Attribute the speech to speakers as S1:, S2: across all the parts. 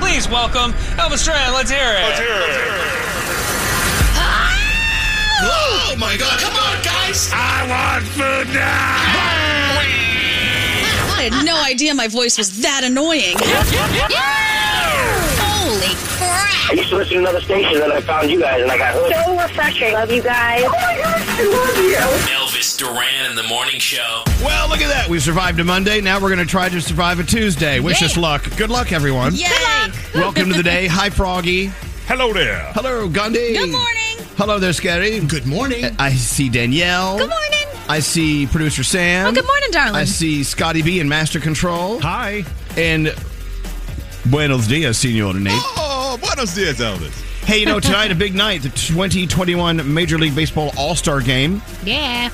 S1: Please welcome Elvis Duran. Let's hear it.
S2: Let's hear it.
S3: Oh my god, come on, guys!
S2: I want food now.
S4: I had no idea my voice was that annoying.
S5: Holy crap!
S6: I used to listen to another station, then I found you guys, and I got hooked.
S7: So refreshing. Love you guys. Oh
S8: Elvis Duran in the morning show.
S3: Well, look at that. We survived a Monday. Now we're going to try to survive a Tuesday. Wish us luck. Good luck, everyone.
S4: Yay!
S3: Welcome to the day. Hi, Froggy.
S2: Hello there.
S3: Hello, Gandhi.
S4: Good morning.
S3: Hello there, Scary. Uh,
S9: Good morning.
S3: I see Danielle.
S4: Good morning.
S3: I see producer Sam.
S4: Oh, good morning, darling.
S3: I see Scotty B in Master Control. Hi. And Buenos dias, Senor Nate.
S9: Oh, buenos dias, Elvis.
S3: Hey, you know, tonight a big night, the 2021 Major League Baseball All Star Game.
S5: Yeah.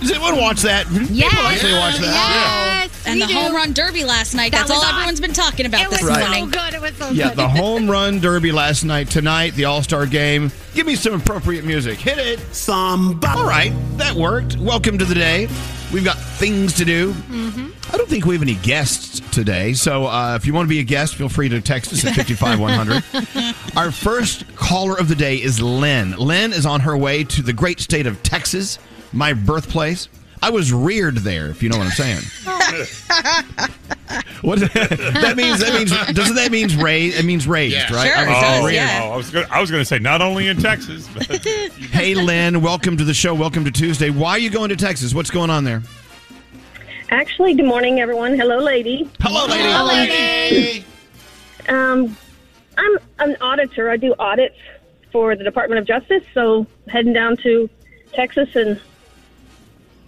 S3: Does anyone watch that?
S5: Yes.
S3: People actually watch that.
S5: Yes.
S4: And
S5: we
S4: the
S5: do.
S4: home run derby last night.
S5: That
S4: That's all
S5: was on.
S4: everyone's been talking
S5: It
S4: about
S5: was
S4: this
S5: so
S4: morning.
S5: good. It was so
S3: Yeah,
S5: good.
S3: the home run derby last night. Tonight, the All Star Game. Give me some appropriate music. Hit it.
S9: Somebody.
S3: All right, that worked. Welcome to the day. We've got things to do. I don't think we have any guests today, so uh, if you want to be a guest, feel free to text us at 55100. Our first caller of the day is Lynn. Lynn is on her way to the great state of Texas, my birthplace. I was reared there, if you know what I'm saying. what that means? That means doesn't that means raised? It means raised,
S9: Yeah.
S3: right?
S4: Sure,
S3: I was
S4: it does,
S3: raised.
S4: yeah.
S2: Oh, I was gonna, I was going to say not only in Texas. But
S3: Hey, Lynn, welcome to the show. Welcome to Tuesday. Why are you going to Texas? What's going on there?
S7: Actually, good morning, everyone. Hello, lady.
S3: Hello, lady.
S7: Um, I'm an auditor. I do audits for the Department of Justice. So heading down to Texas and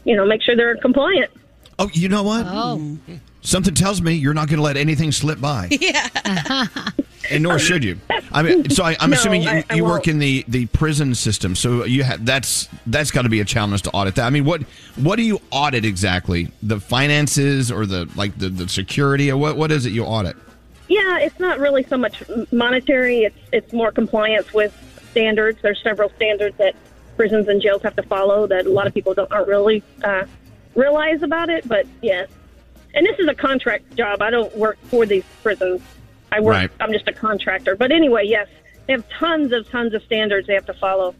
S7: you know make sure they're compliant.
S3: Oh, you know what?
S5: Oh.
S3: Something tells me you're not going to let anything slip by. Yeah.
S10: Uh-huh.
S3: and nor should you. I mean, so I, I'm
S7: No,
S3: assuming you,
S7: I- I
S3: you work
S7: won't.
S3: in the, the prison system, so you ha- that's that's got to be a challenge to audit that. I mean, what what do you audit exactly? The finances or the like the, the security or what what is it you audit?
S7: Yeah, it's not really so much monetary. It's it's more compliance with standards. There's several standards that prisons and jails have to follow that a lot of people don't aren't really uh, realize about it. But yeah, and this is a contract job. I don't work for these prisons. I work.
S3: Right.
S7: I'm just a contractor. But anyway, yes, they have tons of tons of standards they have to follow.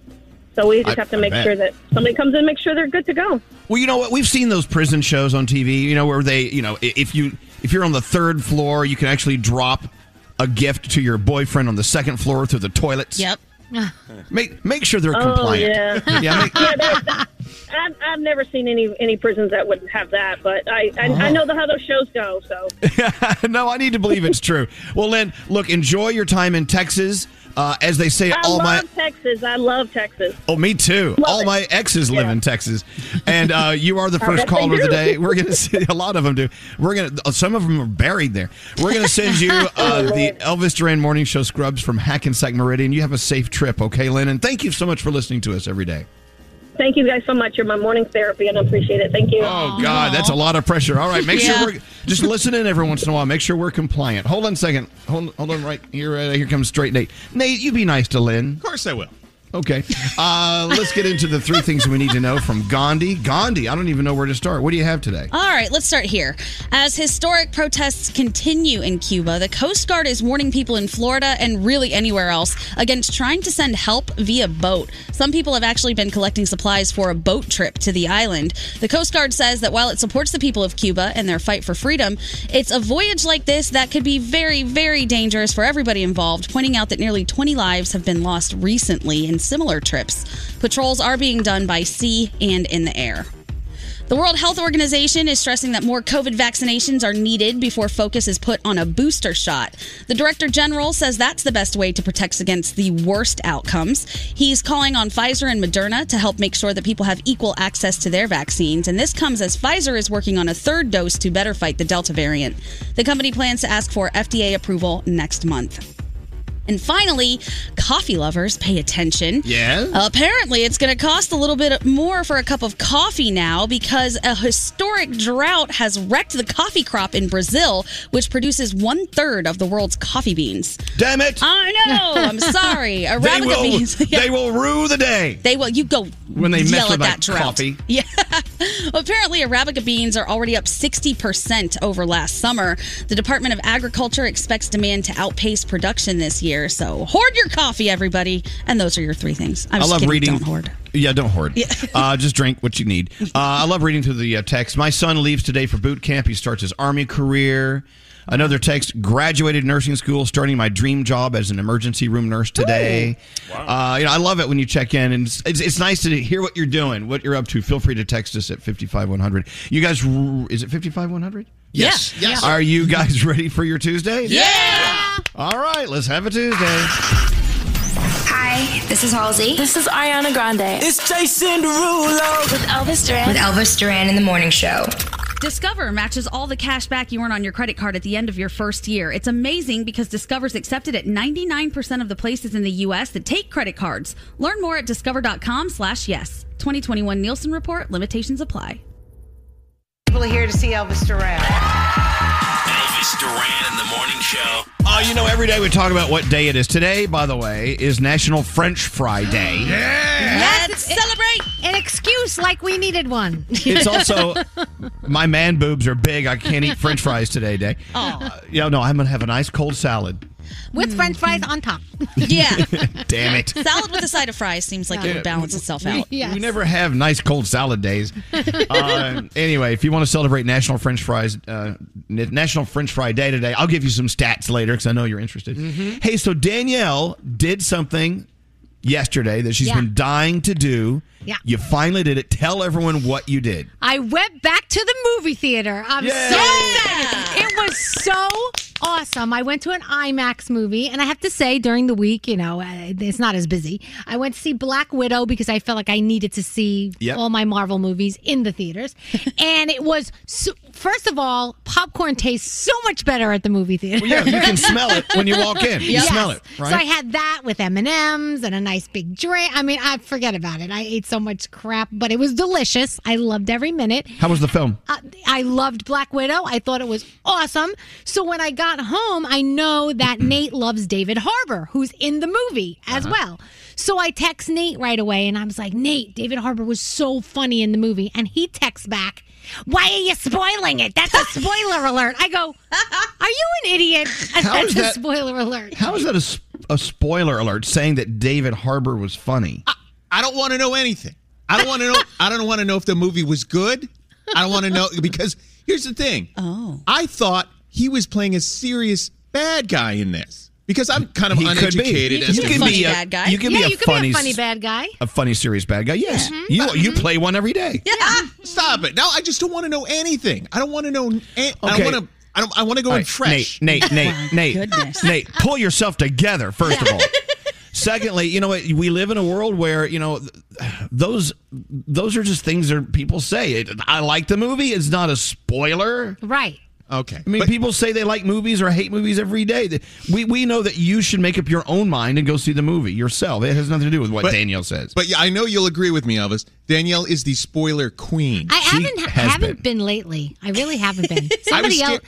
S7: So we just
S3: I-
S7: have to
S3: I
S7: make
S3: bet.
S7: sure that somebody comes in, and makes sure they're good to go.
S3: Well, you know what? We've seen those prison shows on TV. You know where they, you know, i- if you if you're on the third floor, you can actually drop a gift to your boyfriend on the second floor through the toilets.
S4: Yep.
S3: Make make sure they're compliant.
S7: Oh yeah.
S3: Yeah, make-
S7: yeah, that, that- I've, I've never seen any any prisons that would have that, but I I,
S3: Oh.
S7: I know the, how those shows go. So
S3: no, I need to believe it's true. Well, Lynn, look, enjoy your time in Texas. Uh, as they say,
S7: I
S3: all
S7: love
S3: my
S7: Texas. I love Texas.
S3: oh, me too. all
S7: it.
S3: my exes live
S7: Yeah.
S3: in Texas, and uh, you are the first
S7: bet they
S3: caller of the
S7: do.
S3: day. We're gonna see a lot of them do. We're gonna uh, some of them are buried there. We're gonna send you
S7: Oh,
S3: uh, the Elvis Duran Morning Show scrubs from Hackensack Meridian. You have a safe trip, okay, Lynn? And thank you so much for listening to us every day.
S7: Thank you guys so much. You're my morning therapy, and I appreciate it. Thank you.
S3: Oh God, that's a lot of pressure. All right, make
S4: Yeah.
S3: sure we're just listen in every once in a while. Make sure we're compliant. Hold on a second. Hold hold on right here. Uh, here comes straight Nate. Nate, you be nice to Lynn.
S9: Of course I will.
S3: Okay, uh, let's get into the three things we need to know from Gandhi. Gandhi, I don't even know where to start. What do you have today?
S4: All right, let's start here. As historic protests continue in Cuba, the Coast Guard is warning people in Florida and really anywhere else against trying to send help via boat. Some people have actually been collecting supplies for a boat trip to the island. The Coast Guard says that while it supports the people of Cuba and their fight for freedom, it's a voyage like this that could be very, very dangerous for everybody involved, pointing out that nearly 20 lives have been lost recently in similar trips. Patrols are being done by sea and in the air. The World Health Organization is stressing that more COVID vaccinations are needed before focus is put on a booster shot. The Director General says that's the best way to protect against the worst outcomes. He's calling on Pfizer and Moderna to help make sure that people have equal access to their vaccines, and this comes as Pfizer is working on a third dose to better fight the Delta variant. The company plans to ask for FDA approval next month. And finally, coffee lovers, pay attention.
S3: Yes?
S4: Apparently, it's going to cost a little bit more for a cup of coffee now because a historic drought has wrecked the coffee crop in Brazil, which produces one third of the world's coffee beans.
S3: Damn it!
S4: I know. I'm sorry. A
S3: They
S4: rabbit
S3: will,
S4: beans. Yeah.
S3: they will rue the day.
S4: They will. You go
S3: When they mess
S4: yell
S3: with
S4: at
S3: my
S4: that drought.
S3: coffee.
S4: Yeah. Apparently, Arabica beans are already up 60% over last summer. The Department of Agriculture expects demand to outpace production this year. So hoard your coffee, everybody. And those are your three things. I'm
S3: I
S4: just
S3: love
S4: kidding.
S3: reading.
S4: Don't hoard.
S3: Yeah, don't hoard. uh, just drink what you need. Uh, I love reading through the uh, text. My son leaves today for boot camp. He starts his army career. Another text: graduated nursing school, starting my dream job as an emergency room nurse today. Uh, you know, I love it when you check in, and it's, it's, it's nice to hear what you're doing, what you're up to. Feel free to text us at fifty five one hundred. You guys, r- is it fifty five one hundred?
S5: Yes. Yeah. Yes.
S3: Are you guys ready for your Tuesday?
S5: Yeah.
S3: All right, let's have a Tuesday.
S11: Hi, this is Halsey. This is Ariana Grande. It's Jason Derulo with Elvis Duran. With Elvis Duran in the morning show.
S4: Discover matches all the cash back you earn on your credit card at the end of your first year. It's amazing because Discover's accepted at 99% of the places in the U.S. that take credit cards. Learn more at discover.com slash yes. 2021 Nielsen Report. Limitations apply.
S12: People are here to see Elvis Duran.
S8: Elvis Duran in the morning show.
S3: Oh, you know, every day we talk about what day it is. Today, by the way, is National French Fry Day.
S10: Let's celebrate! An excuse like we needed one.
S3: It's also my man boobs are big. I can't eat French fries today. Day.
S10: Oh.
S3: Yeah, no, I'm gonna have a nice cold salad.
S10: With french fries on top.
S4: Mm-hmm. Yeah.
S3: Damn it.
S4: Salad with a side of fries seems like it would balance itself out.
S3: We, we never have nice cold salad days. Uh, anyway, if you want to celebrate National French Fries, uh, N- National French Fry Day today, I'll give you some stats later because I know you're interested. Hey, so Danielle did something yesterday that she's
S10: Yeah.
S3: been dying to do.
S10: Yeah.
S3: You finally did it. Tell everyone what you did.
S10: I went back to the movie theater. I'm so excited. It was so awesome. I went to an IMAX movie, and I have to say, during the week, you know, uh, it's not as busy. I went to see Black Widow because I felt like I needed to see
S13: Yep.
S10: all my Marvel movies in the theaters. and it was, so, first of all, popcorn tastes so much better at the movie theater.
S3: Well, yeah, you can smell it when you walk in. You smell it, right?
S10: So I had that with M and M's and a nice big drink. I mean, I forget about it. I ate so much crap, but it was delicious. I loved every minute.
S3: How was the film?
S10: Uh, I loved Black Widow. I thought it was awesome. So when I got home, I know that Nate loves David Harbour, who's in the movie as
S13: Uh-huh.
S10: well. So I text Nate right away and I was like, Nate, David Harbour was so funny in the movie. And he texts back, Why are you spoiling it? That's a spoiler alert. I go, Are you an idiot?
S3: How
S10: That's
S3: is
S10: a
S3: that-
S10: spoiler alert.
S3: How is that a, s- a spoiler alert saying that David Harbour was funny?
S10: Uh,
S5: I don't want to know anything.
S9: I don't want to know. I don't want to know if the movie was good. I don't want to know because here's the thing.
S4: Oh.
S9: I thought he was playing a serious bad guy in this because I'm kind of
S3: He could be.
S9: uneducated.
S3: He
S9: as
S3: could
S9: to
S3: be
S9: who-
S3: funny a- bad guy. you could be
S10: yeah,
S3: a
S10: you could be
S3: funny
S10: a
S3: s-
S10: funny bad guy. Mm-hmm.
S3: A funny, serious bad guy? Yes. You you play one every day.
S4: Yeah.
S9: Ah, Stop it. Now I just don't want to know anything. I don't want to know. an- I
S3: Okay.
S9: don't want to. I don't. I want to go
S3: All
S9: in
S3: right,
S9: fresh.
S3: Nate, Nate, Nate, Nate, Nate, pull yourself together, first of all. Secondly, you know what? We live in a world where, you know, th- those those are just things that people say. It, I like the movie. It's not a spoiler.
S10: Right.
S9: Okay.
S3: I mean, people say they like movies or hate movies every day. Th- We, we know that you should make up your own mind and go see the movie yourself. It has nothing to do with what Danielle says.
S9: But yeah, I know you'll agree with me, Elvis. Danielle is the spoiler queen.
S10: I haven't haven't been. lately. I really haven't been. Somebody else.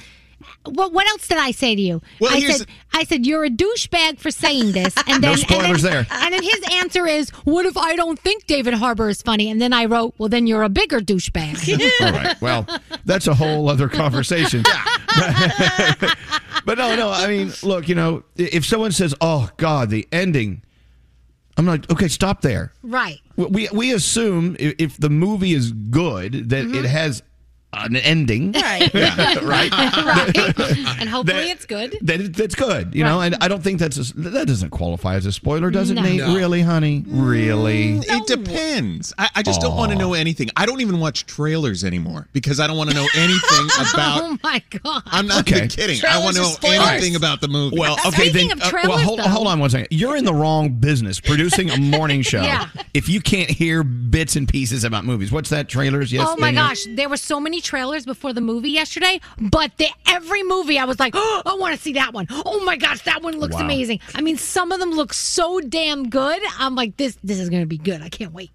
S10: What what else did I say to you?
S9: Well,
S10: I
S9: here's
S10: said I said you're a douchebag for saying this, and
S3: No
S10: then
S3: spoilers
S10: and then,
S3: there.
S10: And then his answer is, "What if I don't think David Harbour is funny?" And then I wrote, "Well, then you're a bigger douchebag."
S3: All right. Well, that's a whole other conversation. but no, no. I mean, look, you know, i- if someone says, "Oh God, the ending," I'm like, okay, stop there.
S10: right.
S3: We- We we assume i- if the movie is good that it has an ending,
S10: Mm-hmm. Right.
S3: Yeah, right.
S10: Right. And hopefully
S3: That-
S10: it's good.
S3: That it- that's good, you know. And I don't think that's a, s- that doesn't qualify as a spoiler, does
S10: No.
S3: it, Nate?
S10: No.
S3: Really, honey? Really?
S9: It depends. I, I just don't want to
S3: Aw.
S9: know anything. I don't even watch trailers anymore because I don't want to know anything about.
S10: oh my god!
S9: I'm not even kidding. I want to know anything about the movie.
S3: Well, okay,
S10: Speaking
S3: then.
S10: of
S3: uh, well,
S10: trailers,
S3: hold,
S10: though-
S3: hold on one second. You're in the wrong business producing a morning show.
S10: Yeah.
S3: If you can't hear bits and uh, pieces about movies, what's that? Trailers? Yes.
S10: oh my
S3: Daniel?
S10: gosh, there were so many trailers before the movie yesterday, but the, every movie I was like, oh, I want to see that one. Oh my gosh, that one looks
S13: Wow.
S10: amazing. I mean, some of them look so damn good. I'm like, this this is going to be good. I can't wait.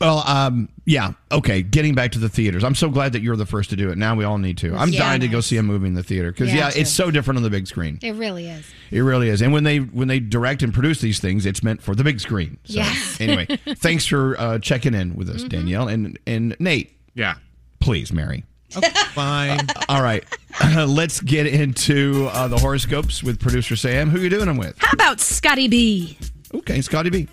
S3: Well, um, yeah, okay. Getting back to the theaters, I'm so glad that you're the first to do it. Now we all need to. I'm
S10: Yeah.
S3: dying to go see a movie in the theater because
S10: Yeah,
S3: yeah,
S10: me too.
S3: it's so different on the big screen.
S10: It really is.
S3: It really is. And when they when they direct and produce these things, it's meant for the big screen. So
S10: Yes.
S3: anyway, thanks for uh, checking in with us, Danielle and and Nate. Yeah. Please, Mary. fine. All right. let's get into uh, the horoscopes with producer Sam. Who you doing them with?
S14: How about Scotty B?
S3: Okay, Scotty B.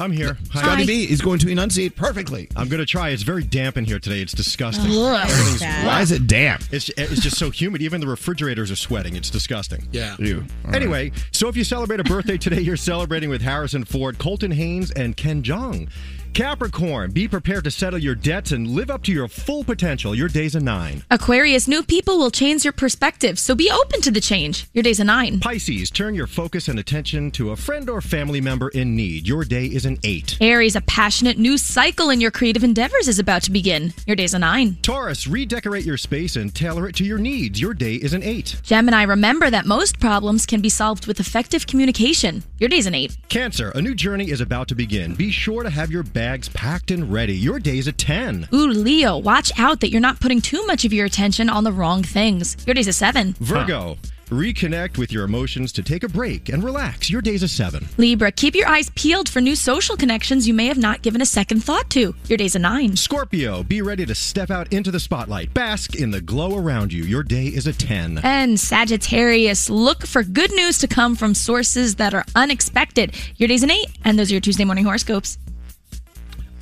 S15: I'm here.
S3: Scotty B is going to enunciate perfectly.
S15: I'm going to try. It's very damp in here today. It's disgusting.
S3: Ugh.
S15: Everything's
S3: Why
S15: wet.
S3: is it damp?
S15: It's, it's just so humid. Even the refrigerators are sweating. It's disgusting.
S3: Yeah. Ew. All right.
S15: Anyway, so if you celebrate a birthday today, you're celebrating with Harrison Ford, Colton Haynes, and Ken Jeong. Capricorn, be prepared to settle your debts and live up to your full potential. Your day's a nine.
S14: Aquarius, new people will change your perspective, so be open to the change. Your day's a nine.
S15: Pisces, turn your focus and attention to a friend or family member in need. Your day is an eight.
S14: Aries, a passionate new cycle in your creative endeavors is about to begin. Your day's a nine.
S15: Taurus, redecorate your space and tailor it to your needs. Your day is an eight.
S14: Gemini, remember that most problems can be solved with effective communication. Your day's an eight.
S15: Cancer, a new journey is about to begin. Be sure to have your bags packed and ready. Your day's a 10.
S14: Ooh, Leo, watch out that you're not putting too much of your attention on the wrong things. Your day's a seven.
S15: Virgo, reconnect with your emotions to take a break and relax. Your day's a 7.
S14: Libra, keep your eyes peeled for new social connections you may have not given a second thought to. Your day's a nine.
S15: Scorpio, be ready to step out into the spotlight. Bask in the glow around you. Your day is a 10.
S14: And Sagittarius, look for good news to come from sources that are unexpected. Your day's an eight, and those are your Tuesday morning horoscopes.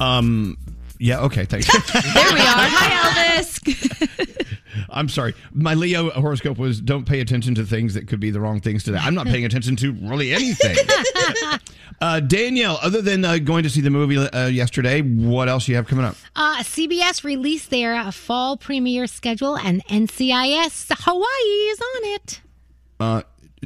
S3: Um. Yeah. Okay. Thanks.
S14: There we are. Hi, Elvis.
S3: I'm sorry. My Leo horoscope was don't pay attention to things that could be the wrong things today. I'm not paying attention to really anything. uh, Danielle, other than uh, going to see the movie uh, yesterday, what else you have coming up?
S10: Uh, CBS released their uh, fall premiere schedule, and NCIS Hawaii is on it.
S3: Uh,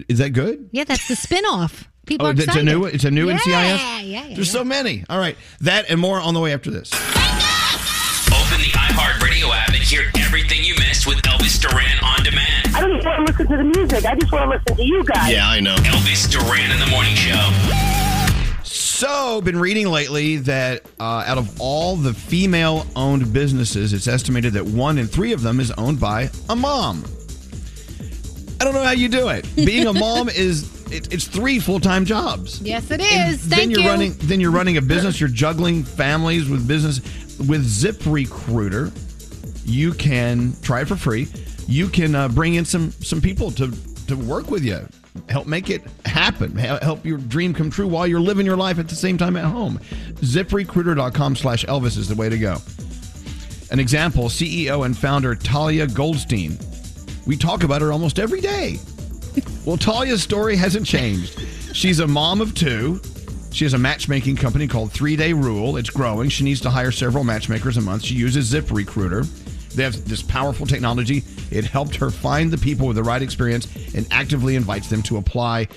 S3: is that good?
S10: Yeah, that's the spinoff. People
S3: oh,
S10: are
S3: it's
S10: excited.
S3: a new it's a new
S10: yeah,
S3: NCIS.
S10: Yeah, yeah,
S3: There's so many. All right, that and more on the way after this.
S8: Open the iHeartRadio app and hear everything you missed with Elvis Duran on demand.
S6: I don't just want to listen to the music. I just want to listen to you guys.
S15: know.
S8: Elvis Duran in the morning show.
S3: So, been reading lately that uh, out of all the female owned businesses, it's estimated that one in three of them is owned by a mom. I don't know how you do it. Being a mom is it, it's three full time jobs.
S10: Yes, it is. Thank
S3: then you're
S10: you.
S3: running then you're running a business, you're juggling families with business with Zip Recruiter. You can try it for free. You can uh, bring in some some people to to work with you. Help make it happen. Hel- Help your dream come true while you're living your life at the same time at home. ZipRecruiter.com slash Elvis is the way to go. An example CEO and founder Talia Goldstein. We talk about her almost every day. Well, Talia's story hasn't changed. She's a mom of two. She has a matchmaking company called Three Day Rule. It's growing. She needs to hire several matchmakers a month. She uses Zip Recruiter. They have this powerful technology. It helped her find the people with the right experience and actively invites them to apply.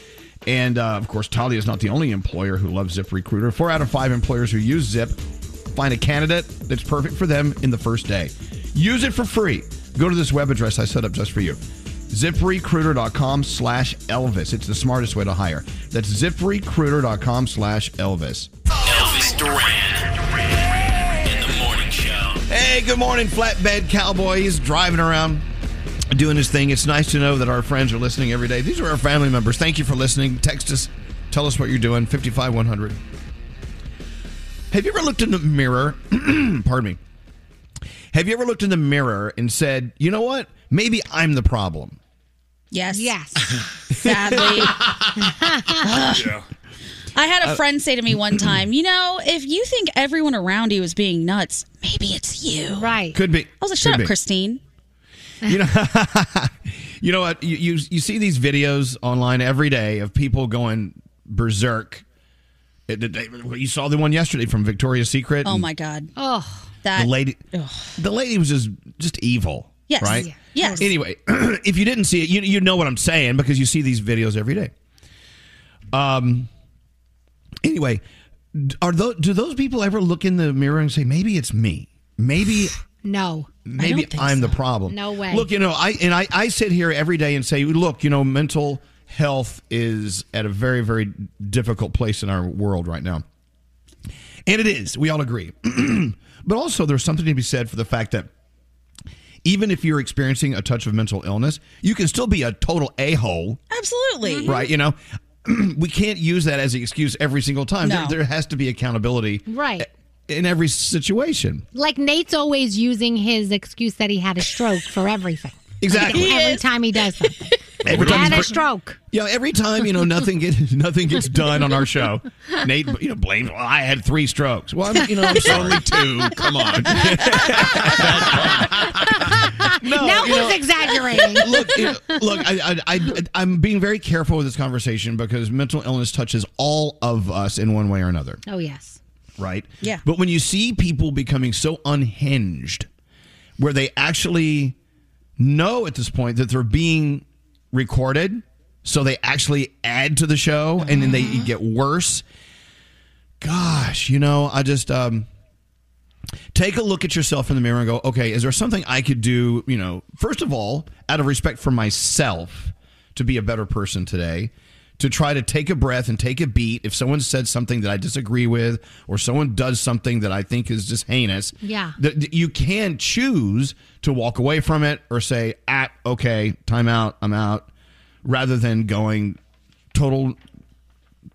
S3: And uh, of course, Talia is not the only employer who loves Zip Recruiter. Four out of five employers who use Zip Find a candidate that's perfect for them in the first day. Use it for free. Go to this web address I set up just for you. ZipRecruiter.com slash Elvis. It's the smartest way to hire. That's ZipRecruiter.com slash Elvis.
S8: Elvis Duran in the morning show.
S3: Hey, good morning, flatbed cowboy. He's driving around doing his thing. It's nice to know that our friends are listening every day. These are our family members. Thank you for listening. Text us. Tell us what you're doing. 55100. Have you ever looked in the mirror? pardon me. Have you ever looked in the mirror and said, you know what? Maybe I'm the problem?
S4: Yes. Yes.
S10: Sadly.
S4: I had a
S3: Uh,
S4: friend say to me one time, you know, if you think everyone around you is being nuts, maybe it's you.
S10: Right.
S3: Could be.
S4: I was like, shut
S3: Could
S4: up,
S3: be.
S4: Christine.
S3: You know, you know what? You, you you see these videos online every day of people going berserk. It- it- You saw the one yesterday from Victoria's Secret.
S4: Oh
S3: and
S4: my God. Oh, that.
S3: The lady, the lady was just just evil.
S4: Yes.
S3: Right.
S4: Yeah. Yes.
S3: Anyway, if you didn't see it, you you know what I'm saying because you see these videos every day. Um. Anyway, d- are those do those people ever look in the mirror and say maybe it's me? Maybe
S10: No.
S3: maybe I'm the problem.
S10: No way.
S3: Look, you know, I and I, I sit here every day and say, look, you know, mental health is at a very, very difficult place in our world right now. And it is. We all agree. but also there's something to be said for the fact that even if you're experiencing a touch of mental illness, you can still be a total a-hole
S13: Absolutely.
S10: Mm-hmm.
S3: right? You know, we can't use that as an excuse every single time.
S10: No.
S3: There, there has to be accountability
S10: Right.
S3: in every situation.
S10: Like Nate's always using his excuse that he had a stroke for everything.
S3: Exactly.
S10: Every time he does something.
S3: Every
S10: had
S3: time,
S10: a stroke.
S3: yeah, every time you know nothing gets nothing gets done on our show. Nate, you know, blames. Well, I had three strokes. Well, I'm, you know, I'm
S9: It's
S3: sorry.
S9: only two. Come on.
S3: No,
S10: now
S3: you
S10: who's
S3: know-
S10: exaggerating?
S3: look, you know, look, I, I, I, I'm being very careful with this conversation because mental illness touches all of us in one way or another.
S10: Oh yes.
S3: right?
S10: Yeah.
S3: But when you see people becoming so unhinged, where they actually know at this point that they're being recorded, so they actually add to the show and then they get worse. Gosh, you know, I just um, take a look at yourself in the mirror and go, okay, is there something I could do, you know, first of all, out of respect for myself to be a better person today, to try to take a breath and take a beat if someone said something that I disagree with or someone does something that I think is just heinous.
S10: Yeah.
S3: That that you can choose to walk away from it or say, ah, okay, time out, I'm out, rather than going total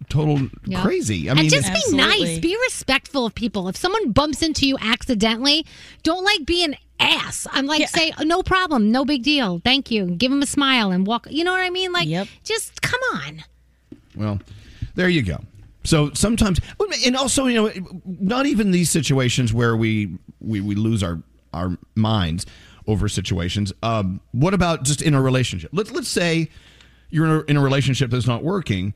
S3: total
S10: Yeah.
S3: crazy. I
S10: and
S3: mean
S10: just be nice.
S13: Absolutely.
S10: Be respectful of people. If someone bumps into you accidentally, don't like be an ass. I'm like, say, "Oh, no problem, no big deal, thank you. Give them a smile and walk. You know what I mean? Like, just come on.
S3: Well, there you go. So sometimes, and also, you know, not even these situations where we we, we lose our our minds over situations. Um, what about just in a relationship? Let's let's say you're in a, in a relationship that's not working.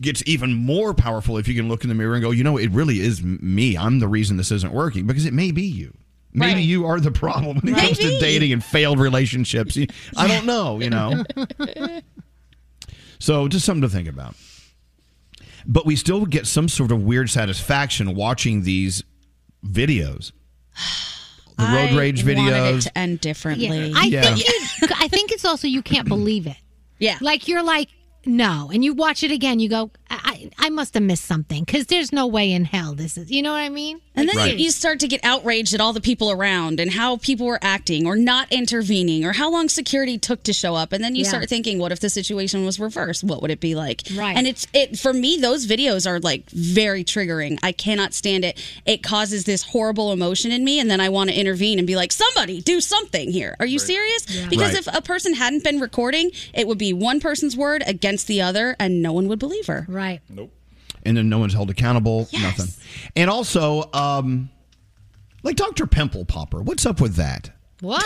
S3: Gets even more powerful if you can look in the mirror and go, you know, it really is m- me. I'm the reason this isn't working because it may be you. Maybe
S16: Right.
S3: you are the problem when it comes to
S16: Maybe.
S3: dating and failed relationships. You- I don't know, you know. So just something to think about. But we still get some sort of weird satisfaction watching these videos. The road
S4: I
S3: rage
S4: Wanted it
S3: videos.
S4: to end differently.
S10: I
S3: Yeah.
S10: think you, I think it's also you can't believe it.
S4: Yeah,
S10: like you're like no, and you watch it again. You go, I I I must have missed something because there's no way in hell this is. You know what I mean?
S4: And then
S10: Like,
S4: you start to get outraged at all the people around and how people were acting or not intervening or how long security took to show up. And then you
S10: Yeah.
S4: start thinking, what if the situation was reversed? What would it be like?
S10: Right.
S4: And it's it for me, those videos are like very triggering. I cannot stand it. It causes this horrible emotion in me, and then I want to intervene and be like, somebody do something here. Are you serious? Because
S10: Right.
S4: if a person hadn't been recording, it would be one person's word against the other, and no one would believe her.
S10: Right.
S3: Nope. And then no one's held accountable. Nothing. And also, um, like Dr. Pimple Popper. What's up with that?
S10: What?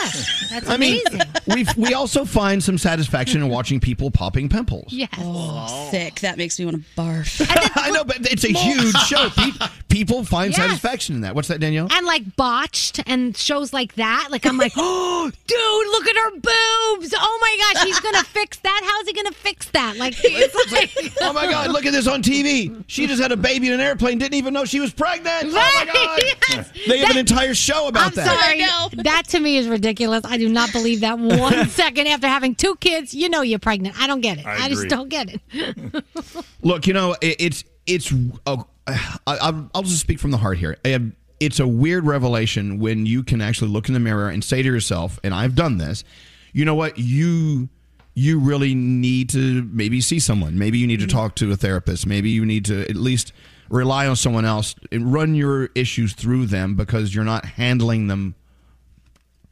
S10: That's
S3: I mean,
S10: amazing.
S3: we we also find some satisfaction in watching people popping pimples.
S10: yes.
S4: Oh, thick. That makes me want to barf.
S3: I know, but it's a huge show. Pe- People find satisfaction in that. What's that, Danielle?
S10: and like botched and shows like that. Like I'm like, oh, dude, look at her boobs. Oh my gosh, he's gonna fix that. How's he gonna fix that? Like, it's like
S3: Oh my God! Look at this on TV. She just had a baby in an airplane. Didn't even know she was pregnant. Oh my God! They have an entire show about
S10: I'm
S3: that.
S10: sorry. That to me is ridiculous. I do not believe that one second after having two kids. You know you're pregnant. I don't get it.
S3: I
S10: I, just
S3: agree.
S10: don't get it. Mm-hmm.
S3: Look, you know, it, it's it's. Uh, I, I'll- I'll just speak from the heart here. Um, It's a weird revelation when you can actually look in the mirror and say to yourself, and I've done this. You know what? You you really need to maybe see someone. Maybe you need
S10: Mm-hmm.
S3: to talk to a therapist. Maybe you need to at least rely on someone else and run your issues through them because you're not handling them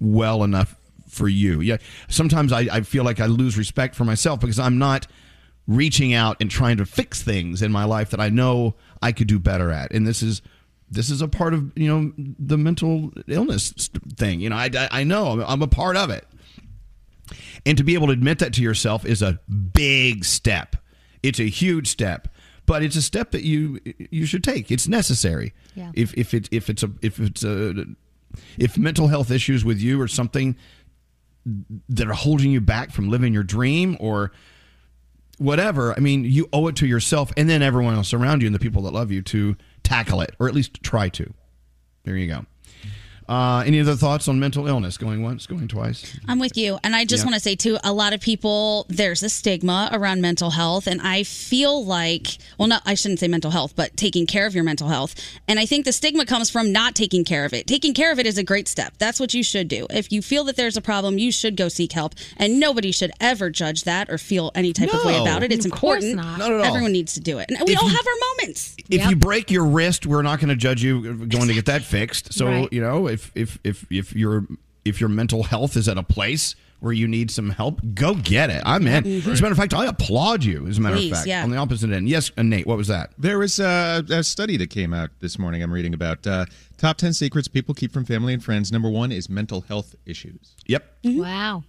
S3: well enough for you. Yeah. Sometimes I, I feel like I lose respect for myself because I'm not reaching out and trying to fix things in my life that I know I could do better at. And this is this is a part of you know the mental illness st- thing. You know, I I- I know I'm, I'm a part of it. And to be able to admit that to yourself is a big step. It's a huge step, but it's a step that you you should take. It's necessary.
S16: Yeah.
S3: If if it if it's a if it's a if mental health issues with you or something that are holding you back from living your dream or whatever, I mean, you owe it to yourself and then everyone else around you and the people that love you to tackle it or at least try to. There you go. Uh, any other thoughts on mental illness? Going once, going twice.
S4: I'm with you. And I just
S3: Yeah.
S4: want to say, too, a lot of people, there's a stigma around mental health. And I feel like, well, no, I shouldn't say mental health, but taking care of your mental health. And I think the stigma comes from not taking care of it. Taking care of it is a great step. That's what you should do. If you feel that there's a problem, you should go seek help. And nobody should ever judge that or feel any type of way
S3: No.
S4: about it. It's
S3: Of course
S4: important.
S3: not. Not at all.
S4: Everyone needs to do it. And we
S3: If
S4: all
S3: you-
S4: have our moments.
S3: If you break your wrist, we're not going to judge you going to get that fixed. So
S4: Right.
S3: you know, if if if if your if your mental health is at a place where you need some help, go get it. I'm in.
S9: Mhm.
S3: As a matter of fact, I applaud you. As a matter
S9: Please,
S3: of fact,
S9: yeah.
S3: on the opposite end. Yes, and Nate, what was that?
S9: There was a, a study that came out this morning I'm reading about. Uh, top 10 secrets people keep from family and friends. Number one is mental health issues.
S3: Yep.
S10: Wow.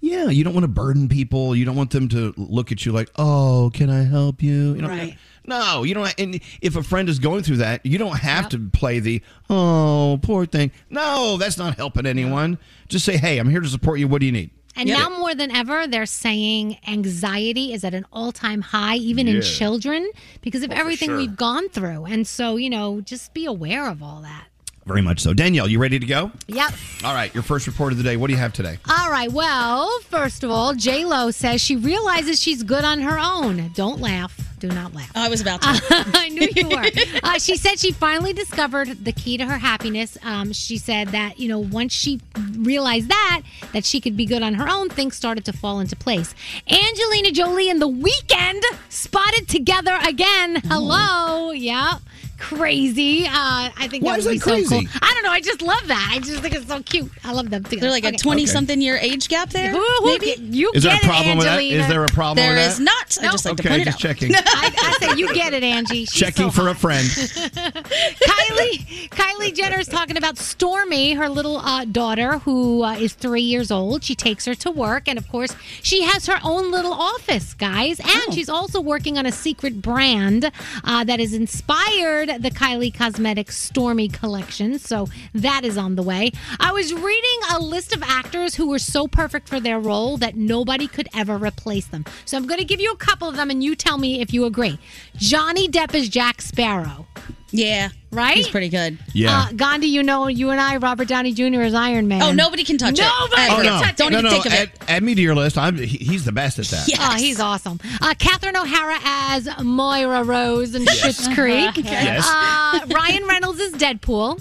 S3: Yeah, you don't want to burden people. You don't want them to look at you like, "Oh, can I help you?" You know,
S10: Right.
S3: No, you don't. And if a friend is going through that, you don't have to play the "Oh, poor thing." No, that's not helping anyone. Just say, "Hey, I'm here to support you. What do you need?"
S10: And now more than ever, they're saying anxiety is at an all time high, even
S3: Yeah.
S10: in children, because of
S3: Oh, for
S10: everything
S3: sure.
S10: we've gone through. And so, you know, just be aware of all that.
S3: Very much so. Danielle, you ready to go?
S10: Yep.
S3: All right, your first report of the day. What do you have today?
S10: All right. Well, first of all, J Lo says she realizes she's good on her own. Don't laugh. Do not laugh.
S4: I was about to.
S10: I knew you were. Uh, she said she finally discovered the key to her happiness. Um, she said that you know once she realized that that she could be good on her own, things started to fall into place. Angelina Jolie and The Weekend spotted together again. Hello. Yeah. Crazy. Uh, I think
S4: Why
S10: that
S4: is
S10: would be
S4: that
S10: so
S4: crazy?
S10: cool. I don't know. I just love that. I just think it's so cute. I love them together.
S4: They're like a
S10: Okay.
S4: 20 something year age gap there.
S10: Who, who get- you
S3: Is there a
S10: get it,
S3: problem with that?
S10: Angelina.
S3: Is there a problem
S4: There
S3: with that?
S4: is not. I just like to
S3: okay,
S4: point it
S3: just
S4: out.
S3: checking.
S10: I, I say you get it, Angie. She's
S3: checking
S10: so
S3: for
S10: hot.
S3: a friend.
S10: Kylie Kylie Jenner's talking about Stormy, her little uh, daughter who uh, is three years old. She takes her to work, and of course, she has her own little office, guys. And she's also working on a secret brand uh, that has inspired the Kylie Cosmetics Stormy collection. So that is on the way. I was reading a list of actors who were so perfect for their role that nobody could ever replace them. So I'm going to give you a couple of them, and you tell me if you agree. Johnny Depp is Jack Sparrow.
S4: Yeah.
S10: Right?
S4: He's pretty good.
S10: Uh, Gandhi, you know, you and I, Robert Downey Jr. is Iron Man.
S4: Oh, nobody can touch it.
S10: Nobody
S4: Oh,
S10: can
S4: no.
S10: touch
S4: Don't
S10: it.
S3: no,
S4: even
S3: no,
S4: think of
S3: add,
S4: it.
S3: add me to your list. I'm, he- he's the best at that.
S10: Oh, he's awesome. Uh, Catherine O'Hara as Moira Rose in Schitt's Creek.
S3: Yes.
S10: Uh, Ryan Reynolds is Deadpool.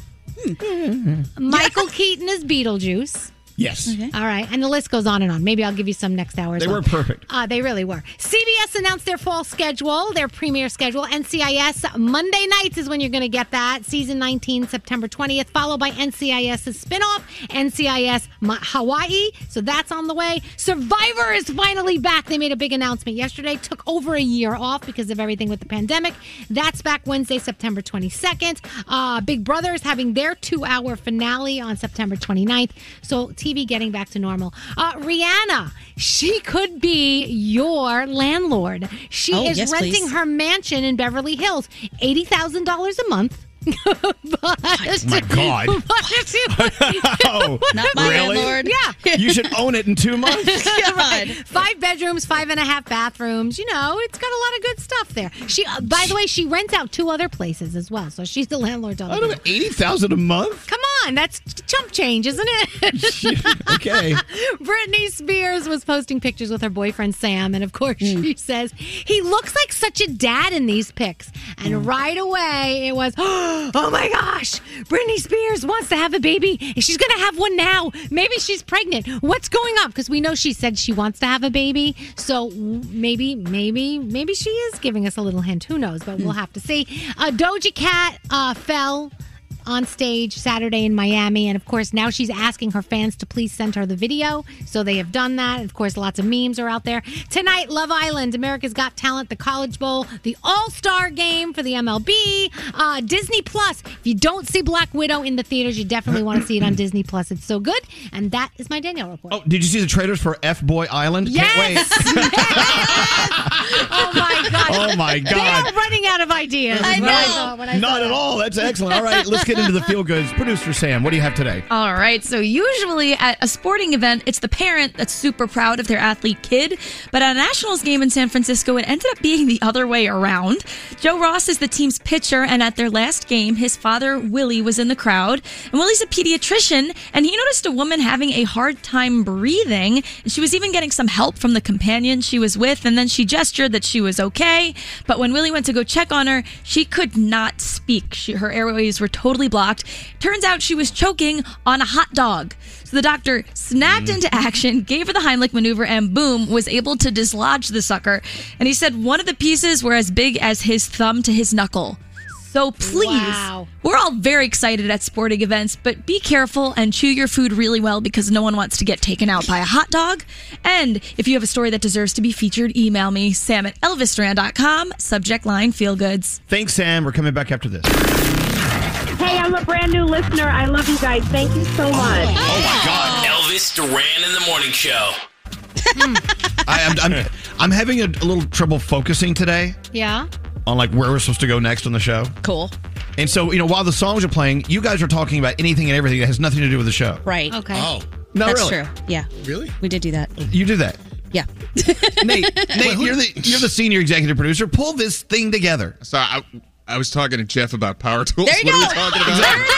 S10: Michael Keaton is Beetlejuice.
S3: Hmm. Yes.
S10: All right, and the list goes on and on. Maybe I'll give you some next hour. as
S3: They
S10: well.
S3: were perfect.
S10: Uh, they really were. CBS announced their fall schedule, their premiere schedule. NCIS Monday nights is when you're going to get that. Season 19, September 20th, followed by NCIS's spinoff, NCIS Ma- Hawaii. So that's on the way. Survivor is finally back. They made a big announcement yesterday. Took over a year off because of everything with the pandemic. That's back Wednesday, September 22nd. Uh, Big Brother is having their two hour finale on September 29th. So TV getting back to normal. Uh, Rihanna, she could be your landlord. She
S4: Oh,
S10: is
S4: yes,
S10: renting
S4: please.
S10: her mansion in Beverly Hills, $80,000 a month. but,
S4: Oh,
S3: my God.
S10: But if you-
S3: Oh,
S10: Not my
S3: really?
S10: landlord. Yeah.
S3: You should own it in two months.
S10: Right. Five bedrooms, five and a half bathrooms. You know, it's got a lot of good stuff there. She, uh, by the way, she rents out two other places as well, so she's the landlord. on the deal.
S3: Eighty thousand a month.
S10: Come on, that's chump change, isn't it?
S3: Okay.
S10: Britney Spears was posting pictures with her boyfriend Sam, and of course she says he looks like such a dad in these pics. And right away it was, oh my gosh, Britney Spears wants to have a baby. She's gonna have one now. Maybe she's pregnant. What's going on? Because we know she said she wants to have a baby, so maybe, maybe, maybe she is giving us a little hint. Who knows? But we'll have to see. Uh, Doja Cat uh, fell on stage Saturday in Miami. And of course, now she's asking her fans to please send her the video. So they have done that. Of course, lots of memes are out there. Tonight, Love Island, America's Got Talent, the College Bowl, the All Star game for the MLB, uh, Disney Plus. If you don't see Black Widow in the theaters, you definitely want to see it on Disney Plus. It's so good. And that is my Danielle report.
S3: Oh, did you see the trailers for F Boy Island?
S10: Yes!
S3: Can't wait.
S10: Oh my God.
S3: Oh, my
S10: They
S3: God.
S10: are running out of ideas. is
S3: No,
S10: what I thought when I saw
S3: not at
S10: that.
S3: all. That's excellent. All right, let's get get into the feel goods, producer Sam, what do you have today?
S6: All right. So usually at a sporting event, it's the parent that's super proud of their athlete kid. But at a Nationals game in San Francisco, it ended up being the other way around. Joe Ross is the team's pitcher, and at their last game, his father Willie was in the crowd, and Willie's a pediatrician, and he noticed a woman having a hard time breathing, and she was even getting some help from the companion she was with, and then she gestured that she was okay. But when Willie went to go check on her, she could not speak. She, her airways were totally blocked. Turns out she was choking on a hot dog. So the doctor snapped into action, gave her the Heimlich maneuver, and boom, was able to dislodge the sucker. And he said one of the pieces were as big as his thumb to his knuckle. So please, we're all very excited at sporting events, but be careful and chew your food really well because no one wants to get taken out by a hot dog. And if you have a story that deserves to be featured, email me, sam at elvisduran.com, subject line feel goods.
S3: Thanks, Sam. We're coming back after this.
S17: Hey, I'm a brand new listener. I love you guys. Thank you
S10: Oh,
S17: so much.
S8: Elvis Duran in the morning show.
S10: Hmm.
S3: I, am I'm, I'm having a, a little trouble focusing today
S10: Yeah.
S3: on like where we're supposed to go next on the show.
S4: Cool.
S3: And so, you know, while the songs are playing, you guys are talking about anything and everything that has nothing to do with the show.
S4: Right. Okay.
S3: Oh. No,
S4: That's
S3: really. Oh,
S4: true. Yeah. Really? We did do that.
S3: You do that.
S4: Yeah.
S3: Nate, you're the you're the senior executive producer. Pull this thing together.
S9: So I, I was talking to Jeff about power tools.
S17: There you
S9: what are we
S17: go.
S9: talking about?
S17: There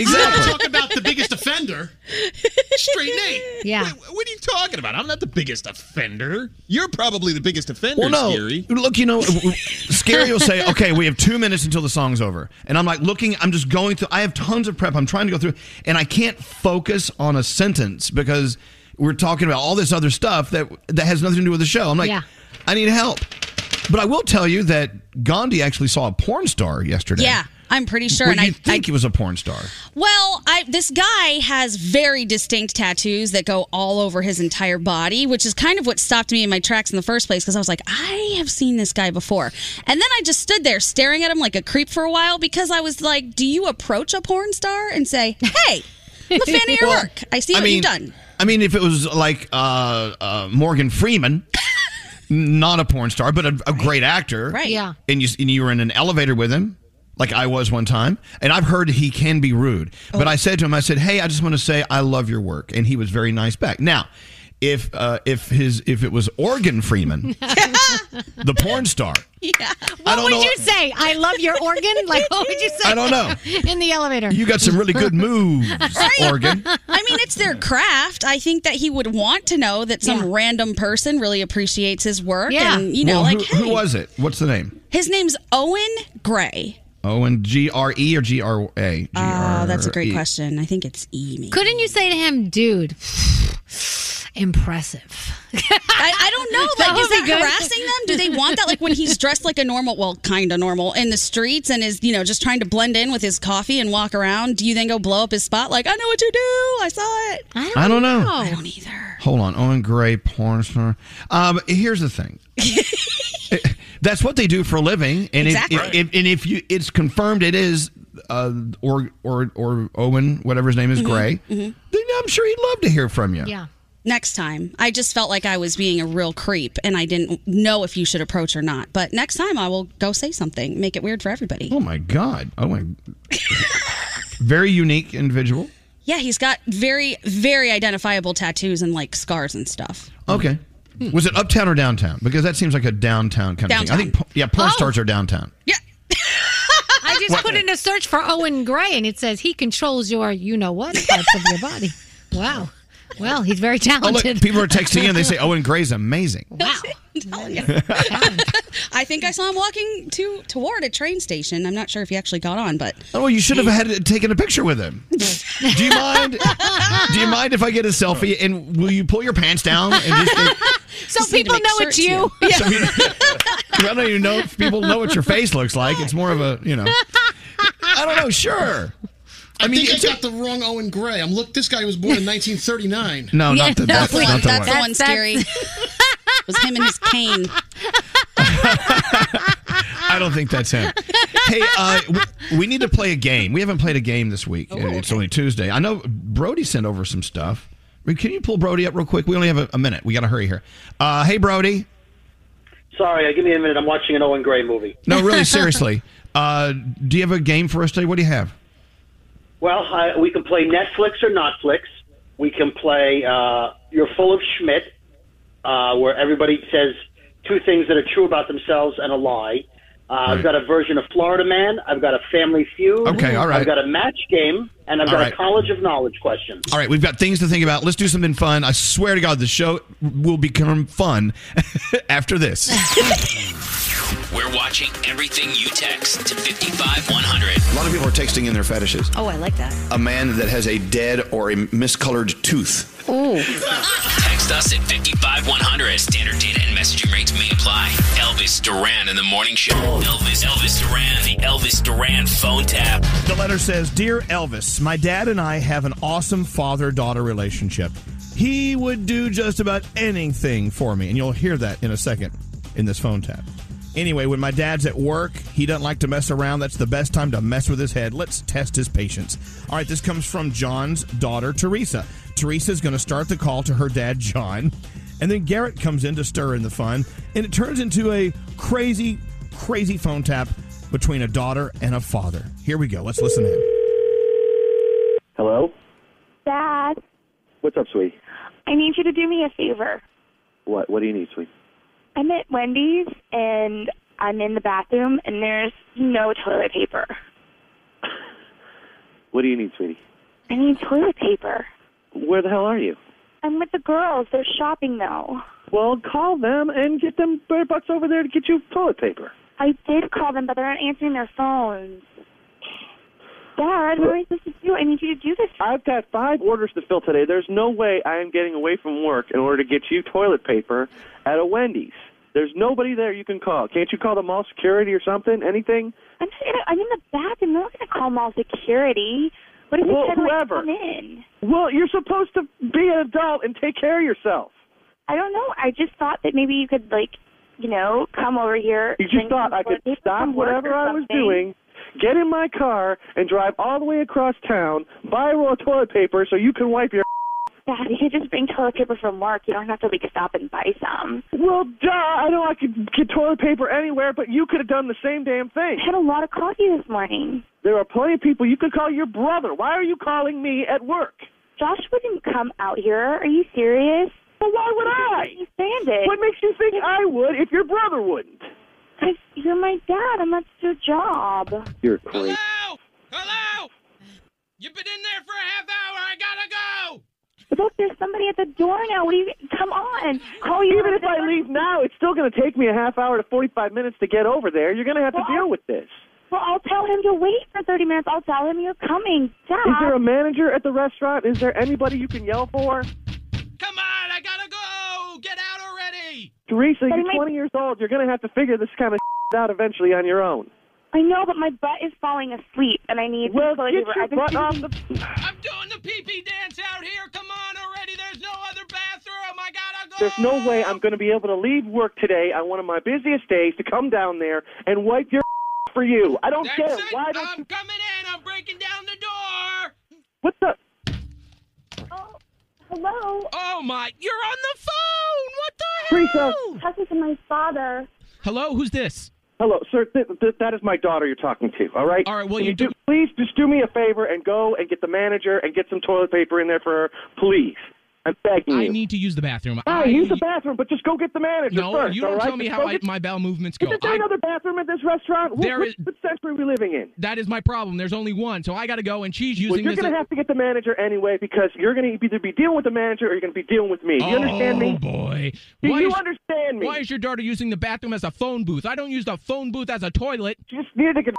S9: Exactly.
S17: Talk about the biggest offender. Straight Nate.
S10: Yeah.
S9: What, what are you talking about? I'm not the biggest offender. You're probably the biggest offender,
S3: Well, no.
S9: Scary.
S3: Look, you know, Scary will say, "Okay, we have two minutes until the song's over," and I'm like looking. I'm just going through. I have tons of prep. I'm trying to go through, and I can't focus on a sentence because we're talking about all this other stuff that that has nothing to do with the show. I'm like,
S4: Yeah.
S3: I need help. But I will tell you that Gandhi actually saw a porn star yesterday.
S4: Yeah. I'm pretty sure.
S3: Well,
S4: and I
S3: you think he was a porn star.
S4: Well, I this guy has very distinct tattoos that go all over his entire body, which is kind of what stopped me in my tracks in the first place because I was like, I have seen this guy before. And then I just stood there staring at him like a creep for a while because I was like, do you approach a porn star and say, "Hey, I'm a fan of your
S3: Well,
S4: work. I see
S3: I
S4: what
S3: mean,
S4: you've done."
S3: I mean, if it was like uh, uh, Morgan Freeman, not a porn star, but a, a great actor,
S4: Right. Yeah.
S3: And you and you were in an elevator with him, like I was one time, and I've heard he can be rude.
S4: Oh.
S3: But I said to him, I said, "Hey, I just want to say I love your work," and he was very nice back. Now, if uh, if his if it was Morgan Freeman, the porn star,
S10: Yeah.
S3: I
S10: What
S3: don't
S10: would
S3: know-
S10: you say? I love your organ? Like, what would you say?
S3: I don't know.
S10: In the elevator.
S3: you got some really good moves, Morgan.
S4: I mean, it's their craft. I think that he would want to know that some random person really appreciates his work. And, you
S3: Well,
S4: know, like,
S3: who, who was it? What's the name?
S4: his name's Owen Gray.
S3: O N G R E or G R A?
S4: Oh, that's
S3: G
S4: a
S3: R
S4: great
S3: E.
S4: question. I think it's E, maybe.
S10: Couldn't you say to him, dude, impressive?
S4: I, I don't know.
S10: That
S4: Like, is
S10: would
S4: that
S10: be good.
S4: harassing them? Do they want that? Like, when he's dressed like a normal, well, kind of normal, in the streets and is, you know, just trying to blend in with his coffee and walk around, do you then go blow up his spot? Like, I know what you do. I saw it. I
S3: I don't know.
S4: I don't either.
S3: Hold on, Owen Gray, porn star. Um, here's the thing. That's what they do for a living, and
S4: Exactly.
S3: if, if, if and if you, it's confirmed it is, uh, or or or Owen, whatever his name is,
S4: Mhm,
S3: Gray.
S4: mhm.
S3: Then I'm sure he'd love to hear from you.
S4: Next time, I just felt like I was being a real creep and I didn't know if you should approach or not. But next time, I will go say something, make it weird for everybody.
S3: Oh my God, Owen, very unique individual.
S4: Yeah, he's got very, very identifiable tattoos and like scars and stuff.
S3: Okay, was it uptown or downtown? Because that seems like a downtown kind of thing. I
S4: Downtown.
S3: think po- yeah, porn
S10: Oh.
S3: stars are downtown.
S10: I just
S3: What?
S10: put in a search for Owen Gray and it says he controls your you know what parts of your body. Wow. Well, he's very
S3: Oh, look,
S10: talented.
S3: people are texting in. They say Owen Gray's amazing.
S10: Wow.
S4: I think I saw him walking to toward a train station. I'm not sure if he actually got on, but
S3: Oh, you should have had taken a picture with him. Do you mind? Do you mind if I get a selfie? And will you pull your pants down? And just,
S10: so people know it's you.
S3: so we- I don't even know if people know what your face looks like. It's more of a you know. I don't know. Sure.
S13: I,
S3: mean,
S13: think I
S3: it's a-
S13: got the wrong Owen Gray. I'm look. This guy was born in 1939.
S3: No, not the- that's not the one.
S4: That's the one scary. was him and his cane.
S3: I don't think that's him. Hey, uh, we, we need to play a game. We haven't played a game this week. and It's only Tuesday. I know Brody sent over some stuff. I mean, Can you pull Brody up real quick? We only have a, a minute. We got to hurry here. Uh, hey, Brody.
S18: uh,
S19: Sorry, give me a minute. I'm watching an Owen Gray movie.
S3: No, really, seriously. Uh, do you have a game for us today? What do you have?
S18: Well, I, we can play Netflix or Netflix. We can play uh, You're Full of Schmidt, uh, where everybody says two things that are true about themselves and a lie. Uh, I've got a version of Florida Man. I've got a Family Feud.
S3: Okay, all right.
S18: I've got a match game, and I've
S3: All
S18: got
S3: right.
S18: a College of Knowledge question.
S3: All right, we've got things to think about. Let's do something fun. I swear to God, the show will become fun after this.
S8: We're watching everything you text to 55100.
S20: A lot of people are texting in their fetishes.
S8: Oh, I like that.
S20: A man that has a dead or a miscolored tooth.
S8: Ooh. Text us at 55100. Standard data and messaging rates may apply. Elvis Duran in the morning show. Elvis, Elvis Duran, the Elvis Duran phone tap.
S3: The letter says Dear Elvis, my dad and I have an awesome father daughter relationship. He would do just about anything for me, and you'll hear that in a second in this phone tap. Anyway, when my dad's at work, he doesn't like to mess around. That's the best time to mess with his head. Let's test his patience. All right, this comes from John's daughter, Teresa. Teresa's going to start the call to her dad, John, and then Garrett comes in to stir in the fun, and it turns into a crazy, crazy phone tap between a daughter and a father. Here we go. Let's listen in.
S18: Hello?
S21: Dad,
S18: What's up, sweet?
S21: I need you to do me a favor.
S18: What What do you need, sweet?
S21: I'm at Wendy's and I'm in the bathroom and there's no toilet paper.
S18: What do you need, sweetie?
S21: I need toilet paper.
S18: Where the hell are you?
S21: I'm with the girls. They're shopping though.
S18: Well, call them and get them bare bucks over there to get you toilet paper.
S21: I did call them, but they're not answering their phones. Dad, what am I supposed to do? I need you to do this.
S18: I've got five orders to fill today. There's no way I am getting away from work in order to get you toilet paper at a Wendy's. There's nobody there you can call. Can't you call the mall security or something? Anything?
S21: I'm, not gonna, I'm in the bathroom. They're not going to call mall security. What if they
S18: Well,
S21: try to like,
S18: whoever.
S21: come in?
S18: Well, you're supposed to be an adult and take care of yourself.
S21: I don't know. I just thought that maybe you could like, you know, come over here.
S18: You just
S21: bring
S18: thought
S21: some
S18: I could
S21: toilet paper
S18: stop
S21: from work
S18: whatever
S21: or
S18: I was
S21: something.
S18: doing, get in my car, and drive all the way across town, buy a roll of toilet paper so you can wipe your.
S21: Dad, you could just bring toilet paper from work. You don't have to like stop and buy some.
S18: Well, duh, I know I could get toilet paper anywhere, but you could have done the same damn thing.
S21: I had a lot of coffee this morning.
S18: There are plenty of people. You could call Oh, your brother. Why are you calling me at work?
S21: Josh wouldn't come out here. Are you serious?
S18: Well, why would I?
S21: You stand it.
S18: What makes you think I would if your brother wouldn't?
S21: I, you're my dad, and that's your job.
S18: You're crazy.
S21: But look, there's somebody at the door now. What do you? Come on, call you.
S18: Even if I leave now, it's still going to take me a half hour to 45 minutes to get over there. You're going to have to
S21: Well,
S18: deal with this.
S21: Well, I'll tell him to wait for 30 minutes. I'll tell him you're coming, Dad.
S18: Is there a manager at the restaurant? Is there anybody you can yell for? Come on, I gotta go! Get out already! Teresa,
S21: But he
S18: you're
S21: might-
S18: 20 years old. You're gonna have to figure this kind of out eventually on your own.
S21: I know, but my butt is falling asleep, and I need
S18: Well,
S21: toilet
S18: get
S21: paper.
S18: your
S21: I've been
S18: butt off
S21: thinking-
S1: Oh
S18: There's no way I'm gonna be able to leave work today on one of my busiest days to come down there and wipe your for you. I don't care. Why don't I'm you... coming in. I'm breaking down the door. What the?
S21: Hello.
S1: Oh my! You're on the phone. What the
S18: Teresa.
S21: How's this my father?
S1: Hello, who's this?
S18: Hello, sir. Th- th- that is my daughter you're talking to. All right. All right. Well, you, do. Please just do me a favor and go and get the manager and get some toilet paper in there for her, please. I'm begging you.
S1: I need to use the bathroom.
S18: All
S1: I,
S18: right, use the bathroom, but just go get the manager
S1: no,
S18: first.
S1: you don't
S18: all right?
S1: tell me
S18: Just
S1: how
S18: go
S1: I,
S18: get-
S1: my bowel movements
S18: Is
S1: go.
S18: there
S1: I-
S18: another bathroom at this restaurant? What,
S1: There
S18: what,
S1: is-
S18: what century are we living in?
S1: that is my problem. There's only one, so I got to go, and she's using
S18: Well, you're
S1: this.
S18: going to have to get the manager anyway because you're going to either be dealing with the manager or you're going to be dealing with me. Do you understand me?
S1: Oh boy!
S18: Do
S1: Why
S18: you
S1: is-
S18: understand me?
S1: Why is your daughter using the bathroom as a phone booth? I don't use the phone booth as a toilet.
S18: Just need to get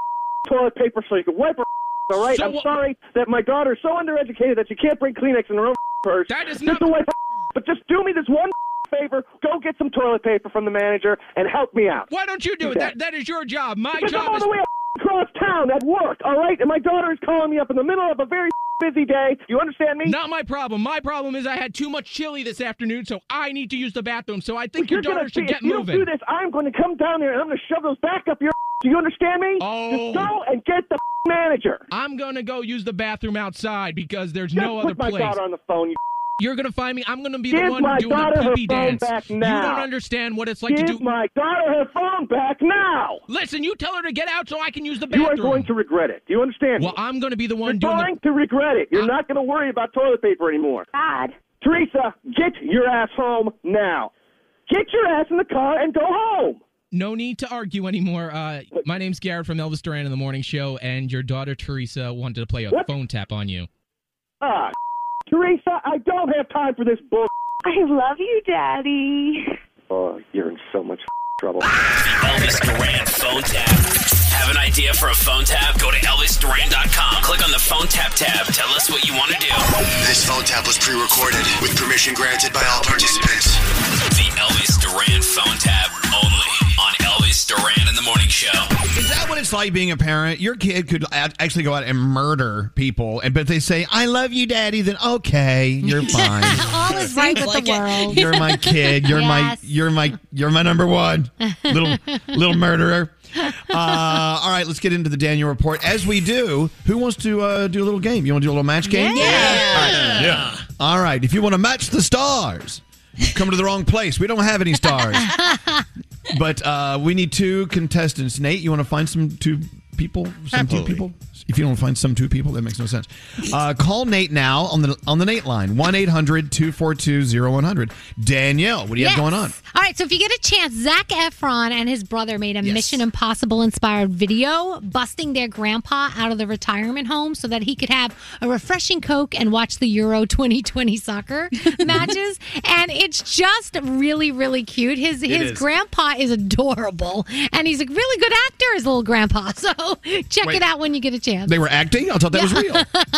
S18: toilet paper so you can wipe her. All right,
S1: So
S18: I'm
S1: what-
S18: sorry that my daughter's so undereducated that she can't bring Kleenex in her own purse.
S1: That is
S18: just
S1: not-
S18: to wipe her. But just do me this one favor: go get some toilet paper from the manager and help me out.
S1: Why don't you do it? That that is your job. My
S18: Because I'm
S1: job
S18: all
S1: is
S18: the way across town at work. All right, and my daughter is calling me up in the middle of a very busy day. You understand me?
S1: Not my problem. My problem is I had too much chili this afternoon, so I need to use the bathroom. So I think your
S18: You're gonna
S1: daughter should
S18: see-
S1: get
S18: if you
S1: moving.
S18: don't do this, I'm going to come down there and I'm going to shove those back up your. Do you understand me?
S1: Oh.
S18: Just go and get the manager.
S1: I'm gonna go use the bathroom outside because there's
S18: Just
S1: no
S18: put
S1: other
S18: my
S1: place.
S18: daughter on the phone. You
S1: You're gonna find me. I'm gonna be
S18: Give
S1: the one
S18: my
S1: doing
S18: daughter
S1: the
S18: her
S1: pee
S18: phone
S1: dance.
S18: back
S1: you
S18: now.
S1: don't understand what it's like to
S18: Give
S1: do.
S18: my daughter her phone back now.
S1: Listen, you tell her to get out so I can use the
S18: You are
S1: bathroom.
S18: going to regret it. Do you understand?
S1: Well, I'm going to be the one
S18: You're
S1: doing the-
S18: going to regret it. You're not going to worry about toilet paper anymore.
S21: God.
S18: Teresa, get your ass home now. Get your ass in the car and go home.
S1: No need to argue anymore. Uh, my name's Garrett from Elvis Duran in the Morning Show, and your daughter Teresa wanted to play a phone tap on you.
S18: Ah, Teresa, I don't have time for this bull.
S21: I love you, Daddy. Ah!
S18: Oh, you're in so much trouble.
S8: Elvis Duran phone tap. Have an idea for a phone tap? Go to ElvisDuran.com. Click on the phone tap tab. Tell us what you want to do.
S22: This phone tap was pre-recorded with permission granted by all participants.
S8: The Elvis Duran phone tap only on Elvis Duran in the Morning Show.
S3: Is that what it's like being a parent? Your kid could a- actually go out and murder people, and but they say, "I love you, Daddy." Then okay, you're fine.
S10: All is right with the world.
S3: You're my kid. You're my
S10: Yes.
S3: you're my you're my number one little little murderer. Uh, all right, let's get into the Daniel report. As we do, who wants to uh, do a little game? You want to do a little match game?
S2: Yeah.
S3: All right.
S2: Yeah.
S3: All right. If you want to match the stars, you've come to the wrong place. We don't have any stars. but uh, we need two contestants. Nate, you want to find some two people? Some two
S2: Absolutely.
S3: people. If you don't find some two people, that makes no sense. Uh, call Nate now on the on the Nate line 1-800-242-0100. Danielle, what do you
S10: Yes.
S3: have going on?
S10: All right, so if you get a chance, Zach Efron and his brother made a
S3: Yes.
S10: Mission Impossible inspired video busting their grandpa out of the retirement home so that he could have a refreshing Coke and watch the Euro 2020 soccer matches. And it's just really, really cute. His
S23: It
S10: his
S23: is.
S10: grandpa is adorable and he's a really good actor, his little grandpa. So check
S3: Wait.
S10: it out when you get a chance.
S3: They were acting? I thought that was real.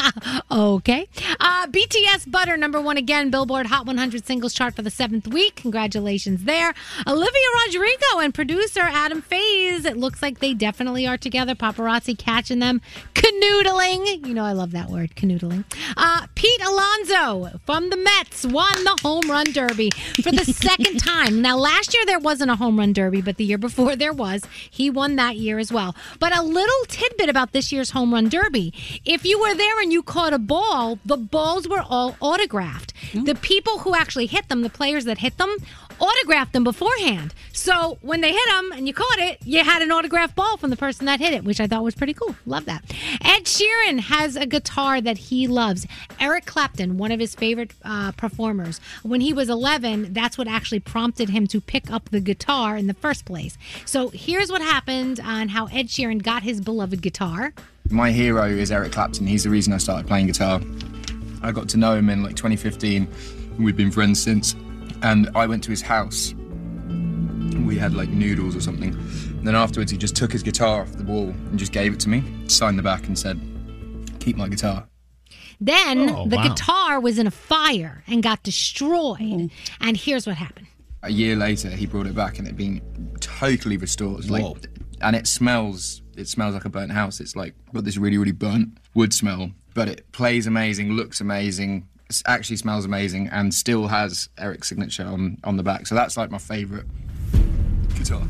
S10: Okay. Uh, BTS Butter, number one again, Billboard Hot 100 singles chart for the seventh week. Congratulations there. Olivia Rodrigo and producer Adam Faze. It looks like they definitely are together. Paparazzi catching them. Canoodling. You know, I love that word, canoodling. Uh, Pete Alonso from the Mets won the home run derby for the second time. Now, last year there wasn't a home run derby, but the year before there was. He won that year as well. But a little tidbit about this year's home run derby if you were there and you caught a ball, the balls were all autographed. The people who actually hit them, the players that hit them, autographed them beforehand. So when they hit them and you caught it, you had an autographed ball from the person that hit it, which I thought was pretty cool. Love that. Ed Sheeran has a guitar that he loves. Eric Clapton, one of his favorite uh, performers, when he was 11, that's what actually prompted him to pick up the guitar in the first place. So here's what happened on how Ed Sheeran got his beloved guitar.
S24: My hero is Eric Clapton. He's the reason I started playing guitar. I got to know him in like 2015, and we've been friends since. And I went to his house. We had like noodles or something. And then afterwards, he just took his guitar off the wall and just gave it to me, signed the back, and said, "Keep my guitar."
S10: Then
S24: Oh,
S10: the
S24: wow.
S10: guitar was in a fire and got destroyed. And here's what happened.
S24: A year later, he brought it back, and it'd been totally restored. Like, and it smells. It smells like a burnt house. It's like got this really, really burnt wood smell. But it plays amazing, looks amazing, s- actually smells amazing, and still has Eric's signature on on the back. So that's like my favorite guitar.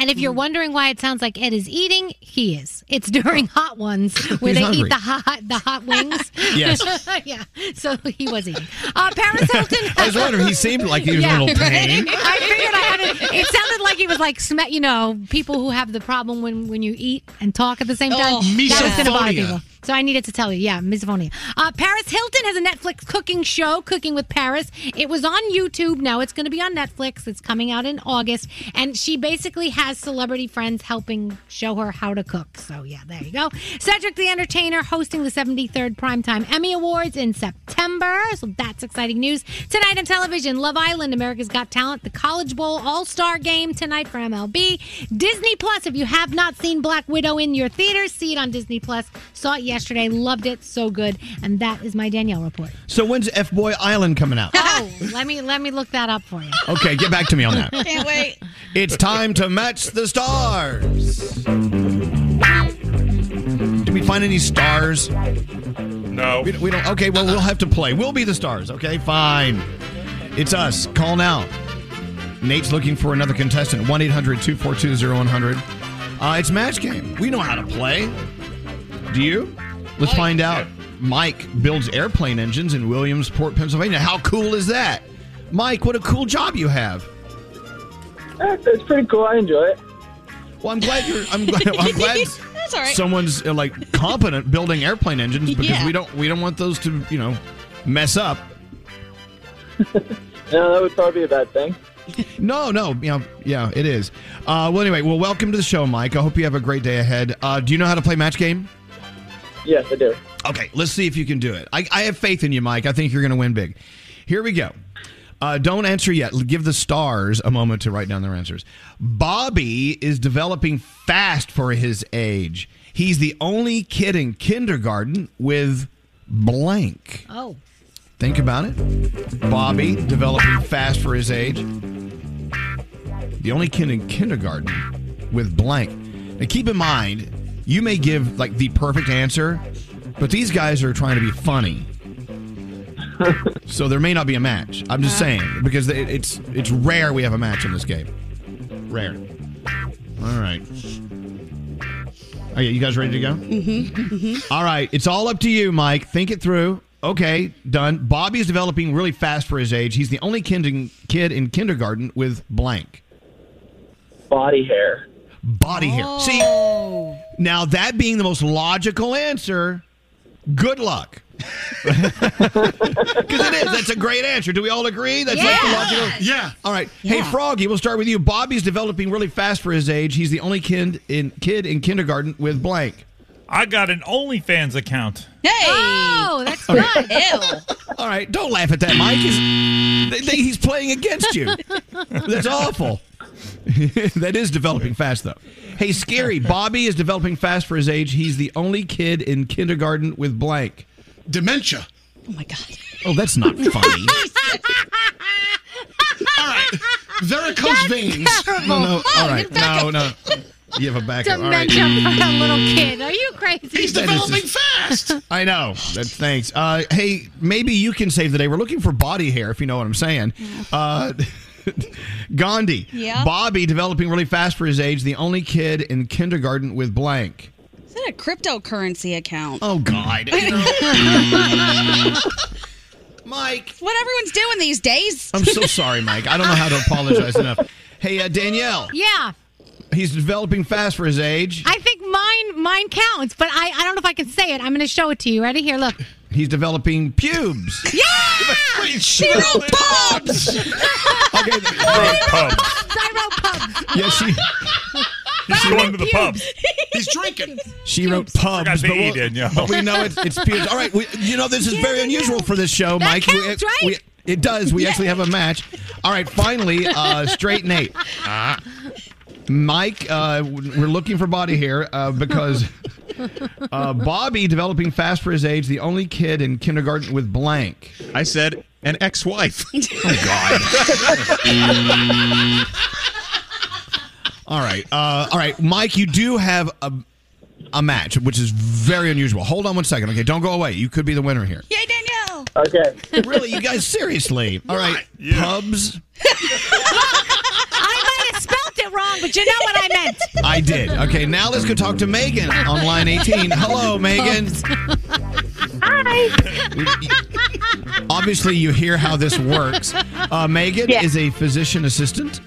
S10: And if you're wondering why it sounds like Ed is eating, he is. It's during hot ones where
S24: He's
S10: they
S24: hungry.
S10: eat the hot the hot wings.
S3: Yes.
S10: yeah. So he was eating. Uh, Paris Hilton.
S3: I was wondering, he seemed like he was in a little pain.
S10: I figured I had it. It sounded like he was like, sm- you know, people who have the problem when, when you eat and talk at the same time.
S25: Oh,
S10: that was gonna bother
S25: misophonia.
S10: people. So I needed to tell you, yeah, misophonia. Uh, Paris Hilton has a Netflix cooking show, Cooking with Paris. It was on YouTube. Now it's going to be on Netflix. It's coming out in August, and she basically has celebrity friends helping show her how to cook. So yeah, there you go. Cedric the Entertainer hosting the 73rd Primetime Emmy Awards in September. So that's exciting news tonight on television. Love Island, America's Got Talent, the College Bowl All Star Game tonight for MLB. Disney Plus. If you have not seen Black Widow in your theaters, see it on Disney Plus. Saw it yesterday, loved it, so good. And that is my Danielle report.
S3: So when's F Boy Island coming out?
S10: Oh, let me let me look that up for you.
S3: Okay, get back to me on that.
S10: Can't wait.
S3: It's time to match the stars. Did we find any stars?
S2: No.
S3: We, we don't. Okay, well, we'll have to play. We'll be the stars. Okay, fine. It's us. Call now. Nate's looking for another contestant. 1 800 242 0100. Uh, It's match game. We know how to play. Do you? Let's find out. Mike builds airplane engines in Williamsport, Pennsylvania. How cool is that? Mike, what a cool job you have.
S7: It's pretty cool. I enjoy it.
S3: Well, I'm glad you're. I'm glad. I'm glad
S7: That's all right.
S3: Someone's uh, like competent building airplane engines because
S7: Yeah.
S3: we don't we don't want those to you know mess up.
S7: No, that would probably be a bad thing.
S3: No, no, you know, yeah, it is. Uh, well, anyway, well, welcome to the show, Mike. I hope you have a great day ahead. Uh, do you know how to play match game?
S7: Yes, I do.
S3: Okay, let's see if you can do it. I, I have faith in you, Mike. I think you're going to win big. Here we go. Uh, don't answer yet. Give the stars a moment to write down their answers. Bobby is developing fast for his age. He's the only kid in kindergarten with blank.
S10: Oh.
S3: Think about it. Bobby developing fast for his age. The only kid in kindergarten with blank. Now keep in mind, you may give like the perfect answer, but these guys are trying to be funny. so there may not be a match. I'm just saying because it- it's it's rare we have a match in this game. Rare. All right. Oh yeah, you guys ready to go?
S10: Mm-hmm,
S3: All right, it's all up to you, Mike. Think it through. Okay, done. Bobby is developing really fast for his age. He's the only kid in, kid in kindergarten with blank
S7: Body hair.
S3: body hair. See, now that being the most logical answer, good luck. Because it is. That's a great answer. Do we all agree? That's like the
S2: Yeah.
S3: logical.
S2: Yeah.
S3: All right. Hey, Froggy, we'll start with you. Bobby's developing really fast for his age. He's the only kid in kid in kindergarten with blank.
S2: I got an OnlyFans account.
S4: Hey!
S10: Oh, that's
S3: All
S10: fun.
S3: right. All right, don't laugh at that, Mike. He's, they, they- he's playing against you. That's awful. that is developing fast, though. Hey, scary. Bobby is developing fast for his age. He's the only kid in kindergarten with blank. Dementia.
S4: Oh, my God.
S3: Oh, that's not funny.
S13: All right. Varicose veins.
S3: no, no. All right. No, no. You have a backup. All right.
S10: Dementia for a little kid. Are you crazy? He's
S3: That is just- I know. That, thanks. Uh, hey, maybe you can save the day. We're looking for body hair, if you know what I'm saying. Uh, Gandhi.
S4: Yeah.
S3: Bobby developing really fast for his age. The only kid in kindergarten with blank.
S4: Is that a cryptocurrency account?
S3: Oh God. Mike.
S4: What everyone's doing these days.
S3: I'm so sorry, Mike. I don't know how to apologize enough. Hey, uh, Danielle.
S10: Yeah.
S3: He's developing fast for his age.
S10: I think mine mine counts, but I, I don't know if I can say it. I'm going to show it to you. Ready? Here, look.
S3: He's developing pubes.
S10: Yeah!
S3: Zero
S10: pubs!
S3: Okay.
S10: Zero pubs.
S3: Yes, she.
S2: He's going to the pub.
S13: He's drinking.
S3: She wrote pubs,
S2: Forgot to
S3: but,
S2: E,
S3: we'll-
S2: didn't you?
S3: but we know it's, it's pubes. All right, we, you know this is very unusual for this show, Mike. We- uh,
S2: counts,
S3: we,
S2: right?
S3: it does. We actually have a match. All right, finally, uh, straight Nate. Mike, uh, we're looking for body hair uh, because uh, Bobby developing fast for his age, the only kid in kindergarten with blank. I said an ex-wife. Oh God. all right, uh, all right, Mike, you do have a a match, which is very unusual. Hold on one second, okay? Don't go away. You could be the winner here.
S4: Yay, Danielle!
S3: Okay. Really, you guys? Seriously? All right, pubs.
S10: I might have spelt it wrong, but you know what I meant.
S3: I did. Okay, now let's go talk to Megan on line 18. Hello, Megan. Hi. Obviously, you hear how this works.
S2: Oh,
S3: Uh, Megan
S23: Yeah.
S3: is a physician assistant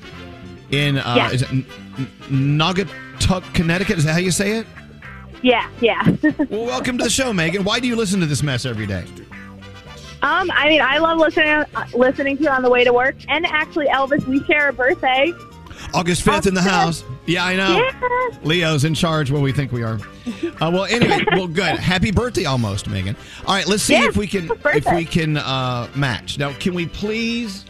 S3: in uh,
S23: Yeah.
S3: is it N- N- Naugatuck, Connecticut. Is that how you say it?
S23: Yeah, yeah.
S3: well, welcome to the show, Megan. Why do you listen to this mess every day?
S23: Um, I mean, I love listening listening to you on the way to work. And actually, Elvis, we share a birthday.
S3: August 5th in the house. Yeah, I know.
S23: Yeah.
S3: Leo's in charge where we think we are. Uh, well, anyway, well, good. Happy birthday, almost, Megan. All right, let's see
S23: Yeah,
S3: if we can
S23: happy
S3: if we
S23: birthday.
S3: can uh, match. Now, can we please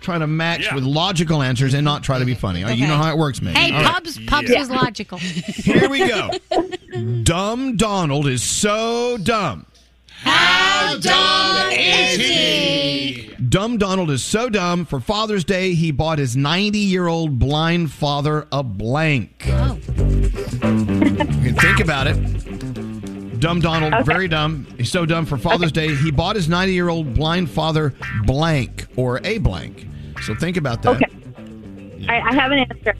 S3: try to match with logical answers and not try to be funny? All right, You know how it works, Megan.
S10: Hey,
S3: All right. Oh,
S10: pubs, pubs was logical.
S3: Here we go. dumb Donald is so dumb.
S10: How
S13: dumb is
S10: he?
S3: Dumb Donald is so dumb. For Father's Day, he bought his 90 year old blind father a blank.
S10: Oh.
S3: Think about it. Dumb Donald, very dumb. He's so dumb for Father's Day. He bought his 90 year old blind father blank or a blank. So think about that. Okay,
S23: I, I have an answer.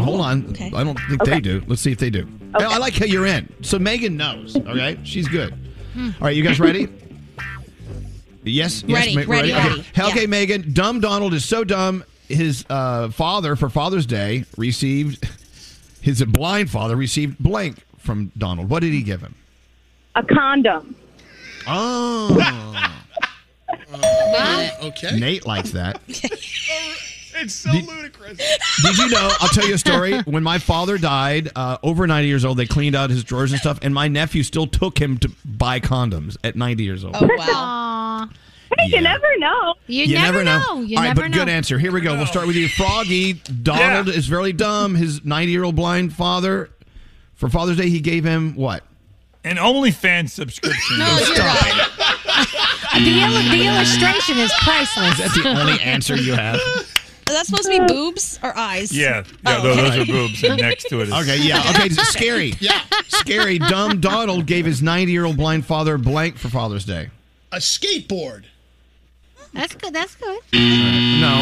S3: hold on.
S23: Okay.
S3: I don't think
S23: Okay.
S3: they do. Let's see if they do. Now, I like how you're in. So Megan knows, okay? She's good. All right, you guys ready? yes, yes,
S4: Ready,
S3: ma-
S4: ready,
S3: Okay.
S4: ready.
S3: Hellgate
S4: Yeah.
S3: Megan, dumb Donald is so dumb. His uh, father, for Father's Day, received his blind father received blank from Donald. What did he give him?
S23: A condom.
S3: Oh,
S13: okay.
S3: Nate likes that.
S13: it's so ludicrous.
S3: Did you know? I'll tell you a story. When my father died, uh, over 90 years old, they cleaned out his drawers and stuff, and my nephew still took him to buy condoms at 90 years old.
S10: wow.
S23: Hey, you never know.
S10: Oh, You, never, know. You
S3: All right,
S10: never
S3: but
S10: know.
S3: good answer. Here we go. We'll start with you, Froggy. Donald is very dumb. His 90 year old blind father, for Father's Day, he gave him what?
S2: An OnlyFans subscription.
S10: No, you're right. the, il- the illustration is priceless.
S3: That's the only answer you have.
S4: Is that supposed to
S10: Uh,
S4: be boobs or eyes?
S2: Yeah, yeah,
S4: Oh,
S2: tho-
S4: okay.
S2: those are boobs, and next to it is.
S3: Okay, yeah. Okay, scary.
S13: Yeah.
S3: Scary. Dumb Donald gave his 90 year old blind father blank for Father's Day.
S13: A skateboard.
S10: That's good. That's good.
S3: No.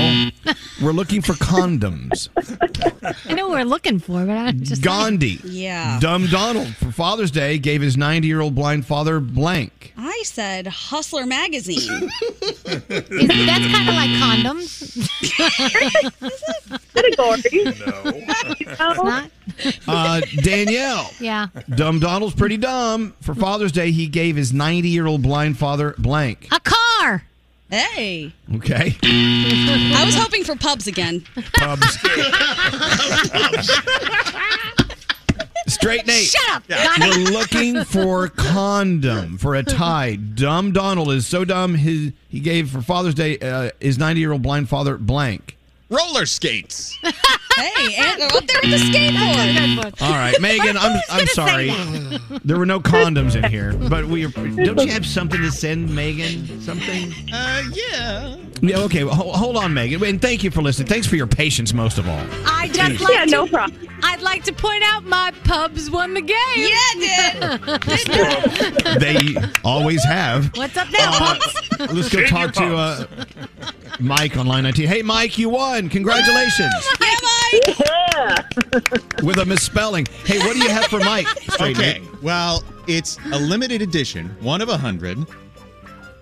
S3: We're looking for condoms.
S10: I know what we're looking for, but I'm just
S3: Gandhi.
S4: Yeah.
S3: Dumb Donald for Father's Day gave his 90 year old blind father blank.
S4: I said Hustler magazine.
S10: that's kind of like condoms.
S23: It's
S10: not.
S3: Uh, Danielle.
S10: Yeah.
S3: Dumb Donald's pretty dumb. For Father's Day, he gave his 90 year old blind father blank.
S10: A car.
S4: Hey.
S3: Okay.
S4: I was hoping for pubs again.
S3: Pubs.
S13: Oh,
S3: Straight Nate.
S4: Shut up, Yeah. Donald.
S3: We're looking for condom for a tie. Dumb Donald is so dumb. His he gave for Father's Day uh, his 90 year old blind father blank.
S5: Roller skates.
S4: hey, and they're up there with the skateboard.
S3: Mm. All right, Megan. I'm I'm sorry. There were no condoms in here, but we. Don't you have something to send Megan? Something.
S13: Uh, yeah.
S3: Yeah. Okay. Well, ho- hold on, Megan. And thank you for listening. Thanks for your patience, most of all.
S10: I just
S3: Jeez.
S10: like
S3: Yeah,
S10: to,
S3: no
S10: problem. I'd like to point out my pubs won the game. Yeah, did.
S3: They always have.
S10: What's up now,
S3: Uh,
S10: pubs?
S3: Let's go talk to uh, Mike on line 19. Hey, Mike, you won.
S10: Oh,
S3: Congratulations. With a misspelling. Hey, what do you have for Mike? Straight
S9: okay.
S3: Nate?
S9: Well, it's a limited edition, one of a hundred.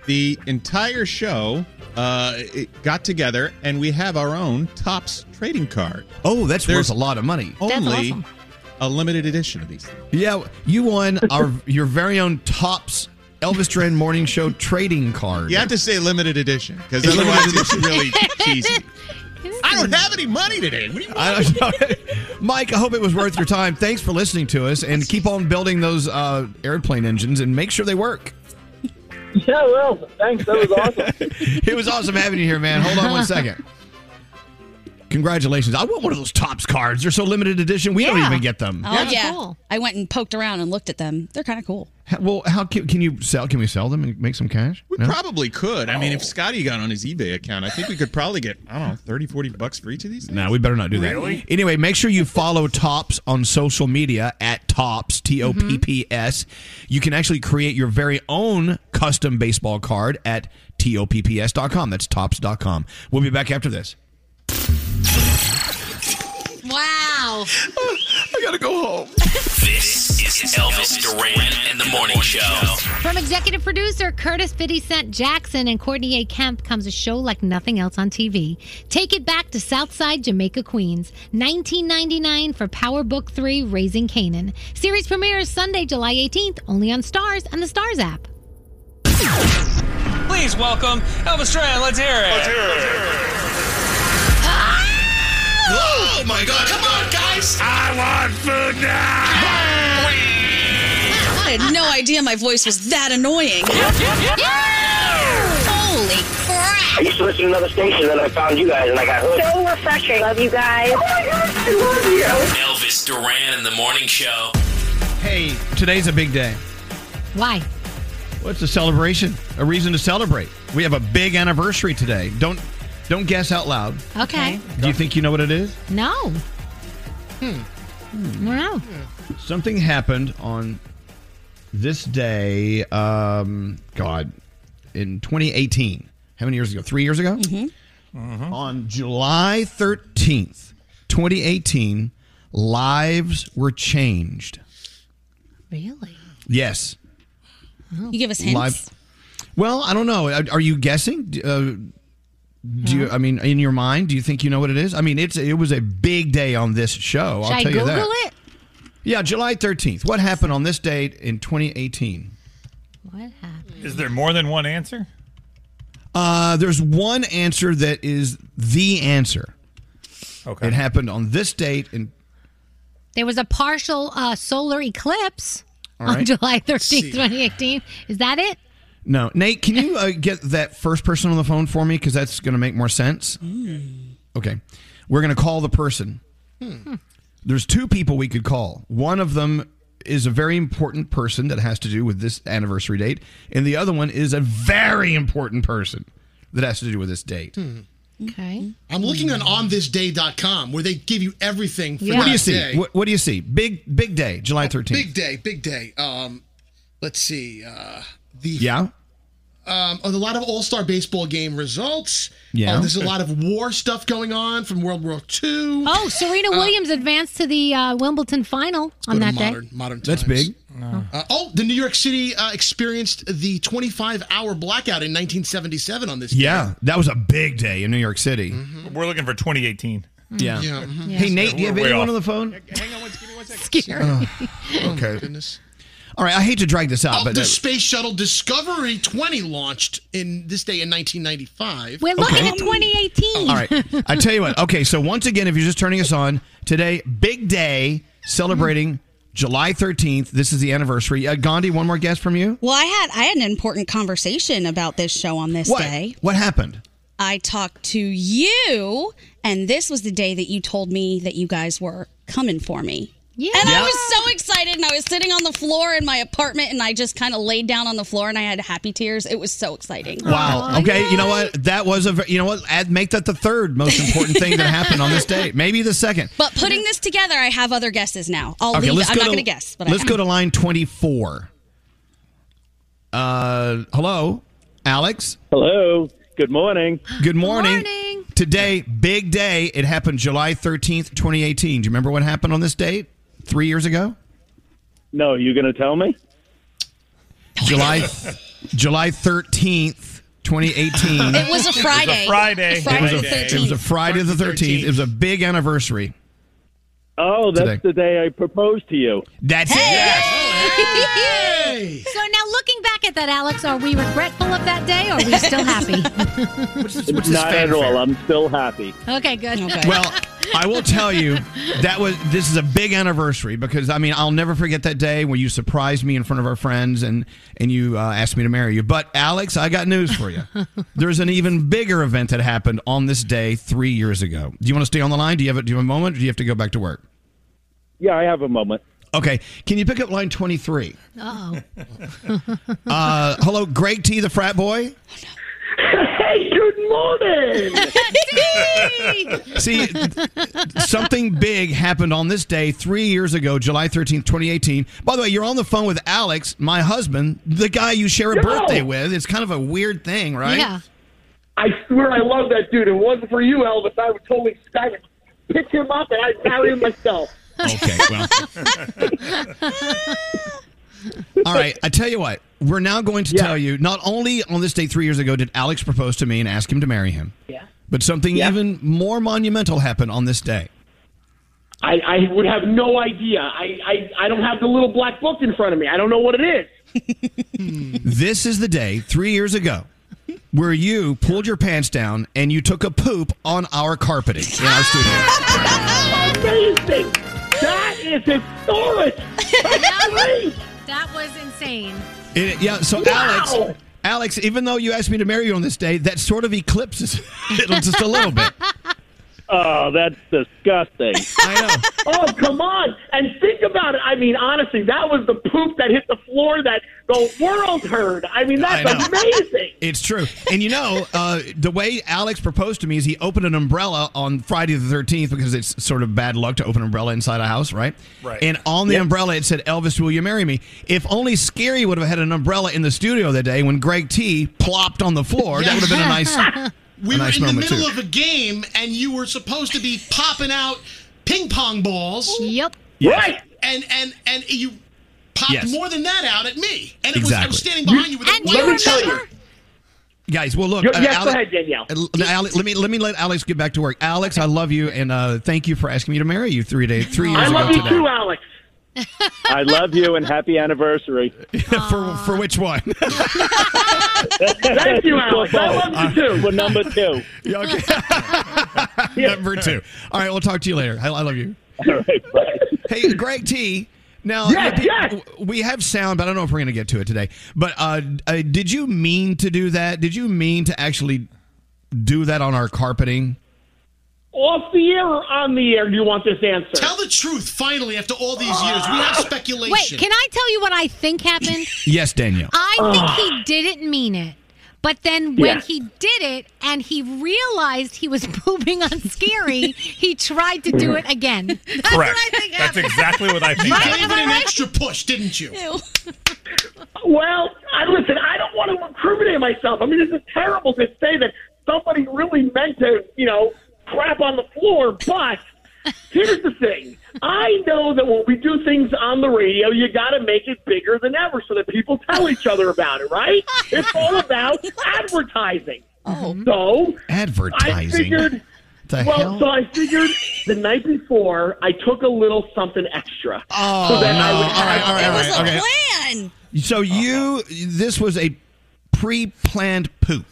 S9: The entire show uh, it got together, and we have our own Tops trading card.
S3: Oh, that's worth a lot of money.
S9: Only
S3: That's awesome.
S9: a limited edition of these. Things.
S3: Yeah, you won our your very own Tops Elvis Duran Morning Show trading card.
S9: You have to say limited edition because
S3: It's
S9: otherwise
S3: limited
S9: it's really cheesy.
S13: I don't have any money today. What do you
S3: I don't know. Mike, I hope it was worth your time. Thanks for listening to us and keep on building those uh, airplane engines and make sure they work.
S7: Yeah, well, thanks. That was awesome.
S3: It was awesome having you here, man. Hold on one second. Congratulations. I want one of those Tops cards. They're so limited edition, we don't even get them.
S4: Oh yeah, I went and poked around and looked at them. They're kind of cool.
S3: How- Well, how can, can you sell? Can we sell them and make some cash?
S9: We
S3: No?
S9: probably could. I mean, if Scotty got on his eBay account, I think we could probably get, I don't know, 30, 40 bucks for each of these.
S3: No, we better not do that.
S9: Really?
S3: Anyway, make sure you follow Tops on social media at Tops, T O P P S.
S9: Mm-hmm.
S3: You can actually create your very own custom baseball card at topps.com. That's tops.com. We'll be back after this.
S10: Wow.
S3: I gotta go home.
S8: This is Elvis Duran and the Morning Show.
S10: From executive producer Curtis 50 Cent Jackson and Courtney A. Kemp comes a show like nothing else on TV. Take it back to Southside Jamaica, Queens. 1999 for Power Book 3 Raising Canaan. Series premieres Sunday, July 18th, only on Stars and the Stars app.
S11: Please welcome Elvis Duran. Let's hear it. Let's hear it.
S2: Oh my God! Come on, guys! I want food now.
S4: I had no idea my voice was that annoying. Holy crap!
S12: I used to listen to another station, then I found you guys, and I got hooked.
S23: So refreshing. Love you guys. Oh my God, I love
S8: Elvis Duran and the Morning Show.
S3: Hey, today's a big day.
S10: Why?
S3: What's a celebration? A reason to celebrate. We have a big anniversary today. Don't don't guess out loud.
S10: Okay.
S3: Do you think you know what it is?
S10: No. Wow.
S3: Something happened on this day, um, God, in 2018. How many years ago? Three years ago? Mm-hmm. On July 13th, 2018, lives were changed.
S10: Really?
S3: Yes.
S4: You give us hints.
S3: Live. Well, I don't know. Are- Are you guessing? D- Uh, do you, I mean, in your mind, do you think you know what it is? I mean, it's it was a big day on this show.
S10: Should
S3: I'll
S10: I
S3: tell
S10: Google
S3: you that.
S10: it?
S3: Yeah, July 13th. What happened on this date in 2018?
S10: What happened?
S14: Is there more than one answer?
S3: Uh, there's one answer that is the answer.
S14: Okay.
S3: It happened on this date in
S10: There was a partial uh, solar eclipse
S3: All
S10: on
S3: right.
S10: July 13th,
S3: See.
S10: 2018. Is that it?
S3: No, Nate, can you uh, get that first person on the phone for me because that's going to make more sense? Okay, we're going to call the person.
S2: Hmm.
S3: There's two people we could call. One of them is a very important person that has to do with this anniversary date, and the other one is a very important person that has to do with this date.
S13: Hmm.
S10: Okay.
S13: I'm looking on onthisday.com where they give you everything for
S3: What do
S13: that
S3: you see?
S13: day. Oh,
S3: What, what do you see? Big big day, July 13th.
S13: Big day, big day. Um, let's see. Uh, the
S3: Yeah.
S13: um, a lot of All Star baseball game results.
S3: Yeah.
S13: Uh, there's a lot of war stuff going on from World War II.
S10: Oh, Serena
S13: Uh,
S10: Williams advanced to the uh, Wimbledon final on
S13: go
S10: that
S13: to
S10: day.
S13: modern, modern times. Uh, oh, the New York City uh, experienced the 25 hour blackout in 1977 on this.
S3: Yeah, that was a big day in New York City.
S14: We're looking for 2018.
S3: Yeah.
S13: Mm-hmm. Yeah. mm-hmm.
S3: Hey, Nate, do you have
S14: Hmm. We're way
S3: anyone
S14: off.
S3: on the phone?
S13: Hang on, give me one second.
S10: Scary.
S3: okay. All right, I hate to drag this out,
S13: Oh,
S3: but
S13: the
S3: uh,
S13: space shuttle Discovery 20 launched in this day in Oh. 1995.
S10: We're looking at 2018.
S3: All right. I tell you what. Okay, so once again, if you're just turning us on, today, big day celebrating July 13th. This is the anniversary. Uh, Gandhi, one more guess from you?
S4: Well, I had I had an important conversation about this show on this
S3: What?
S4: day.
S3: What happened?
S4: I talked to you, and this was the day that you told me that you guys were coming for me. Yeah. And I
S2: Yeah.
S4: was so excited, and I was sitting on the floor in my apartment, and I just kind of laid down on the floor, and I had happy tears. It was so exciting.
S3: Wow. okay, you know what? That was a, ver- you know what? Add, make that the third most important thing that happened on this day. Maybe the second.
S4: But putting this together, I have other guesses now. I'll
S3: okay,
S4: leave.
S3: let's
S4: I'm
S3: go
S4: not
S3: to,
S4: going to guess. But
S3: let's
S4: I,
S3: go to line 24. Uh, hello, Alex.
S15: Hello. Good morning.
S3: Good morning. Today, big day. It happened July 13th, 2018. Do you remember what happened on this date? Three years ago?
S15: No, you going to tell me?
S3: July July 13th, 2018.
S4: It was a It was a Friday. Friday.
S3: It
S15: Friday
S3: was
S15: the
S3: a,
S15: 13th.
S3: it was a Friday the 13th. It was a big anniversary.
S15: Oh, that's
S3: Today.
S15: the day I proposed to you.
S3: That's
S10: so now looking back at that, Alex, are we regretful of that day or are we still happy?
S15: it. Not at all. I'm still happy.
S10: Okay, good.
S3: Well, I will tell you that was this is a big anniversary because I mean I'll never forget that day when you surprised me in front of our friends and and you uh, asked me to marry you. But Alex, I got news for you. There's an even bigger event that happened on this day three years ago. Do you want to stay on the line? Do you have a, do you have a moment? Or do you have to go back to work?
S15: Yeah, I have a moment.
S3: Okay, can you pick up line 23?
S10: oh.
S3: Uh, hello, Greg T, the frat boy.
S2: Hey, good morning.
S3: See, something big happened on this day three years ago, July 13th, 2018. By the way, you're on the phone with Alex, my husband, the guy you share a
S2: Yo!
S3: birthday with. It's kind of a weird thing, right?
S2: I swear I love that dude. If it wasn't for you, Elvis, I would totally I would pick him up and I'd marry him myself.
S3: Okay, well. All right, I tell you what, we're now going to tell you not only on this day three years ago did Alex propose to me and ask him to marry him,
S2: Yeah.
S3: but something even more monumental happened on this day.
S2: I, I would have no idea. I, I, I don't have the little black book in front of me. I don't know what it is.
S3: This is the day three years ago where you pulled your pants down and you took a poop on our carpeting in our studio.
S2: Amazing. That is historic.
S10: that was insane.
S3: It- yeah, so Alex, Alex, even though you asked me to marry you on this day, that sort of eclipses it just a little bit.
S15: Oh, that's disgusting.
S3: I
S2: know. Oh, come on. And think about it. I mean, honestly, that was the poop that hit the floor that the world heard. I mean, that's
S3: I know.
S2: amazing.
S3: It's true. And you know, uh, the way Alex proposed to me is he opened an umbrella on Friday the 13th because it's sort of bad luck to open an umbrella inside a house, right?
S2: Right.
S3: And on the
S2: Yep.
S3: umbrella, it said, Elvis, will you marry me? If only Scary would have had an umbrella in the studio that day when Greg T plopped on the floor, that would have been a nice.
S13: We
S3: a
S13: were
S3: nice
S13: in the
S3: moment,
S13: middle of
S3: too.
S13: a game, and you were supposed to be popping out ping pong balls.
S10: Yep.
S3: Yes. Right.
S13: And and and you popped
S3: Yes.
S13: more than that out at me. And it was I
S3: Exactly. Mm-hmm.
S13: was standing behind you with a
S3: Let me tell you. Guys, well, look.
S13: Yes, go
S3: Ale-
S13: ahead, Danielle.
S3: uh, no, Ale- let me let me let Alex get back to work. Alex, I love you, and uh, thank you for asking me to marry you three days, three years
S2: I love
S3: ago
S2: you
S3: today.
S2: too, Alex.
S15: I love you and happy anniversary.
S3: for for which one?
S2: Thank you, Alex. I love you too.
S15: For number two.
S3: Yeah, okay. Number two. All right, we'll talk to you later. I, I love you. Hey, Greg T. Now,
S2: Yes,
S3: the- we have sound, but I don't know if we're going to get to it today. But uh, uh, did you mean to do that? Did you mean to actually do that on our carpeting?
S2: Off the air or on the air? Do you want this answer?
S13: Tell the truth, finally, after all these years. We have speculation.
S10: Wait, can I tell you what I think happened?
S3: Yes, Danielle.
S2: Ah.
S10: I think he didn't mean it. But then when
S3: Yeah.
S10: he did it and he realized he was pooping on Scary, he tried to do it again. That's
S14: Correct.
S10: what I think
S14: That's exactly what I think.
S13: You
S14: happened.
S13: gave it an extra push, didn't you?
S2: Well, I listen. I don't want to incriminate myself. I mean, this is terrible to say that somebody really meant to, you know, crap on the floor. But here's the thing: I know that when we do things on the radio, you got to make it bigger than ever so that people tell each other about it. Right? It's all about advertising. Oh, so I
S3: Advertising.
S2: figured.
S3: The
S2: well,
S3: hell?
S2: so I figured the night before I took a little something extra.
S3: Oh,
S2: so that
S3: no.
S2: I would
S3: All right, all right, all right. Okay.
S4: plan.
S3: So you, this was a pre-planned poop.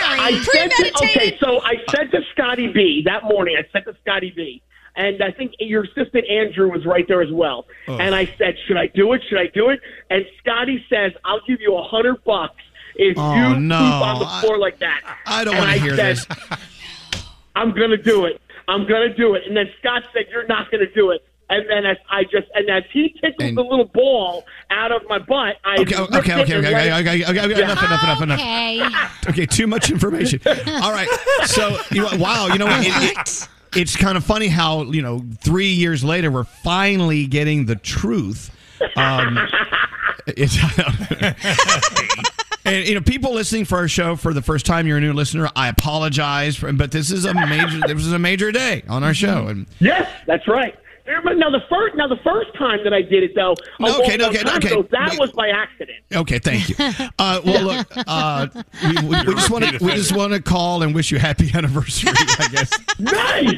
S2: I sent it, okay, so I sent to Scotty B that morning. I sent to Scotty B, and I think your assistant Andrew was right there as well.
S6: Oh.
S2: And I said, "Should I do it? Should I do it?" And Scotty says, "I'll give you a hundred bucks if
S3: Oh,
S2: you
S3: no.
S2: poop on the
S3: I-
S2: floor like that."
S3: I don't
S2: And
S3: want to hear
S2: said,
S3: this.
S2: I'm gonna do it. I'm gonna do it. And then Scott said, "You're not gonna do it." And then as I just and as he tickled the little ball out of my butt, I
S3: Okay,
S2: ripped
S3: okay, okay,
S2: it
S3: okay,
S2: and
S3: okay,
S2: let it-
S3: okay, okay, okay, okay,
S2: Yeah.
S3: enough, enough, enough, enough. Okay, too much information. All right. So, you, wow, you know what? It- it- it's kind of funny how, you know, three years later, we're finally getting the truth. Um, it's, and, you know, people listening for our show for the first time, you're a new listener. I apologize, for, but this is a major, this is a major day on our show. And
S2: Mm-hmm. Yes, that's right. Remember, now the first now the first time that I did it though, a
S3: No, okay,
S2: long
S3: okay,
S2: time
S3: okay.
S2: ago, that was by accident.
S3: Okay, thank you. Uh, well, look, uh, we, we, we just want to we just want to call and wish you happy anniversary. I guess.
S2: Nice.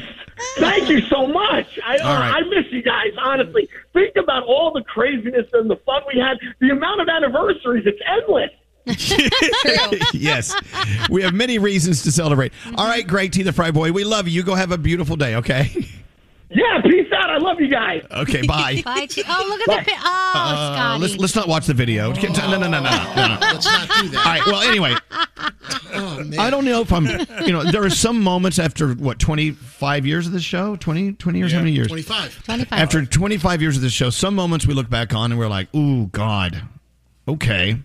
S2: Thank you so much. I
S3: All right.
S2: I miss you guys. Honestly, think about all the craziness and the fun we had. The amount of anniversaries, it's endless.
S3: yes, we have many reasons to celebrate. All
S10: Mm-hmm.
S3: right, Greg T, the Fry Boy, we love you. You go have a beautiful day. Okay.
S2: Yeah, peace out. I love you guys.
S3: Okay, bye.
S10: Bye. Chi- Oh, look at the. pi- Oh,
S3: Uh,
S10: Scotty. Oh.
S3: let's let's not watch the video. No, no, no, no, no, no.
S13: Let's not do that.
S3: All right. Well, anyway,
S13: Oh,
S3: I don't know if I'm. You know, there are some moments after what 25 years of this show, 20, 20 years, how many years?
S13: 25.
S10: 25.
S3: After 25 years of this show, some moments we look back on and we're like, "Ooh, God, okay."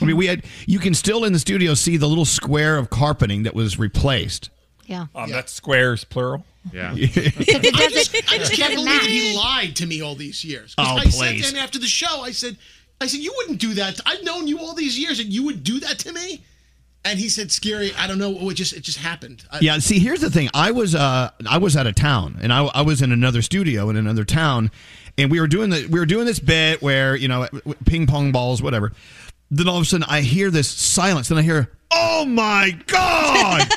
S3: I mean, we had. You can still in the studio see the little square of carpeting that was replaced.
S10: Yeah.
S14: Um, That's squares, plural.
S3: Yeah.
S13: I just, I just
S10: it
S13: can't
S10: doesn't
S13: believe that he lied to me all these years. 'Cause
S3: Oh,
S13: I
S3: please.
S13: said to him after the show, I said, I said, you wouldn't do that. I've known you all these years, and you would do that to me. And he said, "Scary, I don't know. It just, it just happened." I,
S3: yeah. See, here's the thing. I was uh I was out of town, and I, I was in another studio in another town, and we were doing the we were doing this bit where you know ping pong balls, whatever. Then all of a sudden, I hear this silence, and I hear, "Oh my god!"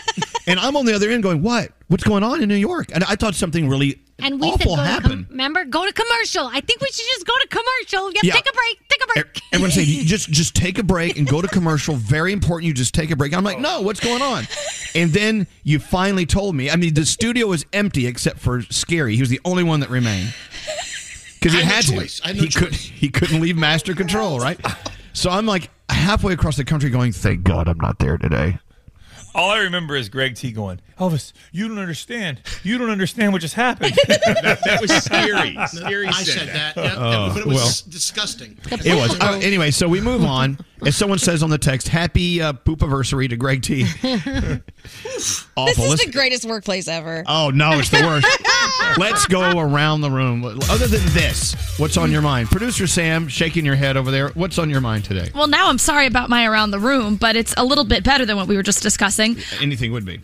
S3: and I'm on the other end going, "What? What's going on in New York?" And I thought something really
S10: and we
S3: awful
S10: said, go To
S3: happened.
S10: com- remember, go to commercial. I think we should just go to commercial. Yeah,
S3: Yeah.
S10: take a break. Take a break.
S3: Everyone saying "You just just take a break and go to commercial. Very important. You just take a break. I'm like, no, what's going on? And then you finally told me. I mean, the studio was empty except for Scary. He was the only one that remained because he
S13: I had no
S3: had
S13: choice.
S3: to.
S13: I had no
S3: he could he couldn't leave master control, right? So I'm like halfway across the country, going, thank God I'm not there today.
S14: All I remember is Greg T going, Elvis, you don't understand. You don't understand what just happened.
S9: that was scary.
S13: I said that, yeah,
S3: Oh,
S13: but it was
S3: well.
S13: disgusting.
S3: It was. Oh, anyway, so we move on. As someone says on the text, happy uh, poop anniversary to Greg T. Awful.
S4: This is
S3: Let's-
S4: the greatest workplace ever.
S3: Oh no, it's the worst. Let's go around the room. Other than this, what's on your mind? Producer Sam shaking your head over there. What's on your mind today?
S6: Well, now I'm sorry about my around the room, but it's a little bit better than what we were just discussing.
S3: Anything would be.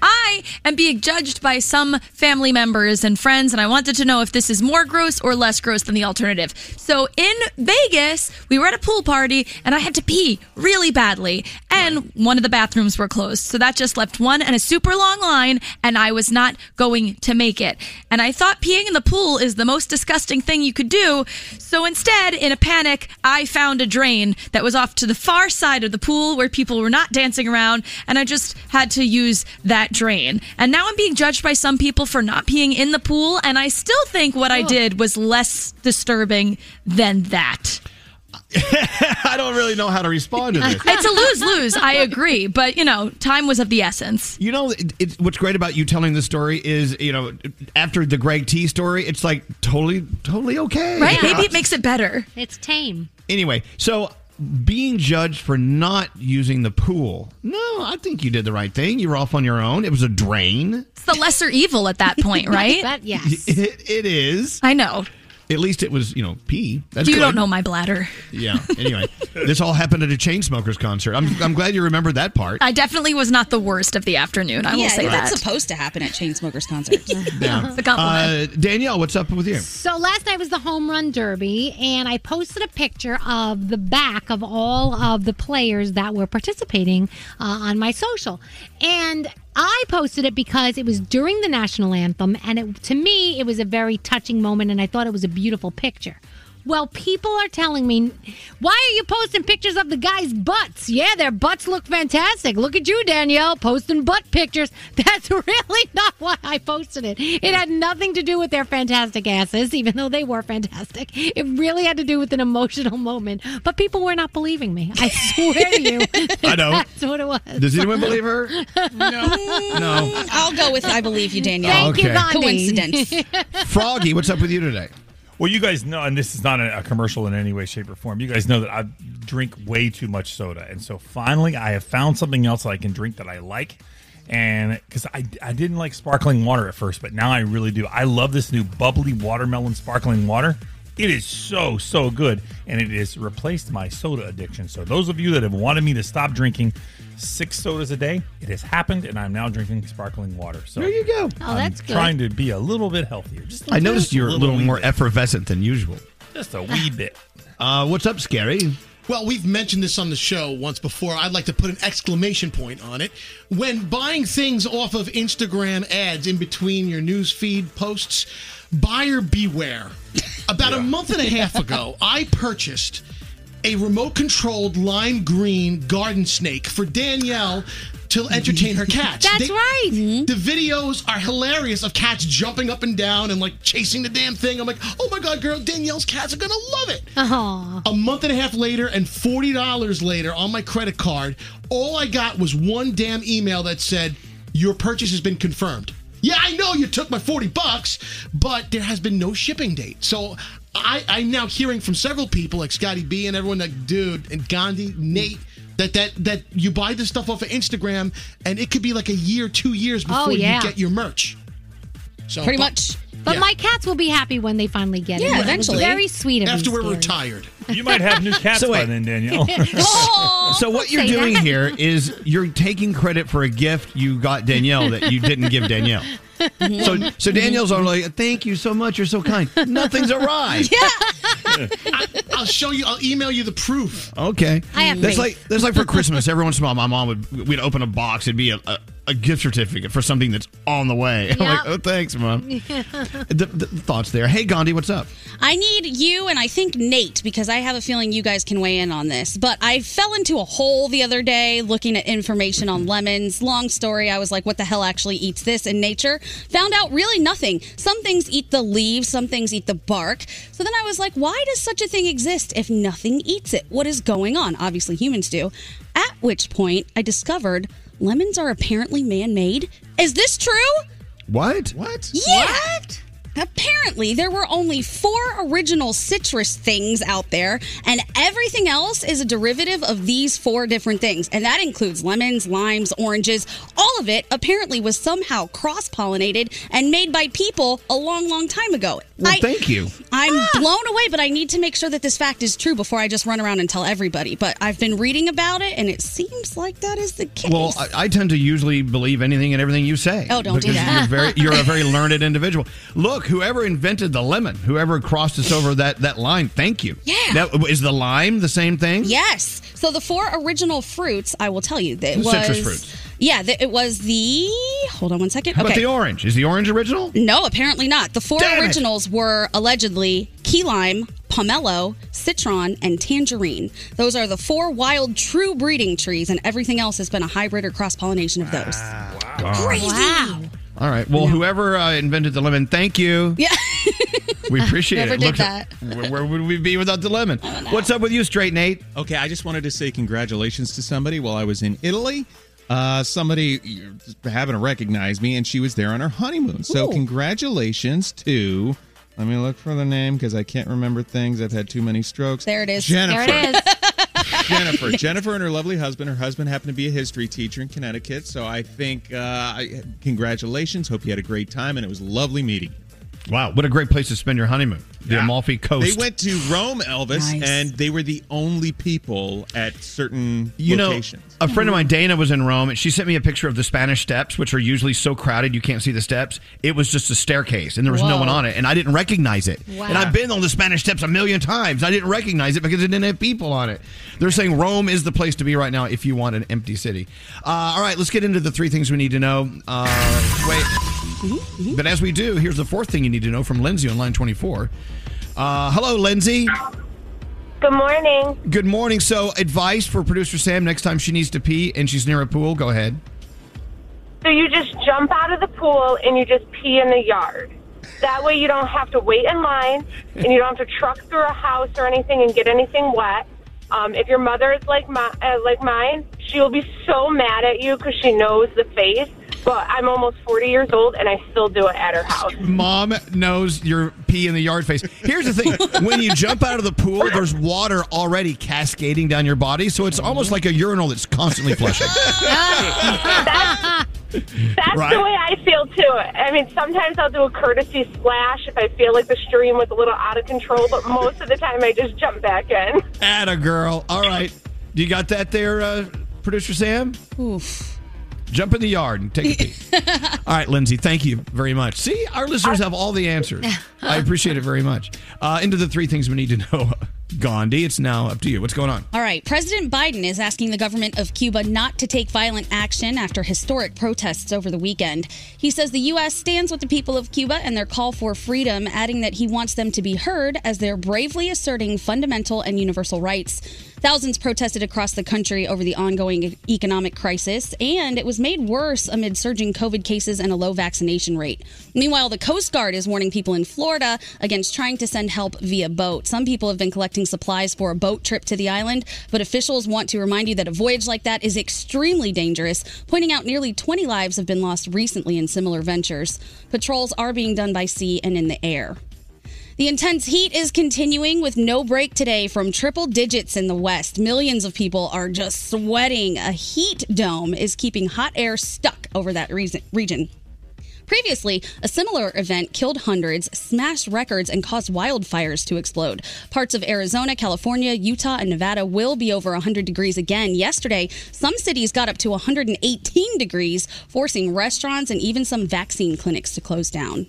S6: I am being judged by some family members and friends, and I wanted to know if this is more gross or less gross than the alternative. So in Vegas, we were at a pool party, and I had to pee really badly, and one of the bathrooms were closed. So that just left one and a super long line, and I was not going to make it. And I thought peeing in the pool is the most disgusting thing you could do. So instead, in a panic, I found a drain that was off to the far side of the pool where people were not dancing around, and I just had to use that drain. And now I'm being judged by some people for not peeing in the pool, and I still think what
S3: Oh.
S6: I did was less disturbing than that.
S3: I don't really know how to respond to this.
S6: It's a lose lose, I agree, but you know, time was of the essence.
S3: You know, it, it, what's great about you telling this story is, you know, after the Greg T story, it's like totally, totally okay.
S6: Right? Maybe it makes it better.
S26: It's tame.
S3: Anyway, so being judged for not using the pool. No, I think you did the right thing. You were off on your own. It was a drain.
S6: It's the lesser evil at that point, right?
S26: That- yeah.
S3: It, it is.
S6: I know.
S3: At least it was, you know, pee. That's
S6: you
S3: good.
S6: don't know my bladder.
S3: Yeah. Anyway, this all happened at a Chainsmokers concert. I'm, I'm glad you remembered that part.
S6: I definitely was not the worst of the afternoon. I will
S4: yeah,
S6: say
S4: that's
S6: that.
S4: supposed to happen at Chainsmokers concerts.
S3: Yeah.
S6: It's a compliment.
S3: Uh, Danielle, what's up with you?
S10: So last night was the home run derby, and I posted a picture of the back of all of the players that were participating uh, on my social, and. I posted it because it was during the national anthem, and it, to me, it was a very touching moment, and I thought it was a beautiful picture. Well, people are telling me, why are you posting pictures of the guys' butts? Yeah, their butts look fantastic. Look at you, Danielle, posting butt pictures. That's really not why I posted it. It had nothing to do with their fantastic asses, even though they were fantastic. It really had to do with an emotional moment. But people were not believing me. I swear to you.
S3: I don't.
S10: That's what it was.
S3: Does anyone believe her?
S4: no.
S3: No.
S4: I'll go with I believe you, Danielle.
S10: Thank you,
S3: Okay.
S10: Gandhi.
S4: Coincidence.
S3: Froggy, what's up with you today?
S14: Well, you guys know, and this is not a, a commercial in any way, shape, or form. You guys know that I drink way too much soda, and so finally, I have found something else I can drink that I like. And because I, I didn't like sparkling water at first, but now I really do. I love this new bubbly watermelon sparkling water. It is so so good, and it has replaced my soda addiction. So those of you that have wanted me to stop drinking six sodas a day, it has happened, and I'm now drinking sparkling water. So
S3: There you go.
S10: Oh, that's
S14: I'm
S10: good.
S14: Trying to be a little bit healthier. Just
S3: I noticed
S14: just
S3: you're a little
S14: wee
S3: more
S14: bit.
S3: effervescent than usual.
S14: Just a wee bit.
S3: Uh, what's up, Scary?
S13: Well, we've mentioned this on the show once before. I'd like to put an exclamation point on it. When buying things off of Instagram ads in between your newsfeed posts, buyer beware. About a month and a half ago, I purchased a remote controlled lime green garden snake for Danielle to entertain her cats.
S10: That's right.
S13: The videos are hilarious of cats jumping up and down and like chasing the damn thing. I'm like, oh my god, girl, Danielle's cats are gonna love it.
S10: Aw.
S13: A month and a half later and $40 later on my credit card, all I got was one damn email that said, Your purchase has been confirmed. Yeah, I know you took my 40 bucks, but there has been no shipping date. So I, I'm now hearing from several people like Scotty B and everyone that dude and Gandhi, Nate, that that that you buy this stuff off of Instagram and it could be like a year, two years before
S10: Oh, yeah.
S13: you get your merch. So
S4: Pretty
S13: bu-
S4: much.
S10: But
S13: Yeah.
S10: my cats will be happy when they finally get it.
S4: Yeah,
S10: It was
S4: eventually.
S10: Very sweet of
S13: after
S10: you,
S13: we're
S10: Scary.
S13: retired.
S14: You might have new cats
S3: So
S14: by
S3: wait.
S14: then, Danielle.
S3: So what you're
S10: say
S3: doing
S10: that.
S3: here is you're taking credit for a gift you got Danielle that you didn't give Danielle. So so Danielle's all like, "Thank you so much. You're so kind. Nothing's arrived."
S13: I'll show you. I'll email you the proof.
S3: Okay.
S10: I have
S3: That's
S10: faith.
S3: like that's like for Christmas. Every once in a while, my mom would we'd open a box. It'd be a, a, a gift certificate for something that's on the way. I'm like,
S10: Yeah.
S3: "Oh, thanks, mom." The, the thoughts there. Hey, Gandhi, what's up?
S4: I need you and I think Nate because I have a feeling you guys can weigh in on this. But I fell into a hole the other day looking at information on lemons. Long story, I was like, what the hell actually eats this in nature? Found out really nothing. Some things eat the leaves, some things eat the bark. So then I was like, why does such a thing exist if nothing eats it? What is going on? Obviously, humans do. At which point, I discovered lemons are apparently man made. Is this true?
S3: What?
S13: What?
S4: Yeah. Apparently, there were only four original citrus things out there, and everything else is a derivative of these four different things. And that includes lemons, limes, oranges, all all of it apparently was somehow cross pollinated and made by people a long, long time ago.
S3: Well,
S4: I,
S3: thank Ah! you.
S4: I'm blown away, but I need to make sure that this fact is true before I just run around and tell everybody. But I've been reading about it, and it seems like that is the case.
S3: Well, I, I tend to usually believe anything and everything you say.
S4: Oh, don't do
S3: because You're,
S4: that.
S3: very, you're a very learned individual. Look, whoever invented the lemon, whoever crossed us over that, that line, thank you. Yeah. That, is the lime the same thing?
S4: Yes. So the four original fruits, I will tell you, that
S3: The
S4: was
S3: citrus fruits.
S4: Yeah, that it was the. Hold on one second.
S3: How
S4: okay.
S3: about the orange? Is the orange original?
S4: No, apparently not. The four
S3: Damn it.
S4: originals were allegedly key lime, pomelo, citron, and tangerine. Those are the four wild true breeding trees, and everything else has been a hybrid or cross pollination of those.
S3: God.
S4: Crazy. Wow.
S3: All right. Well, whoever uh, invented the lemon, thank you.
S4: Yeah.
S3: We appreciate
S4: Whoever
S3: it.
S4: did
S3: Look,
S4: that.
S3: Where, where would we be without the lemon? What's up with you, Straight Nate?
S9: Okay, I just wanted to say congratulations to somebody while I was in Italy. Uh, somebody uh, happened to recognize me, and she was there on her honeymoon. So
S16: Ooh.
S9: congratulations to. Let me look for the name because I can't remember things. I've had too many strokes.
S4: There it is.
S9: Jennifer.
S4: There it is.
S9: Jennifer. Jennifer and her lovely husband. Her husband happened to be a history teacher in Connecticut. So I think uh, I, congratulations. Hope you had a great time, and it was lovely meeting. you.
S3: Wow, what a great place to spend your honeymoon. The Amalfi Coast.
S9: They went to Rome, Elvis, and they were the only people at certain
S3: You know,
S9: locations.
S3: a friend of mine, Dana, was in Rome, and she sent me a picture of the Spanish Steps, which are usually so crowded you can't see the steps. It was just a staircase, and there was no
S9: Whoa.
S3: one on it, and I didn't recognize it.
S9: Wow.
S3: And I've been on the Spanish Steps a million times. I didn't recognize it because it didn't have people on it. They're saying Rome is the place to be right now if you want an empty city. Uh, all right, let's get into the three things we need to know. Uh, wait, but as we do, here's the fourth thing you need to know from Lindsay on line 24. Uh, hello, Lindsay.
S26: Good morning.
S3: Good morning. So, advice for producer Sam next time she needs to pee and she's near a pool, go ahead.
S26: So you just jump out of the pool and you just pee in the yard. That way you don't have to wait in line and you don't have to truck through a house or anything and get anything wet. Um, if your mother is like my uh, like mine, she'll be so mad at you because she knows the face. But I'm almost 40 years old and I still do it at her house.
S3: Mom knows your pee in the yard face. Here's the thing when you jump out of the pool, there's water already cascading down your body. So, it's almost like a urinal that's constantly flushing.
S26: that's that's
S3: Right.
S26: the way I feel too. I mean, sometimes I'll do a courtesy splash if I feel like the stream was a little out of control, but most of the time I just jump back in.
S3: Atta girl. All right. Do you got that there, uh, producer Sam?
S4: Oof.
S3: Jump in the yard and take a pee. all right, Lindsay, thank you very much. See, our listeners have all the answers. I appreciate it very much. Uh, into the three things we need to know. Gandhi, it's now up to you. What's going on?
S4: All right. President Biden is asking the government of Cuba not to take violent action after historic protests over the weekend. He says the U.S. stands with the people of Cuba and their call for freedom, adding that he wants them to be heard as they're bravely asserting fundamental and universal rights. Thousands protested across the country over the ongoing economic crisis, and it was made worse amid surging COVID cases and a low vaccination rate. Meanwhile, the Coast Guard is warning people in Florida against trying to send help via boat. Some people have been collecting supplies for a boat trip to the island, but officials want to remind you that a voyage like that is extremely dangerous, pointing out nearly 20 lives have been lost recently in similar ventures. Patrols are being done by sea and in the air. The intense heat is continuing with no break today from triple digits in the West. Millions of people are just sweating. A heat dome is keeping hot air stuck over that reason- region. Previously, a similar event killed hundreds, smashed records, and caused wildfires to explode. Parts of Arizona, California, Utah, and Nevada will be over 100 degrees again. Yesterday, some cities got up to 118 degrees, forcing restaurants and even some vaccine clinics to close down.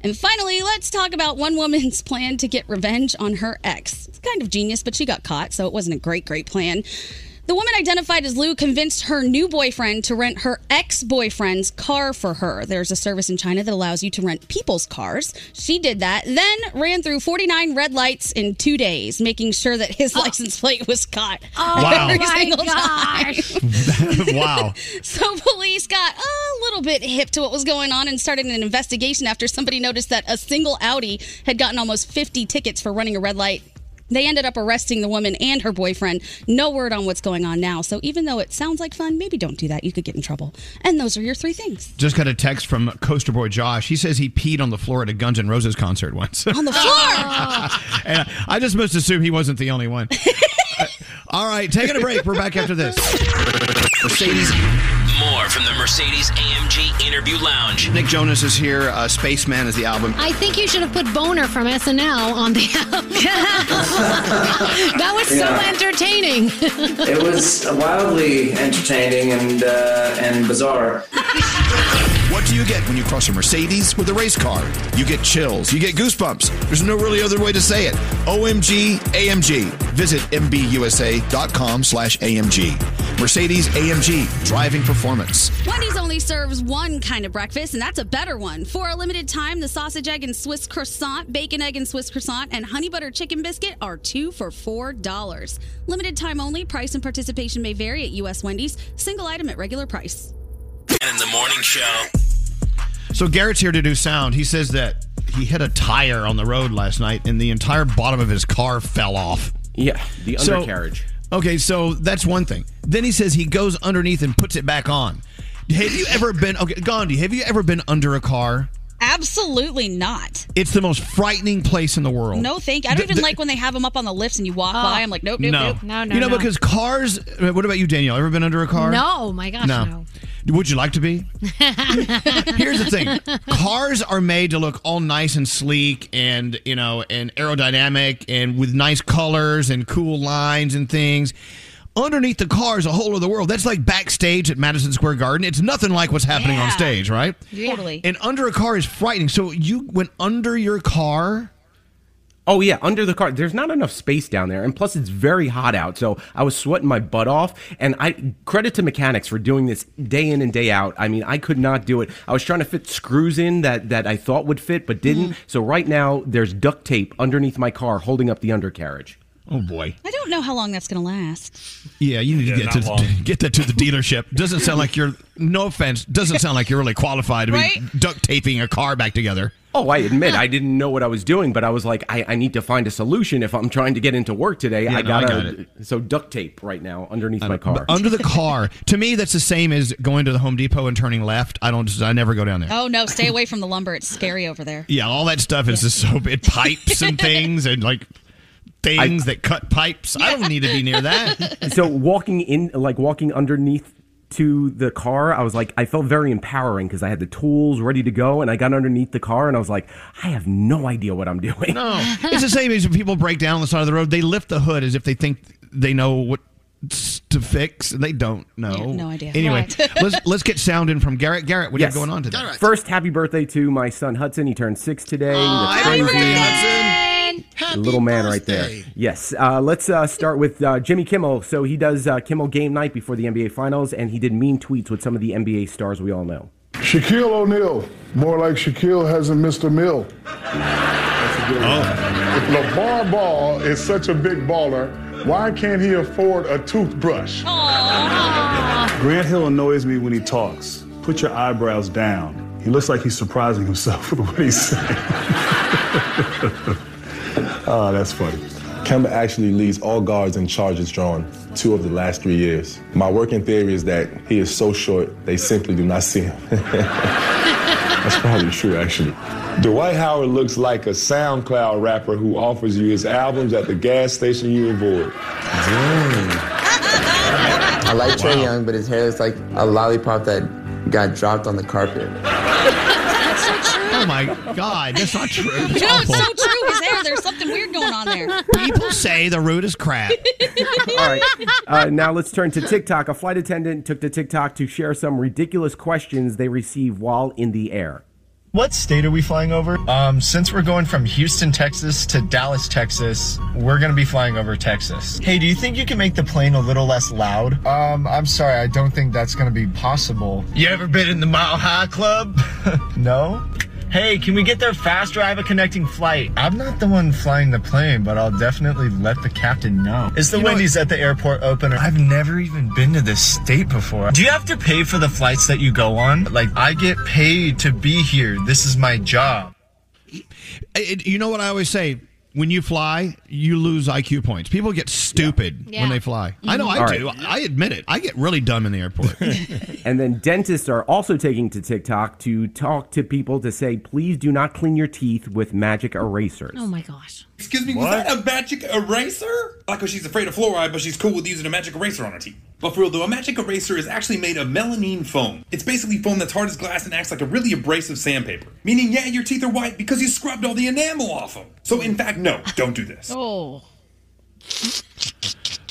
S4: And finally, let's talk about one woman's plan to get revenge on her ex. It's kind of genius, but she got caught, so it wasn't a great, great plan. The woman identified as Lou convinced her new boyfriend to rent her ex boyfriend's car for her. There's a service in China that allows you to rent people's cars. She did that, then ran through 49 red lights in two days, making sure that his license plate was caught.
S3: Oh, Wow.
S4: every
S3: my
S4: single
S10: gosh.
S4: time.
S3: wow.
S4: So police got a little bit hip to what was going on and started an investigation after somebody noticed that a single Audi had gotten almost 50 tickets for running a red light. They ended up arresting the woman and her boyfriend. No word on what's going on now. So even though it sounds like fun, maybe don't do that. You could get in trouble. And those are your three things.
S3: Just got a text from Coaster Boy Josh. He says he peed on the floor at a Guns N' Roses concert once.
S4: On the floor.
S3: and I just must assume he wasn't the only one. Uh, All right, taking a break. We're back after this. Mercedes.
S8: more from the Mercedes AMG Interview Lounge.
S3: Nick Jonas is here. Uh, Spaceman is the album.
S10: I think you should have put Boner from SNL on the album. that was so
S1: Yeah.
S10: entertaining.
S1: It was wildly entertaining and uh, and bizarre.
S3: What do you get when you cross a Mercedes with a race car? You get chills. You get goosebumps. There's no really other way to say it. OMG AMG. Visit mbusa.com slash AMG. Mercedes AMG. Driving performance.
S4: Wendy's only serves one kind of breakfast, and that's a better one. For a limited time, the sausage egg and Swiss croissant, bacon egg and Swiss croissant, and honey butter chicken biscuit are two for $4. Limited time only. Price and participation may vary at U.S. Wendy's. Single item at regular price.
S8: And in the morning show.
S3: So Garrett's here to do sound. He says that he hit a tire on the road last night and the entire bottom of his car fell off.
S16: Yeah, the
S3: So-
S16: undercarriage.
S3: okay, so that's one thing. Then he says he goes underneath and puts it back on. Have you ever been okay, Gandhi, have you ever been under a car?
S4: Absolutely not.
S3: It's the most frightening place in the world.
S4: No, thank you. I don't
S3: The-
S4: even
S3: the- Oh.
S4: like when they have them up on the lifts and you walk by. I'm like, nope, nope, nope.
S3: You know, because cars. What about you, Danielle? Ever been under a car?
S10: No, oh my gosh, no.
S3: Would you like to be? Here's the thing: cars are made to look all nice and sleek, and you know, and aerodynamic, and with nice colors and cool lines and things. Underneath the car is a whole other world. That's like backstage at Madison Square Garden. It's nothing like what's happening on
S4: Yeah.
S3: stage, right?
S4: Totally.
S3: And under a car is frightening. So you went under your car.
S16: Oh yeah, under the car. There's not enough space down there, and plus it's very hot out. So I was sweating my butt off, and I credit to mechanics for doing this day in and day out. I mean, I could not do it. I was trying to fit screws in that that I thought would fit, but didn't.
S3: Mm-hmm.
S16: So right now there's duct tape underneath my car holding up the undercarriage.
S3: Oh boy.
S4: I don't know how long that's going to last.
S3: Yeah, you need
S16: Yeah,
S3: to get
S16: not
S3: to
S16: long.
S3: get that to the dealership. Doesn't sound like you're. No offense, doesn't sound like you're really qualified to be
S16: Right?
S3: duct taping a car back together.
S16: Oh, I admit I didn't know what I was doing, but I was like, I, I need to find a solution if I'm trying to get into work today.
S3: Yeah,
S16: I
S3: no, I
S16: gotta
S3: got
S16: so duct tape right now underneath my car.
S3: But under the car, to me, that's the same as going to the Home Depot and turning left. I don't. Just, I never go down there.
S4: Oh, no. Stay away from the lumber. It's scary over there.
S3: Yeah, all that stuff is just so it pipes and things and like things that cut pipes. I don't need to be near that.
S16: so walking in like walking underneath to the car i was like i felt very empowering because i had the tools ready to go and i got underneath the car and i was like i have no idea what i'm doing
S3: No, it's the same as when people break down on the side of the road. They lift the hood as if they think they know what s- to fix. and They don't know.
S4: no idea.
S3: Anyway,
S4: Right.
S3: let's let's get sound in from Garrett. Garrett, what
S16: Yes.
S3: do you have going on today?
S16: first happy birthday to my son hudson he turned six today That's
S3: happy
S16: crazy.
S3: birthday,
S16: little man right there. Yes. Uh, let's uh, start with uh, Jimmy Kimmel. So he does uh, Kimmel Game Night before the NBA Finals, and he did mean tweets with some of the NBA stars we all know.
S25: Shaquille O'Neal, more like Shaquille hasn't missed a meal. LeVar Ball is such a big baller. Why can't he afford a toothbrush?
S27: Grant Hill annoys me when he talks. Put your eyebrows down. He looks like he's surprising himself with what he's saying. Oh, that's funny. Kemba actually leads all guards in charges drawn two of the last three years. My working theory is that he is so short, they simply do not see him. that's probably true, actually. Dwight Howard looks like a SoundCloud rapper who offers you his albums at the gas station you avoid.
S28: I like Trey Young, but his hair is like a lollipop that got dropped on the carpet.
S3: Oh my God, that's not true.
S4: No,
S3: That's
S4: it's
S3: awful.
S4: so true. He's there. There's something weird going on there.
S3: People say the root is crap.
S16: All right. Uh, now let's turn to TikTok. A flight attendant took to TikTok to share some ridiculous questions they receive while in the air.
S29: What state are we flying over? Um, since we're going from Houston, Texas to Dallas, Texas, we're gonna be flying over Texas. Hey, do you think you can make the plane a little less loud? Um, I'm sorry, I don't think that's gonna be possible. You ever been in the Mile High Club? no? Hey, can we get there faster? I have a connecting flight. I'm not the one flying the plane, but I'll definitely let the captain know. Is the You know- Wendy's at the airport open? I've never even been to this state before. Do you have to pay for the flights that you go on? Like, I get paid to be here. This is my job.
S3: It- you know what I always say? When you fly, you lose IQ points. People get stupid
S16: Yeah.
S3: when they fly. I know I
S16: Mhm. All
S3: do. I admit it. I get really dumb in the airport.
S16: And then dentists are also taking to TikTok to talk to people to say, please do not clean your teeth with magic erasers.
S10: Oh my gosh.
S5: oh,
S30: Excuse me, was that a magic eraser? Like, 'cause she's afraid of fluoride, but she's cool with using a magic eraser on her teeth.
S5: But for real though, a magic eraser is actually made of melanine foam. It's basically foam that's hard as glass and acts like a really abrasive sandpaper. Meaning, yeah, your teeth are white because you scrubbed all the enamel off them. So, in fact, no, don't do this.
S7: Oh.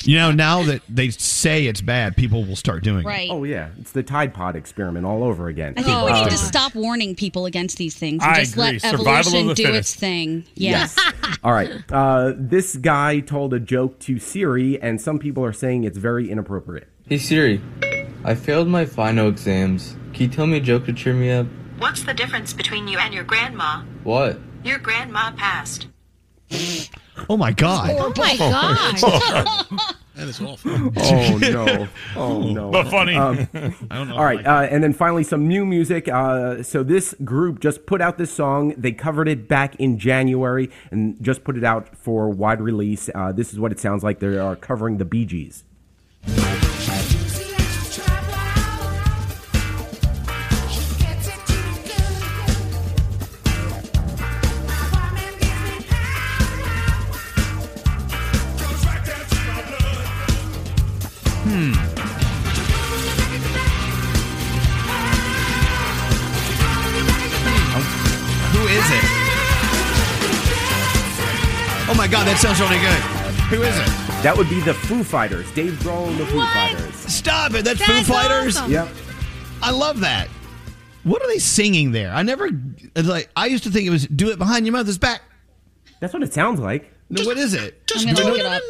S3: You know, now that they say it's bad, people will start doing it.
S4: Right.
S16: Oh yeah, it's the Tide Pod experiment all over again.
S4: I think we need
S16: Uh,
S4: to stop warning people against these things and
S16: I
S4: just
S16: agree.
S4: let
S16: Survival of
S4: evolution
S16: the
S4: do
S16: fittest.
S4: its thing. Yes.
S16: All right. Uh, this guy told a joke to Siri, and some people are saying it's very inappropriate.
S21: Hey Siri, I failed my final exams. Can you tell me a joke to cheer me up?
S18: What's the difference between you and your grandma?
S21: What?
S18: Your grandma passed.
S3: Oh my god.
S18: Oh my gosh.
S16: That is awful. Oh no! Oh no!
S14: But funny.
S3: Um,
S16: I
S14: don't
S16: All
S14: know if I
S16: right, uh, and then finally some new music. Uh, so this group just put out this song. They covered it back in January and just put it out for wide release. Uh, this is what it sounds like. They are covering the Bee Gees.
S11: Hmm.
S3: Who is it? Oh my god, that sounds really good. Who is it?
S16: That would be the Foo Fighters. Dave Grohl and the Foo Fighters.
S3: Stop it! That's,
S16: That's
S3: Foo Fighters.
S16: awesome. Yep.
S3: I love that. What are they singing there? I never like. I used to think it was "Do it behind your mother's back."
S16: That's what it sounds like.
S3: No, what is it?
S4: I'm going to look it up.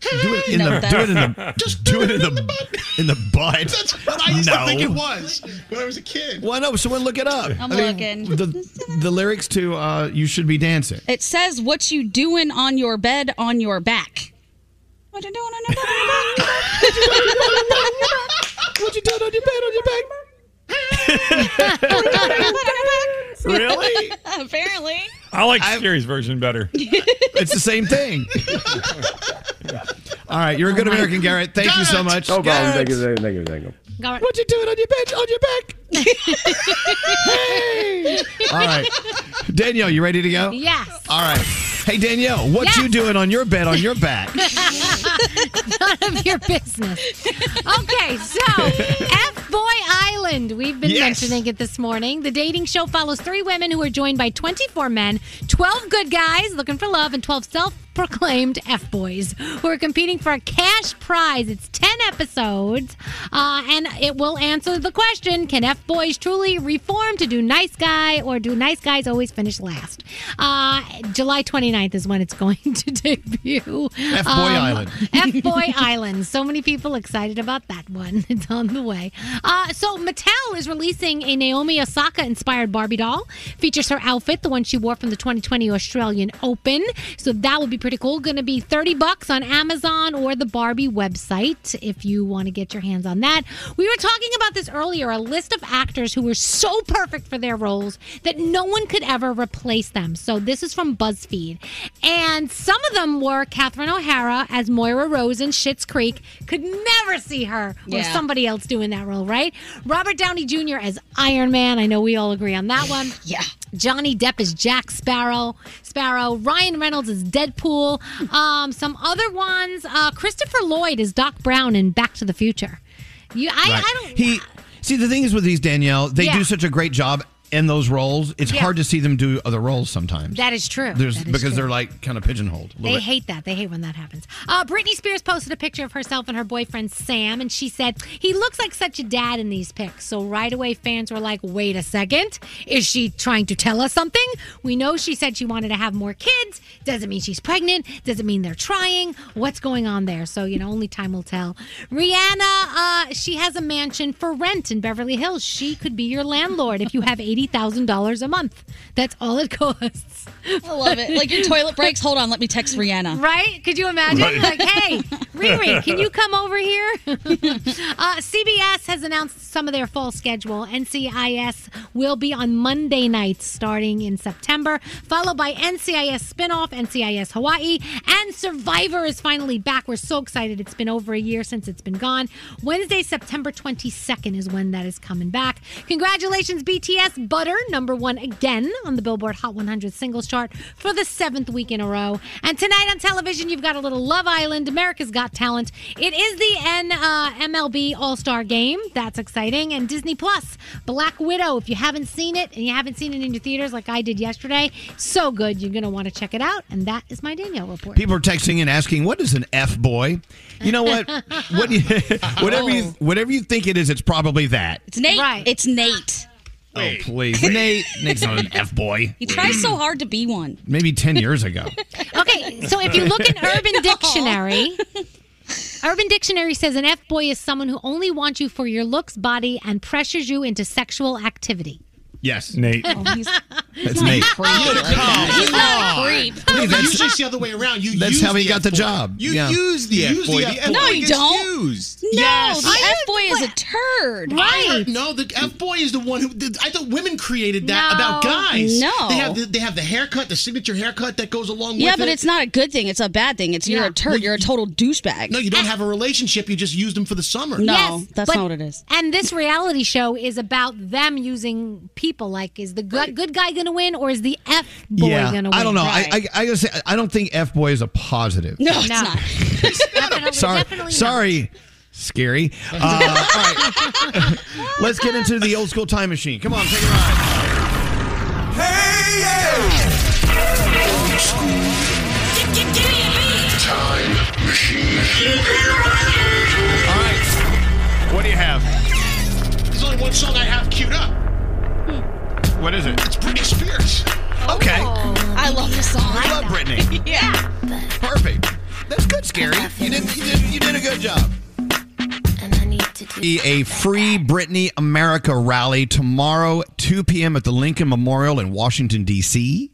S3: Do it in
S4: No,
S3: the. Do it in the.
S4: that's-
S3: Just do it in the butt. In the butt.
S13: That's what I used
S3: no.
S13: to think it was when I was a kid.
S3: Why no? Someone look it up.
S4: I'm looking.
S3: The, the lyrics to uh, "You Should Be Dancing."
S4: It says what you doing on your bed on your back. What you doing on your bed?
S11: What you doing on your bed on your back?
S3: Really?
S4: Apparently.
S14: I like Scary's version better.
S3: It's the same thing. All right, you're a
S14: Oh
S3: good American, Garrett. Thank you so much.
S16: No problem. Thank you.
S3: Garrett.
S16: Thank you. Thank you.
S3: What you doing on your bed on your back? hey! All right, Danielle, you ready to go?
S10: Yes.
S3: All right. Hey Danielle, what you doing on your bed on your back?
S10: None of your business. Okay, so F Boy Island. We've been
S11: Yes.
S10: mentioning it this morning. The dating show follows three women who are joined by 24 men, 12 good guys looking for love, and 12 self proclaimed F Boys who are competing for a cash prize. It's 10 episodes, uh, and it will answer the question Can F Boys truly reform to do nice guy, or do nice guys always finish last? Uh, July 29th is when it's going to debut.
S11: F-Boy Island.
S10: Um, F Boy Island. So many people excited about that one. It's on the way. Uh, so Mattel is releasing a Naomi Osaka inspired Barbie doll. Features her outfit, the one she wore from the 2020 Australian Open. So that would be pretty cool. Going to be 30 bucks on Amazon or the Barbie website if you want to get your hands on that. We were talking about this earlier. A list of actors who were so perfect for their roles that no one could ever replace them. So this is from BuzzFeed, and some of them were Catherine O'Hara as Moira Rose in Schitt's Creek. Could never see her or
S22: Yeah.
S10: somebody else doing that role, right? Robert Downey Jr. as Iron Man. I know we all agree on that one. yeah. Johnny Depp is Jack Sparrow. Sparrow. Ryan Reynolds is Deadpool. Um, some other ones. Uh, Christopher Lloyd is Doc Brown in Back to the Future. You, I,
S3: Right.
S10: I don't.
S3: He see the thing is with these Danielle, they
S10: Yeah.
S3: do such a great job in those roles. It's
S10: Yeah.
S3: hard to see them do other roles sometimes.
S10: That is true.
S3: There's
S10: That is
S3: because
S10: true.
S3: they're like kind of pigeonholed. a little
S10: They
S3: bit.
S10: hate that. They hate when that happens. Uh, Britney Spears posted a picture of herself and her boyfriend Sam, and she said, He looks like such a dad in these pics. So right away, fans were like, Wait a second. Is she trying to tell us something? We know she said she wanted to have more kids. Doesn't mean she's pregnant. Doesn't mean they're trying. What's going on there? So, you know, only time will tell. Rihanna, uh, she has a mansion for rent in Beverly Hills. She could be your landlord if you have $80,000 a month. That's all it costs.
S4: I love it. Like your toilet breaks. Hold on, let me text Rihanna.
S10: Right? Could you imagine?
S4: Right.
S10: Like, hey, Riri, can you come over here? uh, CBS has announced some of their fall schedule. NCIS will be on Monday nights starting in September, followed by NCIS spinoff, NCIS Hawaii, and Survivor is finally back. We're so excited. It's been over a year since it's been gone. Wednesday, September 22nd is when that is coming back. Congratulations, BTS. Red Butter, number one again on the Billboard Hot 100 singles chart for the seventh week in a row. And tonight on television, you've got a little Love Island, America's Got Talent. It is the N, uh, MLB All Star Game. That's exciting. And Disney Plus, Black Widow. If you haven't seen it and you haven't seen it in your theaters like I did yesterday, so good. You're going to want to check it out. And that is my Danielle report.
S3: People are texting and asking, "What is an f boy?" You know what? what you, whatever you
S10: Oh.
S3: whatever you think it is, it's probably that.
S4: It's Nate. It's Nate.
S3: Oh please, Nate. Nate's not an f boy.
S4: He tries so hard to be one.
S3: Maybe ten years ago.
S10: Okay, so if you look in Urban Dictionary, Urban Dictionary says an F boy is someone who only wants you for your looks, body, and pressures you into sexual activity.
S3: Yes,
S14: Nate.
S3: Oh, That's Nate.
S10: He's not a creep.
S13: No, but
S3: That's-
S13: usually it's the other way around. You
S3: That's
S13: use
S3: how he
S13: the
S3: got the
S13: F-boy.
S3: job.
S13: You
S3: Yeah.
S13: use the F boy.
S3: F-boy
S4: No, you
S3: gets
S4: don't.
S13: used.
S4: No,
S13: Yes.
S4: the
S13: I-
S4: F boy is a turd.
S13: I heard- no, the F boy is the one who. Did, I thought women created that
S4: No.
S13: about guys.
S4: No.
S13: they have the, they have the haircut, the signature haircut that goes along with
S4: Yeah,
S13: it.
S4: but it's not a good thing. It's a bad thing. It's you're a turd. You're a total douchebag.
S13: No, you don't have a relationship. You just used them for the summer.
S4: Ah. No, that's
S10: but-
S4: not what it is.
S10: And this reality show is about them using people. Like, is the good, good guy going to win or is the F boy
S3: yeah,
S10: going to win?
S3: I don't know. I, I I gotta say, I don't think f boy is a positive.
S10: no, it's not.
S3: sorry, sorry, scary. Uh, all right. let's get into the old school time machine. Come on, take a ride.
S11: Time machine.
S13: All right.
S3: What do you have?
S13: There's only one song I have queued up.
S3: What is it?
S13: It's Britney Spears.
S3: Okay.
S4: Oh, I love this song.
S3: I love Britney.
S4: yeah.
S3: Perfect. That's good, Scary. You did, you did, you did a good job. Be a free Britney America rally tomorrow, 2 p.m. at the Lincoln Memorial in Washington, D.C.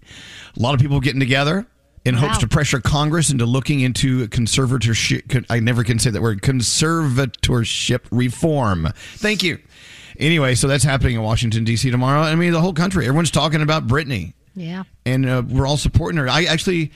S3: A lot of people getting together in hopes
S7: Wow.
S3: to pressure Congress into looking into conservatorship. I never can say that word conservatorship reform. Thank you. Anyway, so that's happening in Washington, D.C. tomorrow. I mean, the whole country, everyone's talking about Britney
S10: Yeah.
S3: and uh, we're all supporting her. I actually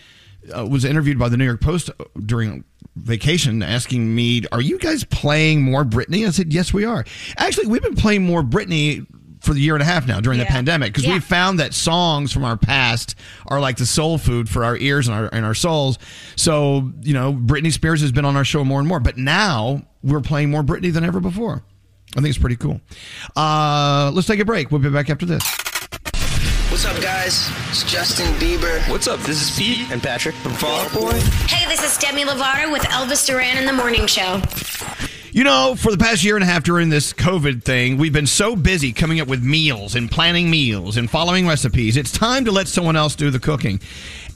S3: uh, was interviewed by the New York Post during vacation asking me, Are you guys playing more Britney? I said, Yes, we are. Actually, we've been playing more Britney for the year and a half now during the
S12: Yeah.
S3: pandemic because
S12: Yeah.
S3: we found that songs from our past are like the soul food for our ears and our, and our souls. So, you know, Britney Spears has been on our show more and more, but now we're playing more Britney than ever before. I think it's pretty cool. Uh, let's take a break. We'll be back after this.
S15: What's up, guys? It's Justin Bieber. What's up? This is Pete and Patrick from Fall Out Boy.
S22: Hey, this is Demi Lovato with Elvis Duran in the Morning Show.
S3: You know, for the past year and a half during this COVID thing, we've been so busy coming up with meals and planning meals and following recipes. It's time to let someone else do the cooking.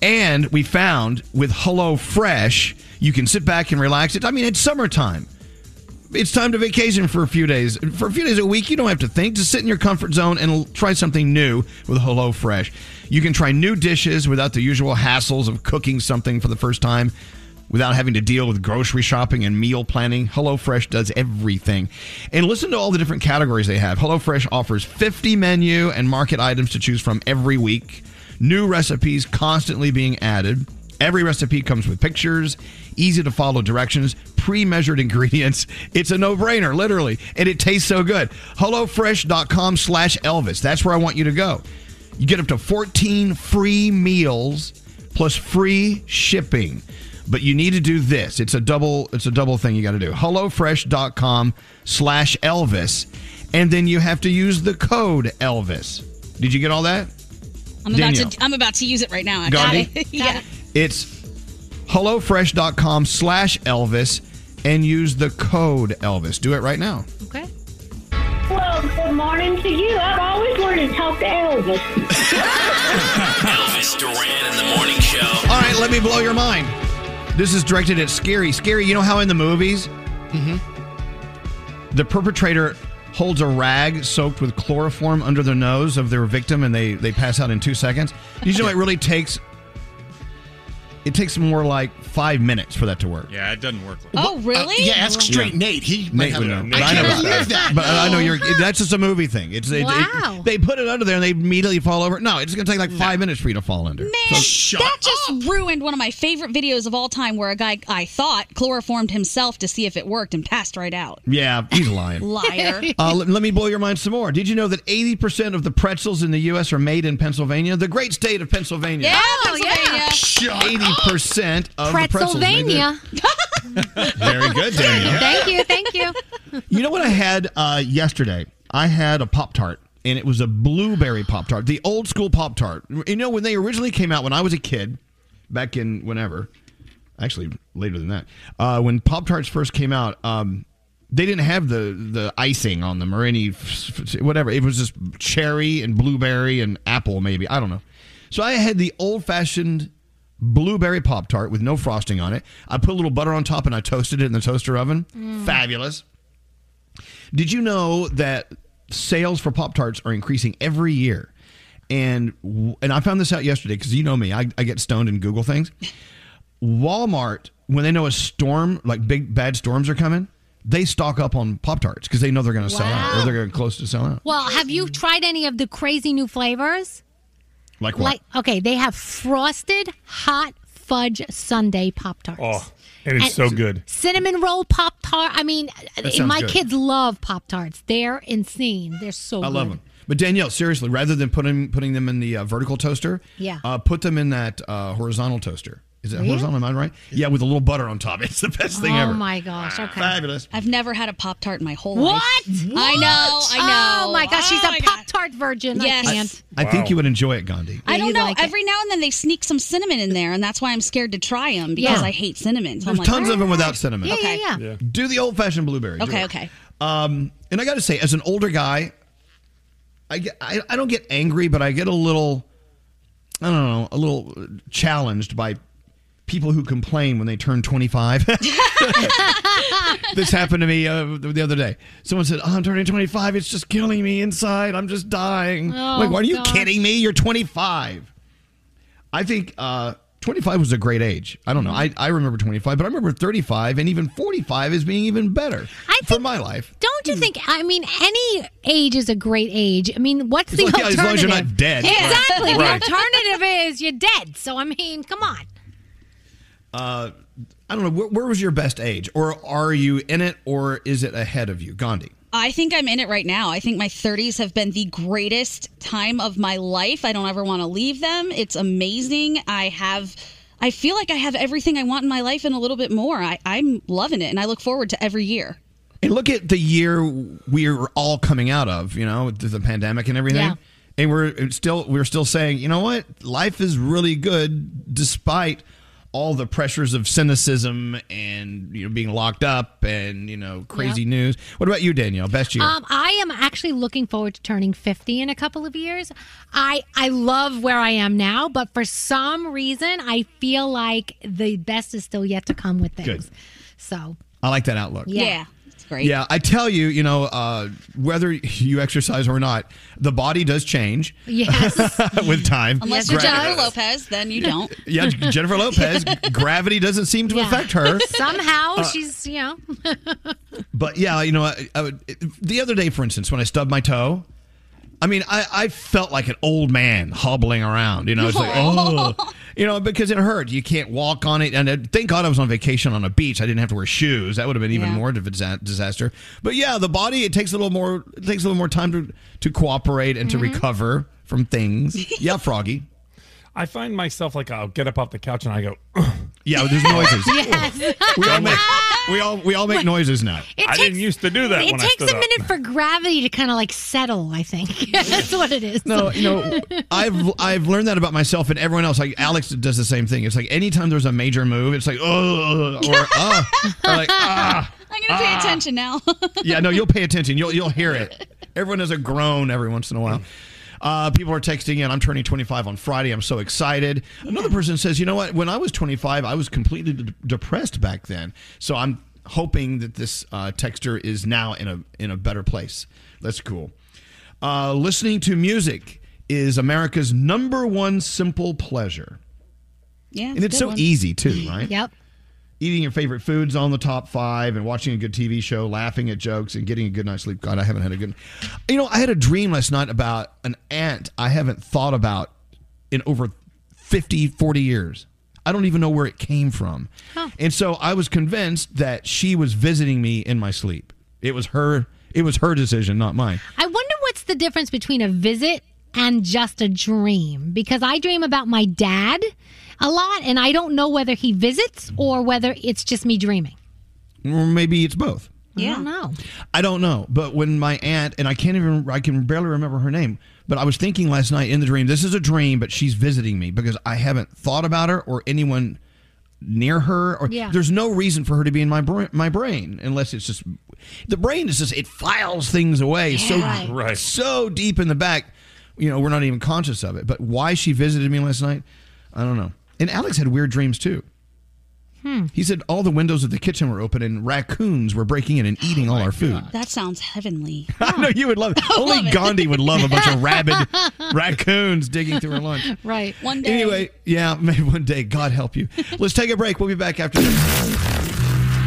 S3: And we found with Hello Fresh, you can sit back and relax. It I mean, it's summertime. It's time to vacation for a few days. For a few days a week, you don't have to think. Just sit in your comfort zone and l- try something new with Hello Fresh. You can try new dishes without the usual hassles of cooking something for the first time without having to deal with grocery shopping and meal planning. HelloFresh does everything. And listen to all the different categories they have. HelloFresh offers 50 menu and market items to choose from every week. New recipes constantly being added. Every recipe comes with pictures, easy to follow directions, pre measured ingredients. It's a no brainer, literally. And it tastes so good. HelloFresh.com slash Elvis. That's where I want you to go. You get up to 14 free meals plus free shipping. But you need to do this. It's a double it's a double thing you got to do. HelloFresh.com slash Elvis. And then you have to use the code Elvis. Did you get all that?
S4: I'm about
S3: Danielle.
S4: to. I'm about to use it right now.
S3: Got
S4: actually.
S3: it. Got
S4: yeah.
S3: It's HelloFresh.com slash Elvis and use the code Elvis. Do it right now.
S10: Okay.
S23: Well, good morning to you. I've always wanted to talk to Elvis.
S8: Elvis Duran in the morning show.
S3: All right, let me blow your mind. This is directed at Scary. Scary, you know how in the movies, the perpetrator holds a rag soaked with chloroform under the nose of their victim and they, they pass out in two seconds? Did you know it really takes. it takes more like five minutes for that to work.
S2: Yeah, it doesn't work.
S4: Oh, really?
S13: uh, yeah, ask straight
S3: Yeah.
S13: Nate. He might
S3: Nate
S13: have
S3: would
S13: it.
S3: know.
S13: I
S3: know
S13: can't
S3: about
S13: believe that.
S3: But uh, I know you're. That's just a movie thing. It's it- it-
S4: Wow.
S3: they put it under there and they immediately fall over. No, it's going to take like five minutes for you to fall under.
S4: Man, that just ruined one of my favorite videos of all time where a guy, I thought, chloroformed himself to see if it worked and passed right out.
S3: Yeah, he's lying.
S4: Liar.
S3: Uh, let, let me blow your mind some more. Did you know that 80% of the pretzels in the U.S. are made in Pennsylvania? The great state of Pennsylvania.
S4: Oh, Yeah, Pennsylvania.
S3: 80% of the pretzels made there.
S10: Pretzelvania.
S3: Very good, Daniel.
S10: Thank you, thank you.
S3: You know what I had uh, yesterday? I had a Pop Tart, and it was a blueberry Pop Tart, the old school Pop Tart. You know, when they originally came out when I was a kid, back in whenever, actually later than that, uh, when Pop Tarts first came out, um, they didn't have the, the icing on them or any f- f- whatever. It was just cherry and blueberry and apple, maybe. I don't know. So I had the old fashioned blueberry Pop Tart with no frosting on it. I put a little butter on top and I toasted it in the toaster oven.
S6: Mm.
S3: Fabulous. Did you know that sales for Pop Tarts are increasing every year? And and I found this out yesterday because you know me, I, I get stoned and Google things. Walmart, when they know a storm, like big bad storms are coming, they stock up on Pop Tarts because they know they're going to sell out or they're gonna close to sell out.
S10: Well, have
S3: Mm-hmm.
S10: you tried any of the crazy new flavors?
S3: Like what?
S10: Like, okay, they have frosted hot fudge sundae Pop Tarts.
S14: Oh, it is
S10: And-
S14: so good.
S10: Cinnamon roll Pop Tart. I mean,
S3: That sounds
S10: my
S3: good.
S10: kids love Pop Tarts. They're insane. They're so
S4: Oh,
S3: I
S10: good.
S3: love them. But Danielle, seriously, rather than putting putting them in the uh, vertical toaster,
S10: Yeah.
S3: uh, put them in that uh, horizontal toaster. Is it
S4: Really?
S3: horizontal? Am I right? Yeah, with a little butter on top. It's the best thing
S4: oh
S3: ever.
S4: my gosh. Okay.
S3: Fabulous.
S4: I've never had a Pop Tart in my whole
S10: What?
S4: life. I know. I know.
S10: Oh my gosh, she's
S4: my
S10: a
S4: God.
S10: Pop Tart virgin.
S4: Yes.
S10: I can't.
S3: I
S4: Wow.
S3: think you would enjoy it, Gandhi.
S4: I don't
S10: you'd
S4: know.
S10: like it.
S4: Every now and then they sneak some cinnamon in there, and that's why I'm scared to try them because
S3: Yeah.
S4: I hate cinnamon. So I'm
S3: There's
S4: like,
S3: tons of
S4: "Ah."
S3: them without cinnamon.
S4: Yeah, Okay. yeah, yeah.
S3: Do the old fashioned blueberry. Do
S4: Okay,
S3: it.
S4: okay.
S3: Um, and I got to say, as an older guy, I, get, I I don't get angry, but I get a little, I don't know, a little challenged by people who complain when they turn 25. this happened to me uh, the other day. Someone said, oh, "I'm turning 25. It's just killing me inside. I'm just dying."
S6: Oh,
S3: like, what are you
S6: gosh.
S3: kidding me? You're 25. I think uh, 25 was a great age. I don't know.
S6: Mm-hmm.
S3: I, I remember 25, but I remember 35 and even 45 as being even better for my life.
S10: Don't you think? I mean, any age is a great age. I mean, what's
S3: As
S10: the
S3: long- yeah, as
S10: alternative?
S3: long as you're not dead.
S10: Exactly.
S3: Right.
S10: The alternative is you're dead. So I mean, come on.
S3: Uh, I don't know. Where, where was your best age? Or are you in it or is it ahead of you? Gandhi.
S4: I think I'm in it right now. I think my 30s have been the greatest time of my life. I don't ever want to leave them. It's amazing. I have. I feel like I have everything I want in my life and a little bit more. I, I'm loving it, and I look forward to every year.
S3: And look at the year we're all coming out of, you know, the, the pandemic and everything.
S4: Yeah.
S3: And we're it's still we're still saying, you know what? Life is really good despite all the pressures of cynicism and you know being locked up and you know crazy
S10: Yeah.
S3: news. What about you, Danielle? Best year.
S10: Um, I am actually looking forward to turning 50 in a couple of years. I I love where I am now, but for some reason, I feel like the best is still yet to come with things.
S3: Good.
S10: So,
S3: I like that outlook.
S10: yeah. It's
S4: great.
S3: Yeah, I tell you, you know, uh, whether you exercise or not, the body does change
S4: Yes.
S3: with time.
S4: Unless you're
S3: Gra-
S4: Jennifer Lopez, then you don't.
S3: Yeah, Jennifer Lopez. gravity doesn't seem to affect her.
S10: Somehow
S3: Uh,
S10: she's, you know.
S3: But yeah, you know, I, I would, the other day, for instance, when I stubbed my toe, I mean, I, I felt like an old man hobbling around. You know, it's like,
S6: Aw.
S3: oh, you know, because it hurt. You can't walk on it. And uh, thank God I was on vacation on a beach. I didn't have to wear shoes. That would have been even
S6: Yeah.
S3: more of a disa- disaster. But yeah, the body it takes a little more. It takes a little more time to to cooperate and
S4: Mm-hmm.
S3: to recover from things. Yeah, Froggy.
S14: I find myself like I'll get up off the couch and I go.
S3: Yeah, there's noises. We all make we all we all make noises now.
S10: It I didn't takes-
S14: used to do
S10: it takes a minute for gravity to kind of like settle, I think. That's what it is.
S3: No, you know, I've I've learned that about myself and everyone else. Like Alex does the same thing. It's like anytime there's a major move, it's like oh or ah, or like ah.
S4: I'm going to pay
S3: Ah.
S4: attention now.
S3: Yeah, no, you'll pay attention. You'll you'll hear it. Everyone has a groan every once in a while. Uh, people are texting in. I'm turning 25 on Friday. I'm so excited. Another person says, "You know what? When I was 25, I was completely de- depressed back then. So I'm hoping that this uh, texter is now in a in a better place. That's cool. Uh, listening to music is America's number one simple pleasure.
S4: Yeah,
S3: and it's so easy too, right?
S4: Yep.
S3: Eating your favorite foods on the top five, and watching a good TV show, laughing at jokes, and getting a good night's sleep. God, I haven't had a good. You know, I had a dream last night about an ant I haven't thought about in over 50, 40 years. I don't even know where it came from. And so I was convinced that she was visiting me in my sleep. It was her. It was her decision, not mine.
S10: I wonder what's the difference between a visit and just a dream because I dream about my dad a lot and I don't know whether he visits or whether it's just me dreaming. Mm-hmm.
S3: Or maybe it's both.
S10: I don't know.
S3: I don't know, but when my aunt and I can't even I can barely remember her name, but I was thinking last night in the dream, this is a dream, but she's visiting me because I haven't thought about her or anyone near her or
S2: Yeah.
S3: there's no reason for her to be in my brain, my brain unless it's just the brain is just it files things away
S2: Yeah.
S3: so so deep in the back, you know, we're not even conscious of it. But why she visited me last night, I don't know. And Alex had weird dreams too. He said all the windows of the kitchen were open and raccoons were breaking in and eating all our food.
S4: That sounds heavenly.
S3: I know you would love it. Only Gandhi would love a bunch of rabid raccoons digging through her lunch.
S4: Right. One day.
S3: Anyway, yeah, maybe one day. God help you. Let's take a break. We'll be back after this.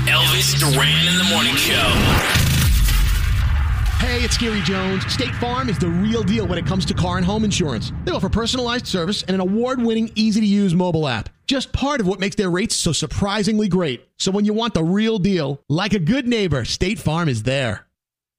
S8: Elvis Duran in the morning show.
S13: Hey, it's Gary Jones. State Farm is the real deal when it comes to car and home insurance. They offer personalized service and an award winning, easy to use mobile app. Just part of what makes their rates so surprisingly great. So when you want the real deal, like a good neighbor, State Farm is there.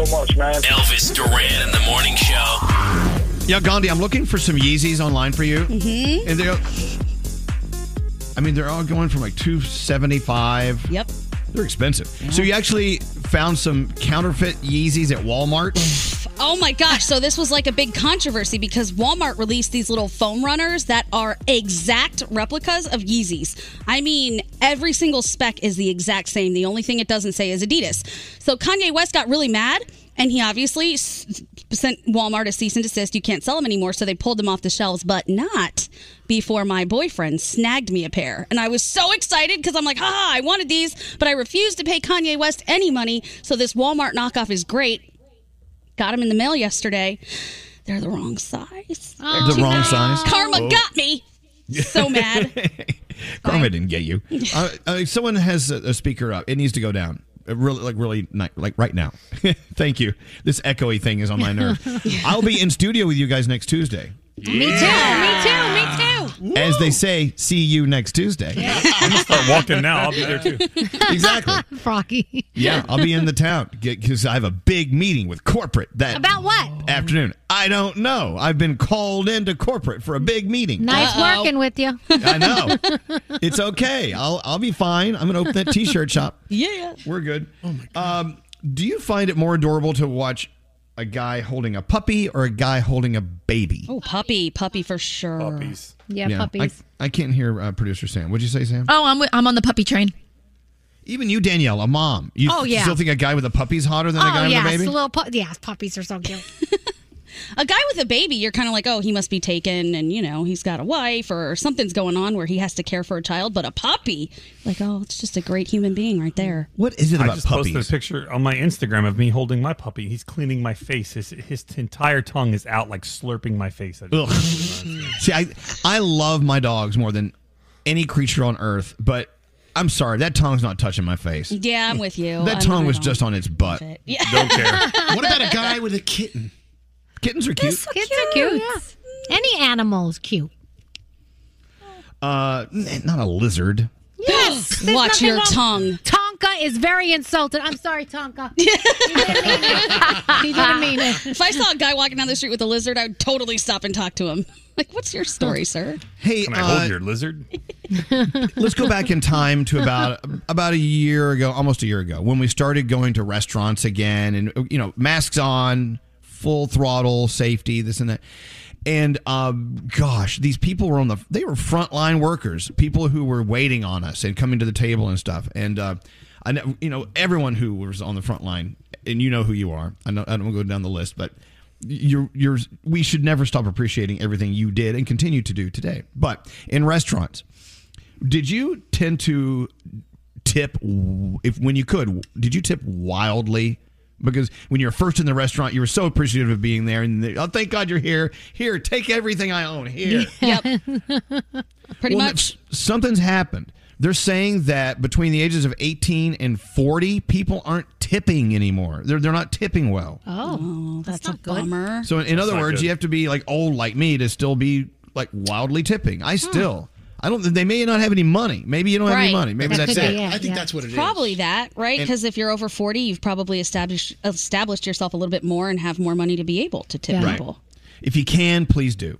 S8: So much, man. Elvis Duran in the morning show.
S3: Yeah, Gandhi, I'm looking for some Yeezys online for you.
S4: Mm-hmm.
S3: And they're, I mean, they're all going from like 275.
S4: Yep.
S3: They're expensive. So you actually found some counterfeit Yeezys at Walmart.
S4: Oh my gosh. So this was like a big controversy because Walmart released these little foam runners that are exact replicas of Yeezys. I mean, every single spec is the exact same. The only thing it doesn't say is Adidas. So Kanye West got really mad and he obviously s- sent Walmart a cease and desist. You can't sell them anymore. So they pulled them off the shelves, but not before my boyfriend snagged me a pair. And I was so excited because I'm like, haha, I wanted these, but I refused to pay Kanye West any money. So this Walmart knockoff is great got them in the mail yesterday. They're the wrong size.
S10: Oh,
S3: the wrong size.
S4: Karma
S3: Oh.
S4: got me. So mad.
S3: Karma didn't get you. uh, uh, someone has a, a speaker up. It needs to go down. Uh, Really, like really, ni- like right now. Thank you. This echoey thing is on my nerve. I'll be in studio with you guys next Tuesday.
S10: Me too. Me too. Me too.
S3: As they say, see you next Tuesday.
S14: I'm gonna start walking now. I'll be there too.
S3: Exactly.
S10: Froggy.
S3: Yeah, I'll be in the town because I have a big meeting with corporate that
S10: About what?
S3: afternoon. I don't know. I've been called into corporate for a big meeting.
S10: Nice working with you.
S3: I know. It's okay. I'll I'll be fine. I'm gonna open that T-shirt shop.
S4: Yeah.
S3: We're good. Oh my god. Um, do you find it more adorable to watch a guy holding a puppy or a guy holding a baby?
S4: Oh, puppy. Puppy for sure. Puppies.
S3: I- I, can't hear uh, producer Sam. What'd you say, Sam?
S6: Oh, I'm, I'm on the puppy train.
S3: Even you, Danielle, a mom. You
S10: Oh, yeah.
S3: still think a guy with a puppy's hotter than a guy
S10: oh
S3: with
S10: yes,
S3: a baby?
S10: little pu- yes, puppies are so cute.
S4: A guy with a baby, you're kind of like, oh, he must be taken and, you know, he's got a wife or something's going on where he has to care for a child. But a puppy, like, oh, it's just a great human being right there.
S3: What is it
S14: I
S3: about
S14: just
S3: puppies?
S14: posted a picture on my Instagram of me holding my puppy. He's cleaning my face. His, his entire tongue is out, like slurping my face. I
S3: Ugh.
S14: just-
S3: See, I I love my dogs more than any creature on earth, but I'm sorry, that tongue's not touching my face.
S4: Yeah, I'm with you.
S3: That
S4: I'm
S3: tongue
S4: not
S3: was
S4: wrong.
S3: just on its butt.
S4: Yeah.
S3: Don't care.
S13: What about a guy with a kitten?
S3: Kittens are cute.
S10: Kids are cute. Any animal is cute.
S3: Uh, n- not a lizard.
S10: Yes. there's
S4: Watch
S10: nothing
S4: your
S10: wrong-
S4: tongue.
S10: Tonka is very insulted. I'm sorry, Tonka. He didn't mean it. He didn't mean it.
S4: if I saw a guy walking down the street with a lizard, I would totally stop and talk to him. Like, what's your story, sir?
S3: Hey,
S14: Can I
S3: uh,
S14: hold your lizard?
S3: let's go back in time to about uh, about a year ago, almost a year ago, when we started going to restaurants again, and you know, masks on, full throttle, safety, this and that. And um, gosh, these people were on the they were frontline workers, people who were waiting on us and coming to the table and stuff. And uh, I know, you know, everyone who was on the front line, and you know who you are. I know I don't go down the list, but you're you're we should never stop appreciating everything you did and continue to do today. But in restaurants, did you tend to tip w- if when you could? Did you tip wildly? Because when you're first in the restaurant, you were so appreciative of being there, and they, oh, thank God you're here. Here, take everything I own. Here,
S4: Yep. Pretty
S3: Well,
S4: much.
S3: s- something's happened. They're saying that between the ages of 18 and 40, people aren't tipping anymore. They're, they're not tipping well.
S4: Oh, that's, a bummer.
S3: So, in, in other words, you have to be like old like me to still be like wildly tipping.
S4: Hmm.
S3: I still, I don't. They may not have any money. Maybe you don't have any
S4: Right.
S3: money. Maybe
S4: That
S3: that's
S4: could
S3: it.
S4: be Probably that, right?
S3: And-
S4: Because if you're over 40, you've probably established established yourself a little bit more and have more money to be able to tip
S3: Right.
S4: people.
S3: If you can, please do.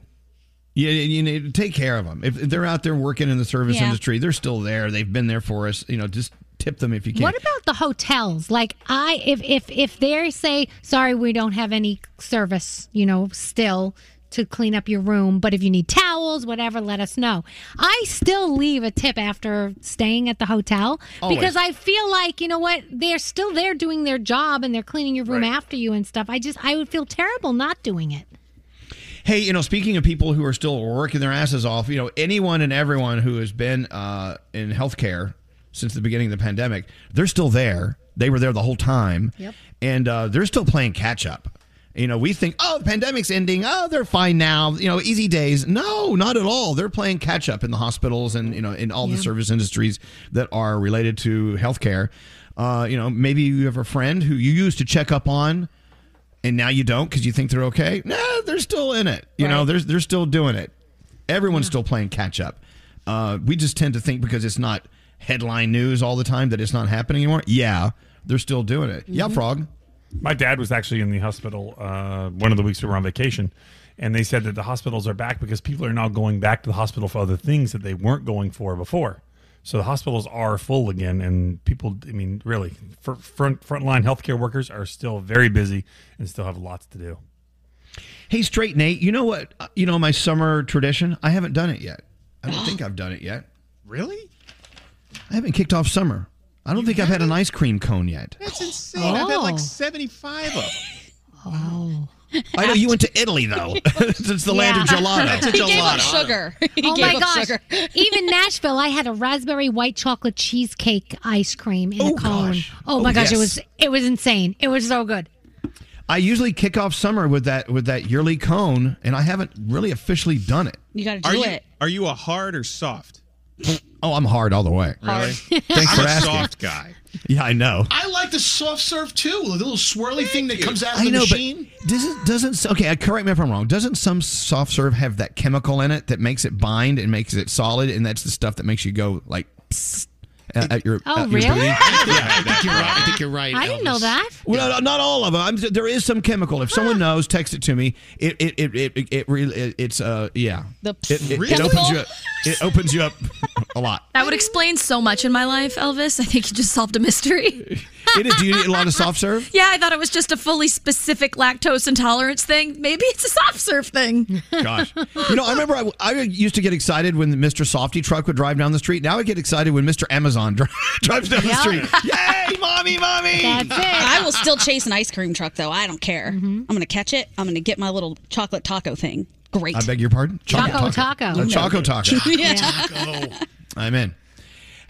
S3: You, you need to take care of them. If they're out there working in the service
S10: Yeah.
S3: industry, they're still there. They've been there for us. You know, just tip them if you can.
S10: What about the hotels? Like I if if if they say sorry we don't have any service, you know, still to clean up your room, but if you need towels, whatever, let us know. I still leave a tip after staying at the hotel
S2: Always.
S10: because I feel like, you know what, they're still there doing their job and they're cleaning your room
S3: Right.
S10: after you and stuff. I just I would feel terrible not doing it.
S3: Hey, you know, speaking of people who are still working their asses off, you know, anyone and everyone who has been uh, in healthcare since the beginning of the pandemic, they're still there. They were there the whole time.
S6: Yep.
S3: And uh, they're still playing catch up. You know, we think, oh, the pandemic's ending. Oh, they're fine now. You know, easy days. No, not at all. They're playing catch up in the hospitals and, you know, in all
S7: Yeah.
S3: the service industries that are related to healthcare. Uh, you know, maybe you have a friend who you used to check up on and now you don't because you think they're okay. Nah, they're still in it. You know, they're they're still doing it. Everyone's still playing catch up. Uh, we just tend to think because it's not headline news all the time that it's not happening anymore. Yeah, they're still doing it. Yeah,
S14: Mhm.
S3: frog.
S14: My dad was actually in the hospital uh, one of the weeks we were on vacation, and they said that the hospitals are back because people are now going back to the hospital for other things that they weren't going for before. So the hospitals are full again, and people, I mean, really, fr- front frontline healthcare workers are still very busy and still have lots to do.
S3: Hey, straight Nate. You know what? uh, You know my summer tradition. I haven't done it yet. I don't think I've done it yet.
S13: Really?
S3: I haven't kicked off summer. I don't think I've had an ice cream cone yet.
S13: That's insane. I've had
S10: Oh.
S13: like 75 of them.
S10: Oh.
S3: I know you went to Italy though. it's the land of
S10: Yeah.
S3: gelato.
S10: That's a
S4: He gave up
S10: gelato.
S4: sugar. He
S10: oh
S4: gave
S10: my
S4: up
S10: gosh!
S4: sugar.
S10: Even Nashville, I had a raspberry white chocolate cheesecake ice cream in a cone. Oh my
S3: Oh,
S10: gosh! It
S3: yes.
S10: was it was insane. It was so good.
S3: I usually kick off summer with that with that yearly cone, and I haven't really officially done it.
S4: You got to
S13: Are
S4: do
S13: you,
S4: it.
S13: Are you a hard or soft?
S3: Oh, I'm hard all the way.
S13: Really?
S3: Thanks
S13: I'm
S3: for
S13: a
S3: asking.
S13: soft guy.
S3: Yeah, I know.
S13: I like the soft serve too. The little swirly thing that comes out of
S3: I
S13: the
S3: know,
S13: machine.
S3: but doesn't doesn't okay? uh, Correct me if I'm wrong. Doesn't some soft serve have that chemical in it that makes it bind and makes it solid, and that's the stuff that makes you go like psst, at, at your
S10: Oh,
S3: at your
S10: really?
S3: booty?
S10: Yeah,
S13: I think you're right. I think you're right.
S10: I didn't know that.
S3: Well, uh, no, not all of them. I'm, there is some chemical. If someone knows, text it to me. It it it it, it, it really it, it's uh yeah.
S9: The
S3: it, it, it
S9: chemical?
S3: opens you up. It opens you up a lot.
S9: That would explain so much in my life, Elvis. I think you just solved a mystery.
S3: It is. Do you need a lot of soft serve?
S9: yeah, I thought it was just a fully specific lactose intolerance thing. Maybe it's a soft serve thing.
S3: Gosh. You know, I remember I, I used to get excited when the Mr. Softy truck would drive down the street. Now I get excited when Mr. Amazon dri- drives down the street. Yay, mommy, mommy!
S4: That's it. Mm-hmm. I will still chase an ice cream truck, though. I don't care. I'm going to catch it. I'm going to get my little chocolate taco thing. Great.
S3: I beg your pardon?
S4: Choco taco.
S3: Uh, Choco taco.
S4: Yeah.
S3: I'm in.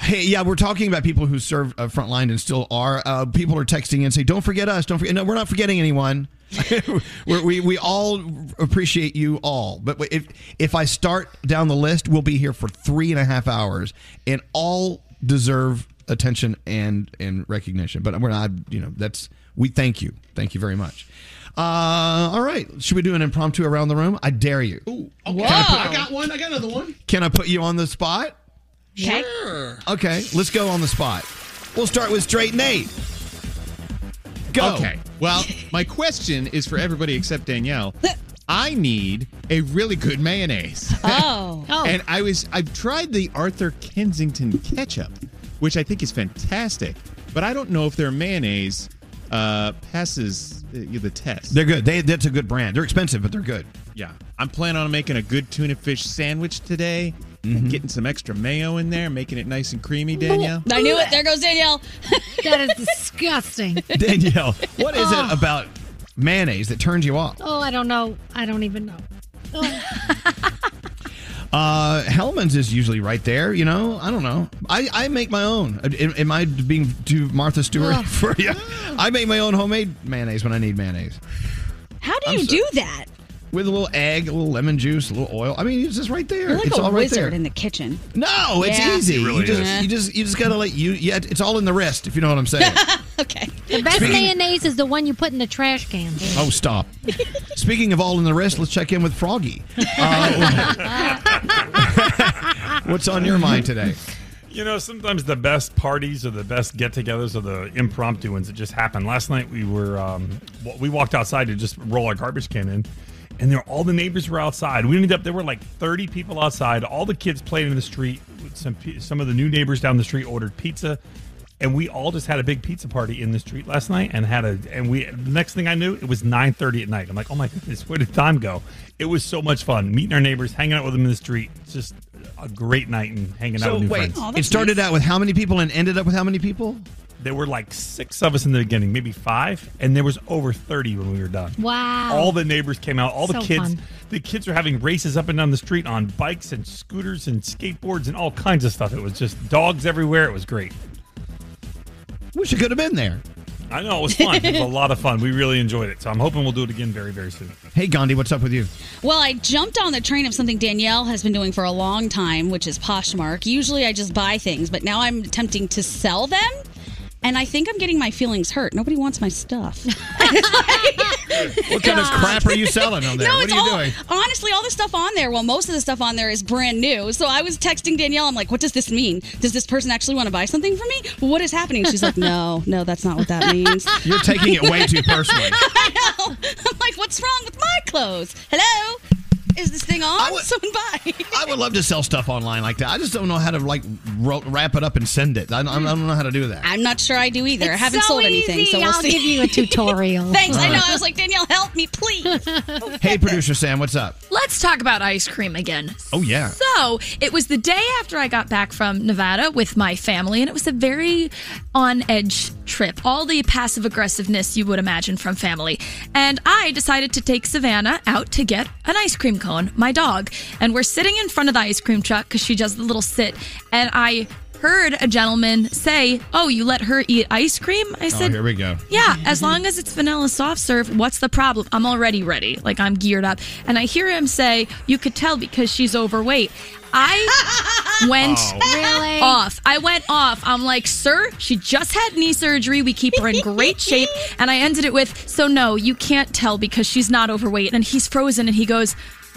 S3: Hey, yeah, we're talking about people who served uh, frontline and still are. Uh, people are texting and say, "Don't forget us. Don't forget." No, we're not forgetting anyone. we're, we we all appreciate you all. But if if I start down the list, we'll be here for three and a half hours, and all deserve attention and and recognition. But we're not. You know, that's we thank you. Thank you very much. Uh, all right, should we do an impromptu around the room? I dare you.
S13: Okay.
S3: Can I put-
S13: I got one. I got another one.
S3: Can I put you on the spot?
S13: Sure.
S3: Okay, let's go on the spot. We'll start with straight Nate. Go.
S13: Okay. Well, my question is for everybody except Danielle. I need a really good mayonnaise.
S4: Oh. Oh.
S13: And I was I've tried the Arthur Kensington ketchup, which I think is fantastic, but I don't know if their mayonnaise uh, passes uh, the test.
S3: They're good. They that's a good brand. They're expensive, but they're good.
S13: Yeah. I'm planning on making a good tuna fish sandwich today.
S3: Mm-hmm.
S13: and Getting some extra mayo in there, making it nice and creamy, Danielle.
S4: I knew it. There goes Danielle.
S10: that is disgusting.
S3: Danielle, what is it about mayonnaise that turns you off?
S10: Oh, I don't know. I don't even know.
S3: Uh, Hellman's is usually right there. You know, I don't know. I, I make my own. Uh, Am, am I being too Martha Stewart
S4: Ugh.
S3: for you? I make my own homemade mayonnaise when I need mayonnaise.
S4: How do
S3: I'm
S4: you
S3: sorry.
S4: do that?
S3: with a little egg, a little lemon juice, a little oil. I mean, it's just right there.
S4: You're like
S3: it's
S4: a
S3: all right
S4: wizard
S3: there.
S4: in the kitchen.
S3: No, it's
S4: Yeah.
S3: easy.
S4: It really
S3: you just
S4: is.
S3: you just you just gotta let you. Yeah, it's all in the wrist, if you know what I'm saying.
S10: The best
S3: Speaking-
S10: mayonnaise is the one you put in the trash can.
S3: oh, stop. Speaking of all in the wrist, let's check in with Froggy. Uh, what's on your mind today?
S14: You know, sometimes the best parties or the best get-togethers are the impromptu ones that just happen. Last night we were um, wa- we walked outside to just roll our garbage can in, and there all the neighbors were outside. We ended up there were like thirty people outside. All the kids played in the street. Some pe- some of the new neighbors down the street ordered pizza, and we all just had a big pizza party in the street last night. And had a and we the next thing I knew it was nine thirty at night. I'm like, oh my goodness, where did time go? It was so much fun meeting our neighbors, hanging out with them in the street. Just a great night and hanging out
S3: So
S14: with new
S3: wait, Oh,
S14: friends.
S3: it started out with how many people and ended up with how many people?
S14: There were like six of us in the beginning, maybe five, and there was over thirty when we were done.
S10: Wow.
S14: All the neighbors came out. All the
S10: So
S14: kids,
S10: fun.
S14: the kids were having races up and down the street on bikes and scooters and skateboards and all kinds of stuff. It was just dogs everywhere. It was great.
S3: Wish you could have been there.
S14: I know it was fun. it was a lot of fun. We really enjoyed it. So I'm hoping we'll do it again very, very soon.
S3: Hey Gandhi, what's up with you?
S4: Well, I jumped on the train of something Danielle has been doing for a long time, which is Poshmark. Usually I just buy things, but now I'm attempting to sell them. And I think I'm getting my feelings hurt. Nobody wants my stuff.
S3: What kind of crap are you selling on there?
S4: No,
S3: what
S4: it's
S3: are you
S4: all,
S3: doing?
S4: honestly, all the stuff on there, well, most of the stuff on there is brand new. So I was texting Danielle, I'm like, what does this mean? Does this person actually want to buy something from me? What is happening? She's like, no, no, that's not what that means.
S3: You're taking it way too personally.
S4: I know. I'm like, what's wrong with my clothes? Hello? Is this thing on? Someone buy.
S3: I would love to sell stuff online like that. I just don't know how to like ro- wrap it up and send it. I, I don't know how to do that.
S4: I'm not sure I do either. I
S10: It's
S4: haven't
S10: so
S4: sold anything,
S10: easy.
S4: so we'll
S10: I'll
S4: see.
S10: give you a tutorial.
S4: Thanks. I know.
S3: Alright.
S4: I was like, Danielle, help me, please.
S3: Hey, producer Sam, what's up?
S6: Let's talk about ice cream again.
S3: Oh yeah.
S6: So it was the day after I got back from Nevada with my family, and it was a very on edge trip. All the passive aggressiveness you would imagine from family. And I decided to take Savannah out to get an ice cream cone, my dog. And we're sitting in front of the ice cream truck because she does the little sit. And I heard a gentleman say, Oh, you let her eat ice cream? I
S3: oh,
S6: said,
S3: here we go.
S6: yeah, as long as it's vanilla soft serve, what's the problem? I'm already ready. Like I'm geared up. And I hear him say, "You could tell because she's overweight." I went
S31: Oh.
S10: Really?
S6: off. I went off. I'm like, "Sir, she just had knee surgery. We keep her in great shape." And I ended it with, "So no, you can't tell because she's not overweight." And he's frozen and he goes,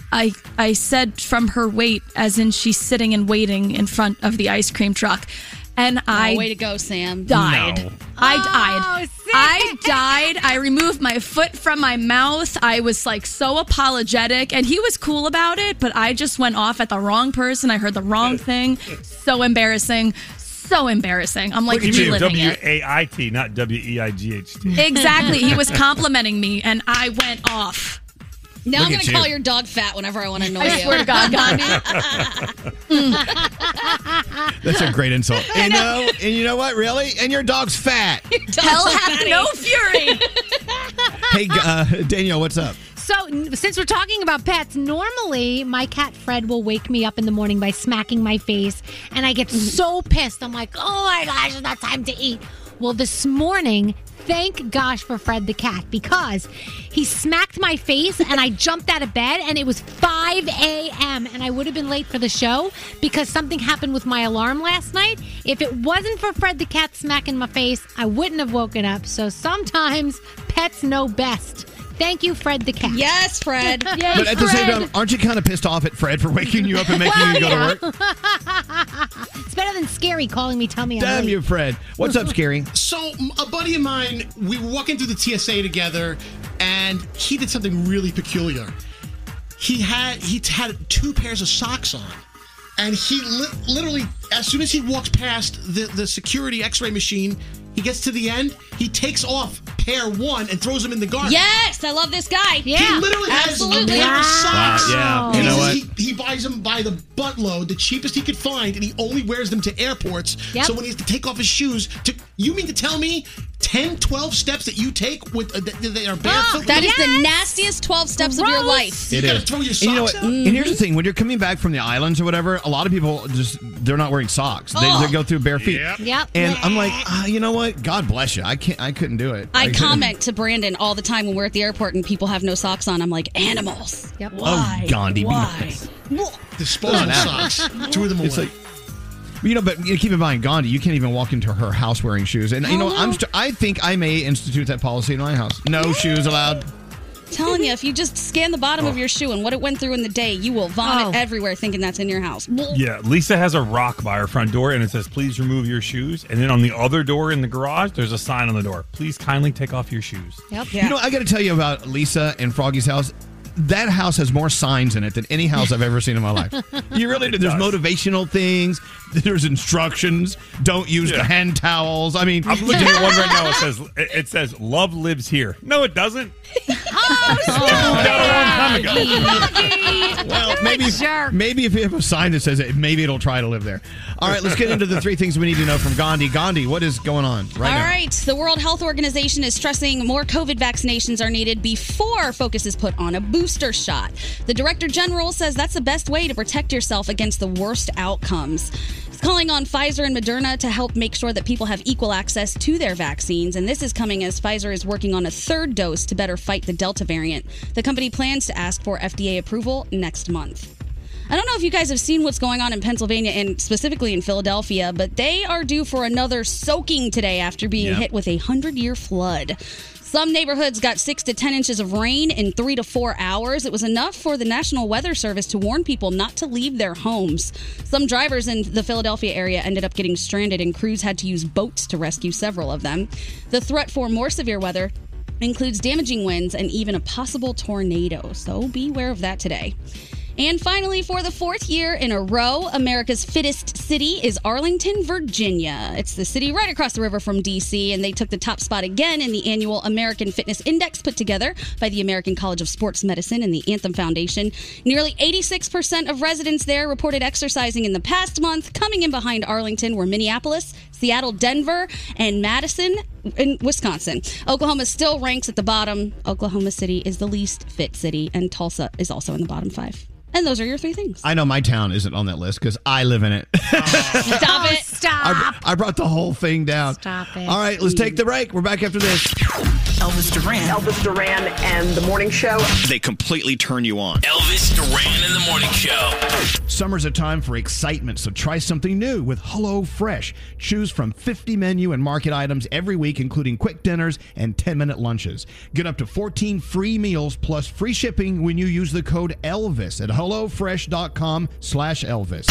S6: I I said from her weight as in she's sitting and waiting in front of the ice cream truck. And I
S4: way to go, Sam. Oh,
S6: Died.
S4: No.
S6: I died. I died. I removed my foot from my mouth. I was like so apologetic, and he was cool about it, but I just went off at the wrong person. I heard the wrong thing. So embarrassing. So embarrassing. I'm like
S14: you mean
S6: reliving
S14: W
S6: it.
S14: A I T, not W E I G H T.
S6: Exactly. He was complimenting me, and I went off.
S4: Now
S14: Look
S4: I'm
S14: at
S4: going
S14: you.
S4: to call your dog fat whenever I want to annoy
S6: I
S4: you.
S6: swear to God, God.
S3: That's a great insult.
S4: I
S3: You
S4: know.
S3: know, and you know what? Really? And your dog's fat.
S6: Hell hath no fury.
S3: Hey, uh, Danielle, what's up?
S10: So, n- since we're talking about pets, normally my cat Fred will wake me up in the morning by smacking my face, and I get so pissed. I'm like, oh my gosh, it's not time to eat. Well, this morning, thank gosh for Fred the cat because he smacked my face and I jumped out of bed and it was 5 a.m. and I would have been late for the show because something happened with my alarm last night. If it wasn't for Fred the cat smacking my face, I wouldn't have woken up. So sometimes pets know best. Thank you, Fred the cat.
S4: Yes, Fred.
S3: but at the same time, aren't you kind of pissed off at Fred for waking you up and making you go to work?
S10: it's better than scary calling me tummy. I'm
S3: Damn
S10: late.
S3: you, Fred. What's up, Scary?
S13: So m- a buddy of mine, we were walking through the TSA together, and he did something really peculiar. He had he t- had two pairs of socks on, and he li- literally, as soon as he walks past the the security X-ray machine, he gets to the end. He takes off pair one and throws them in the garbage.
S4: Yes, I love this guy.
S10: Yeah,
S13: He literally has a
S4: absolutely.
S13: pair of socks.
S3: Wow, yeah. You
S13: And
S3: know
S13: he-
S3: what?
S13: He, he buys them by the buttload, the cheapest he could find, and he only wears them to airports. So when he has to take off his shoes, to you mean to tell me 10, 12 steps that you take with uh, that they are barefoot?
S4: That is the nastiest 12 steps of your life.
S13: You gotta throw your
S3: and, you know
S13: socks
S3: what?
S13: out?
S3: and here's the thing: when you're coming back from the islands or whatever, a lot of people just they're not wearing socks. They,
S4: Oh.
S3: they go through bare feet.
S4: Yep. Yep.
S3: And I'm like, ah, you know what? God bless you. I can't. I couldn't do it.
S4: I
S3: couldn't.
S4: comment to Brandon all the time when we're at the airport and people have no socks on. I'm like, animals. Yep. Why?
S3: Oh, Gandhi, be
S4: Why?
S3: nice.
S13: Disposable
S3: Not out.
S13: socks. Two of them
S3: It's
S13: away.
S3: like- You know, but you know, keep in mind, Gandhi, you can't even walk into her house wearing shoes. And you know,
S4: Oh, no.
S3: I'm st- I think I may institute that policy in my house. No shoes allowed.
S4: telling you, if you just scan the bottom of your shoe and what it went through in the day, you will vomit
S6: Oh.
S4: everywhere thinking that's in your house.
S14: Yeah, Lisa has a rock by her front door and it says, please remove your shoes. And then on the other door in the garage, there's a sign on the door, please kindly take off your shoes.
S4: Yep.
S3: You know, I got to tell you about Lisa and Froggy's house. That house has more signs in it than any house I've ever seen in my life. You really do. There's motivational things. There's instructions. Don't use the hand towels. I mean,
S14: I'm looking at one right now. It says, it it says, love lives here. No, it doesn't.
S2: Oh,
S3: Time ago.
S14: Well,
S3: maybe maybe if you have a sign that says it, maybe it'll try to live there. All right, let's get into the three things we need to know from Gandhi. Gandhi, what is going on right
S4: All
S3: now?
S4: right. The World Health Organization is stressing more COVID vaccinations are needed before focus is put on a booster shot. The Director General says that's the best way to protect yourself against the worst outcomes. He's calling on Pfizer and Moderna to help make sure that people have equal access to their vaccines. And this is coming as Pfizer is working on a third dose to better fight the Delta variant. The company plans to ask for FDA approval next month. I don't know if you guys have seen what's going on in Pennsylvania and specifically in Philadelphia, but they are due for another soaking today after being
S2: Yeah.
S4: hit with a 100 year flood. Some neighborhoods got six to 10 inches of rain in three to four hours. It was enough for the National Weather Service to warn people not to leave their homes. Some drivers in the Philadelphia area ended up getting stranded, and crews had to use boats to rescue several of them. The threat for more severe weather includes damaging winds and even a possible tornado, so beware of that today. And finally, for the fourth year in a row, America's fittest city is Arlington, Virginia. It's the city right across the river from DC, and they took the top spot again in the annual American Fitness Index put together by the American College of Sports Medicine and the Anthem Foundation. Nearly 86% of residents there reported exercising in the past month. Coming in behind Arlington were Minneapolis, Seattle, Denver, and Madison in Wisconsin. Oklahoma still ranks at the bottom. Oklahoma City is the least fit city, and Tulsa is also in the bottom five. And those are your three things.
S3: I know my town isn't on that list because I live in it.
S4: Stop it. Stop.
S3: I, I brought the whole thing down.
S4: Stop it.
S3: All right, let's take the break. We're back after this.
S6: Elvis Duran. Elvis Duran and the Morning Show.
S3: They completely turn you on.
S8: Elvis Duran in the morning show.
S3: Summer's a time for excitement, so try something new with HelloFresh. Choose from 50 menu and market items every week, including quick dinners and 10 minute lunches. Get up to 14 free meals plus free shipping when you use the code ELVIS at HelloFresh.com slash Elvis.